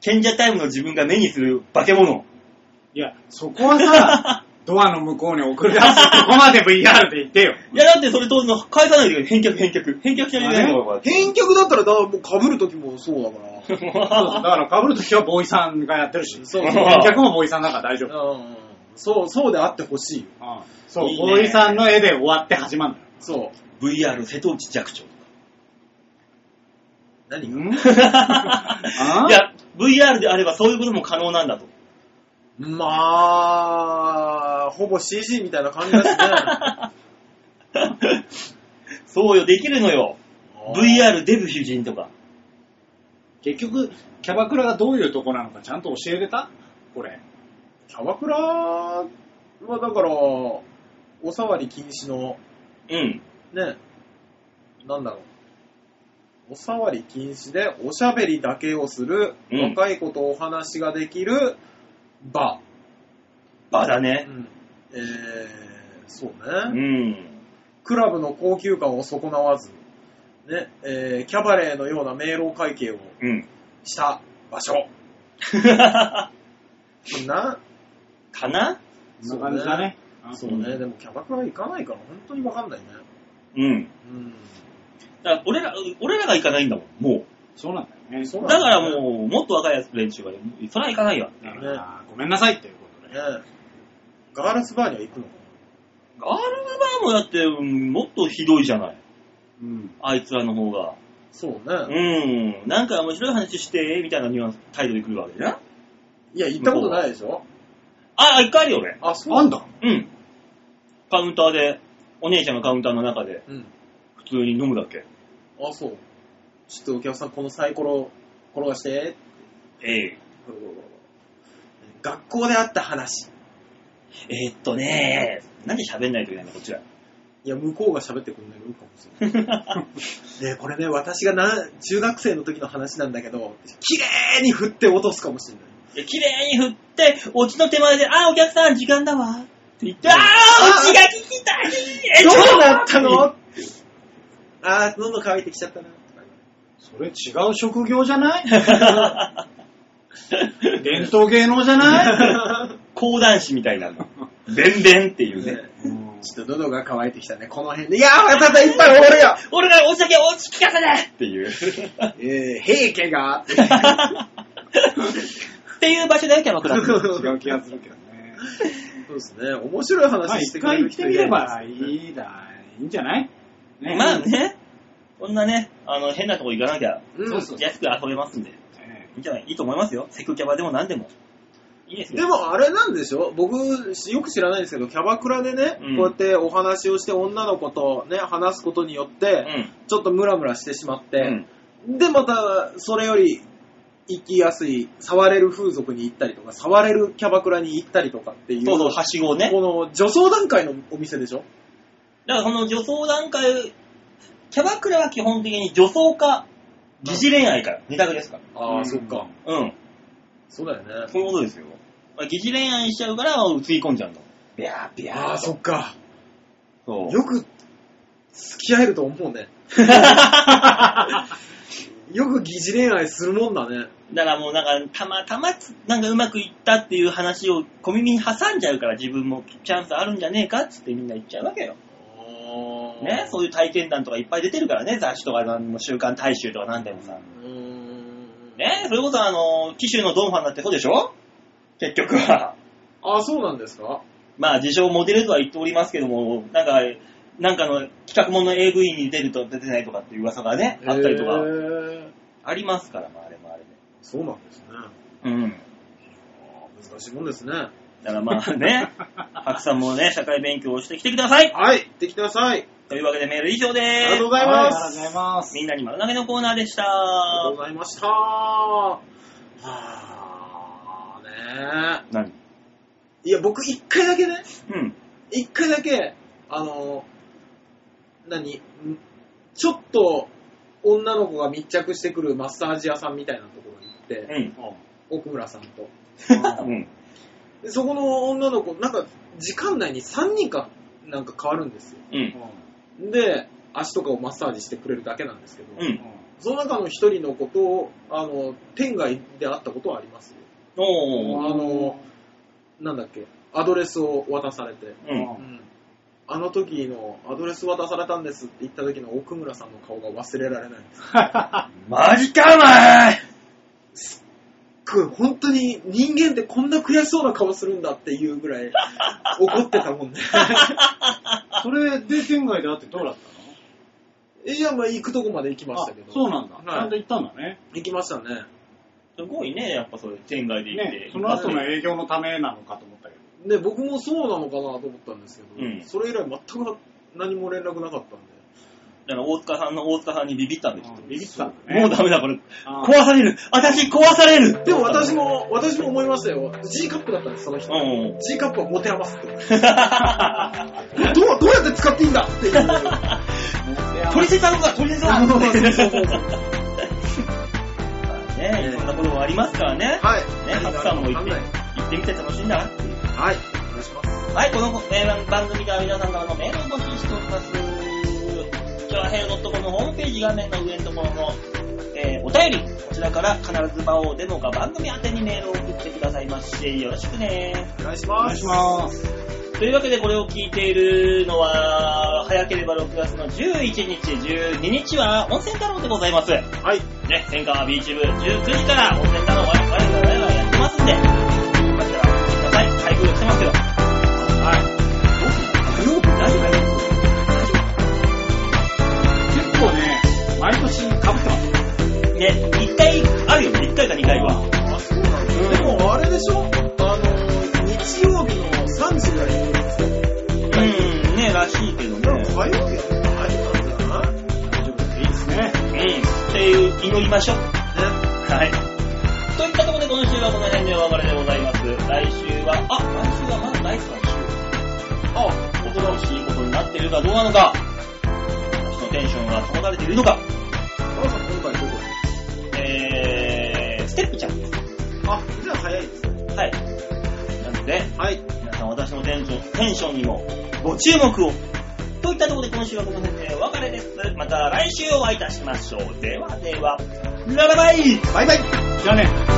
Speaker 2: 賢者タイムの自分が目にする化け物。
Speaker 4: いや、そこはさ、 ドアの向こうに送り出すとこまで VR で言ってよ。
Speaker 2: いや、だってそれ当然の返さないといけない。返却、返却。返却しないといけないのこれ
Speaker 3: 返却だったら、だからもう被るときもそうだから。
Speaker 4: そうそうだから被るときはボーイさんがやってるし、
Speaker 3: そう
Speaker 2: そう
Speaker 4: 客もボーイさんだから大丈夫。
Speaker 3: うんそう、そうであってほしいよ。
Speaker 4: うんそう
Speaker 2: いいね
Speaker 4: ボーイさんの絵で終わって始まるんだよ。
Speaker 3: そう。
Speaker 2: VR 瀬戸内弱聴。
Speaker 3: 何
Speaker 4: う
Speaker 3: が
Speaker 4: んあ
Speaker 2: いや、VR であればそういうことも可能なんだと。
Speaker 3: まあ、ほぼ CG みたいな感じですね。
Speaker 2: そうよ、できるのよ。VR デヴィ夫人とか。
Speaker 4: 結局、キャバクラがどういうとこなのかちゃんと教えれたこれ。
Speaker 3: キャバクラは、だから、お触り禁止の、
Speaker 2: うん。
Speaker 3: ね、なんだろう。お触り禁止で、おしゃべりだけをする、
Speaker 2: うん
Speaker 3: 若い子とお話ができる、バ
Speaker 2: バだ
Speaker 3: ー。
Speaker 2: ね。
Speaker 3: うん。えー、そう
Speaker 2: う
Speaker 3: ね。
Speaker 2: ん。
Speaker 3: クラブの高級感を損なわず、ね、えー、キャバレーのような明朗会計を
Speaker 2: うん。
Speaker 3: した場所。
Speaker 2: か
Speaker 3: そんな、
Speaker 2: な
Speaker 4: そんな感じだね。
Speaker 3: そうね、でもキャバクラ行かないから本当にわかんないね。
Speaker 2: うん。
Speaker 3: うん。
Speaker 2: だから俺ら、俺らが行かないんだもん、も。
Speaker 4: そうなんだよね。
Speaker 3: そうう
Speaker 2: だから
Speaker 3: う。
Speaker 2: もう、もっと若いやつ連中が、そら行かないよ。
Speaker 4: だからごめんなさいっていうこと
Speaker 3: ね
Speaker 4: で。、
Speaker 3: ガールズバーには行くのか
Speaker 2: ガールバーもだって、うんもっとひどいじゃない。
Speaker 4: うん。
Speaker 2: あいつらの方が。
Speaker 3: なそう
Speaker 2: う
Speaker 3: ね。
Speaker 2: ん。なんか面白い話して、みたいなニュアンス、態度で来るわけじゃん。
Speaker 3: いや、行ったことないでしょ
Speaker 2: あ、一回あるよ、俺。
Speaker 3: あ、そう
Speaker 4: あんだ
Speaker 2: うん。カウンターで、お姉ちゃんがカウンターの中で、
Speaker 3: うん。
Speaker 2: 普通に飲むだけ。
Speaker 3: あ、そう。ちょっとお客さん、このサイコロ転がして。
Speaker 2: ええ。
Speaker 3: 学校であった話。
Speaker 2: えーっとねなんで喋んないといけないの、こっち ら。
Speaker 3: いや、向こうが喋ってくんないのかもしれ ない。ねこれね、私がな中学生の時の話なんだけど、綺麗に振って落とすかもしれない。
Speaker 2: いや綺麗に振って、オチの手前で、あー、お客さん、時間だわ。って言って、あー、オチが聞きたいえ
Speaker 3: どう
Speaker 2: だ
Speaker 3: なった のあー、喉乾いてきちゃったな。
Speaker 4: それ違う職業じゃない伝統芸能じゃない
Speaker 2: 講談師みたいなの。べんべんっていうね。
Speaker 3: ねちょっと喉が乾いてきたね、この辺で。いやー、ただいっぱいおるよ
Speaker 2: 俺がお酒おち聞かせないっていう。っ
Speaker 3: えー、平家 が。
Speaker 2: ていう場所だよ、キャバク ラ。
Speaker 4: 違う気がするけどね。
Speaker 3: そうですね、面白い
Speaker 4: まあ
Speaker 3: 話し
Speaker 4: 一
Speaker 3: てくれ
Speaker 4: 回
Speaker 3: る
Speaker 4: 行って
Speaker 3: 人
Speaker 4: み
Speaker 3: い
Speaker 4: れ
Speaker 3: れば
Speaker 4: ばいいだ、いいんじゃない
Speaker 2: まあ。ね、こんなね、あの、変なとこ行かなきゃ、
Speaker 3: うん
Speaker 4: そうそう
Speaker 2: 安く遊べますんで。い
Speaker 4: ね
Speaker 2: いんじゃないいいと思いますよ。セクキャバでも何でも。いいです
Speaker 3: で
Speaker 2: よ。
Speaker 3: もあれなんでしょ僕、よく知らないんですけど、キャバクラでね、
Speaker 2: うん
Speaker 3: こうやってお話をして女の子とね、話すことによって、ちょっとムラムラしてしまっ
Speaker 2: う
Speaker 3: て、で、また、それより、行きやすい、触れる風俗に行ったりとか、触れるキャバクラに行ったりとかっていう、
Speaker 2: そうそう、はしごをね。
Speaker 3: この、女装段階のお店でしょ
Speaker 2: だからこの女装段階、キャバクラは基本的に女装か、疑似恋愛か、二択ですか
Speaker 3: あ
Speaker 4: う
Speaker 3: あ、
Speaker 4: ん
Speaker 3: そっか。
Speaker 2: ら。うん。
Speaker 3: そうだよね。
Speaker 2: そういうことですよ。まあ疑似恋愛しちゃうから、つぎ込んじゃうんだ。ビャービャー。
Speaker 3: ああ、そっか。
Speaker 2: そう。
Speaker 3: よく、付き合えると思う ね。よく疑似恋愛するもんだね。
Speaker 2: だからもうなんか、たまたまつ、なんかうまくいったっていう話を小耳に挟んじゃうから、自分もチャンスあるんじゃねえかっつってみんな言っちゃうわけよ。ね、そういう体験談とかいっぱい出てるからね、雑誌とかなんでも週刊大衆とかなんでもさ。
Speaker 3: うーん
Speaker 2: ね、それこそあの、紀州のドンファンだってそうでしょ結局は。
Speaker 3: あ、そうなんですか
Speaker 2: まあ、自称モデルとは言っておりますけども、なんか、なんかの企画もの AV に出ると出てないとかっていう噂がね、あったりと
Speaker 3: へ
Speaker 2: か、
Speaker 3: ー
Speaker 2: ありますから、まあ、あれもあれで。
Speaker 3: そうなんですね。あ
Speaker 2: うん。
Speaker 3: ー難しいもんですね。
Speaker 2: だからまあ ね、白さんもね、社会勉強をしてきてください
Speaker 3: はい、行ってきてください。
Speaker 2: というわけでメール以上
Speaker 3: ありが
Speaker 2: で
Speaker 3: とう
Speaker 2: ー
Speaker 3: ございます。
Speaker 4: はいありがとうございます
Speaker 2: す。。みんなに丸投げのコーナーでした。
Speaker 3: ありがとうございました。はあ、ね
Speaker 2: 何
Speaker 3: えいや、僕一回だけね、
Speaker 2: うん。
Speaker 3: 一回だけ、あの、何んちょっと女の子が密着してくるマッサージ屋さんみたいなところに行って、
Speaker 2: うん。
Speaker 3: 奥村さんと。
Speaker 2: うん。
Speaker 3: でそこの女の子、なんか時間内に3人かなんか変わるんですよ。
Speaker 2: うん。
Speaker 3: で、足とかをマッサージしてくれるだけなんですけど、
Speaker 2: うん。
Speaker 3: その中の一人のことを、あの、天外で会ったことはありますよ。
Speaker 2: おー。
Speaker 3: あの、なんだっけ、アドレスを渡されて、
Speaker 2: うん。
Speaker 3: あの時のアドレス渡されたんですって言った時の奥村さんの顔が忘れられないです。
Speaker 2: マジか、お前
Speaker 3: これ本当に人間ってこんな悔しそうな顔するんだっていうぐら い怒ってたもんね。
Speaker 4: それで天外であってどうだった
Speaker 3: えじゃあまあ行くとこまで行きま
Speaker 4: の
Speaker 3: した
Speaker 4: あ
Speaker 3: けど。
Speaker 4: そうなんだ。
Speaker 3: はい
Speaker 4: ちゃんと行ったんだね。
Speaker 3: 行きましたね。
Speaker 2: すごいね、やっぱそれ、天外で行って。
Speaker 4: ね、その後の営業のためなのかと思ったけど。
Speaker 3: で、僕もそうなのかなと思ったんですけど、
Speaker 2: うん
Speaker 3: それ以来全く何も連絡なかったんで。
Speaker 2: だから大塚さんの大塚さんにビビったんですよ。
Speaker 4: あービビったんだね。
Speaker 2: もうダメだ、これ。
Speaker 4: あー
Speaker 2: 壊される私壊される
Speaker 3: でも私も、私も思いましたよ。G カップだったんです、その人。
Speaker 2: うんうん。
Speaker 3: G カップは持て余す って。どう、どうやって使っていいんだっていう。
Speaker 2: 取説あるから、取説ある
Speaker 3: そう そうそうそう
Speaker 2: ね、いろんなこともありますからね。
Speaker 3: はい。
Speaker 2: ね、ハクさんも行って、行っってみて楽しいんだなっていう。
Speaker 3: はい。お願いします。
Speaker 2: はい、この番組では皆さんからのメールを募集しております。長編 .com のホームページ画面の上のところの、えーお便り、こちらから必ず魔王デモか番組宛てにメールを送ってくださいまして、よろしくね。
Speaker 3: お願いし
Speaker 4: お
Speaker 3: ま
Speaker 4: 願い
Speaker 3: す。
Speaker 4: します。
Speaker 2: というわけでこれを聞いているのは、早ければ6月の11日、12日は温泉太郎でございます。ね、
Speaker 3: はい。
Speaker 2: 千川ビーチ部19時から温泉太郎我々我々はやってますんで、よかったら来てください。開封してますよ。はい。どうする火曜日大丈夫大丈
Speaker 4: 結構ね、毎年被ってます。
Speaker 2: 夫ね、1回あるよね、1回か2回は。
Speaker 3: あ、そうなんだ。でも、あれでしょあの、日曜日の3時ぐらいに
Speaker 2: うん、ね、らしいけど
Speaker 3: でも
Speaker 2: ね。
Speaker 3: 火曜日は大丈夫なんじ
Speaker 4: 大丈夫です。いいですね。
Speaker 2: うん、っていう、祈りましょう。
Speaker 3: ゃないね。
Speaker 2: はい。といったところで今週はこの辺でお別れでございます。来週は、あ、来週はまだ第3週。あ、恐ろしいことになっているかどうなのか、私のテンションが保たれているのか、
Speaker 3: 馬場さん、今回どこ
Speaker 2: えー、ステップちゃんです。
Speaker 3: あ、じゃあ早いですね。
Speaker 2: はい。なので、
Speaker 3: はい。
Speaker 2: 皆さん私のテンション、テンションにもご注目を。といったところで今週はこの辺でお別れです。また来週お会いいたしましょう。ではでは、ララバイ
Speaker 3: バイバイ
Speaker 4: じゃあね。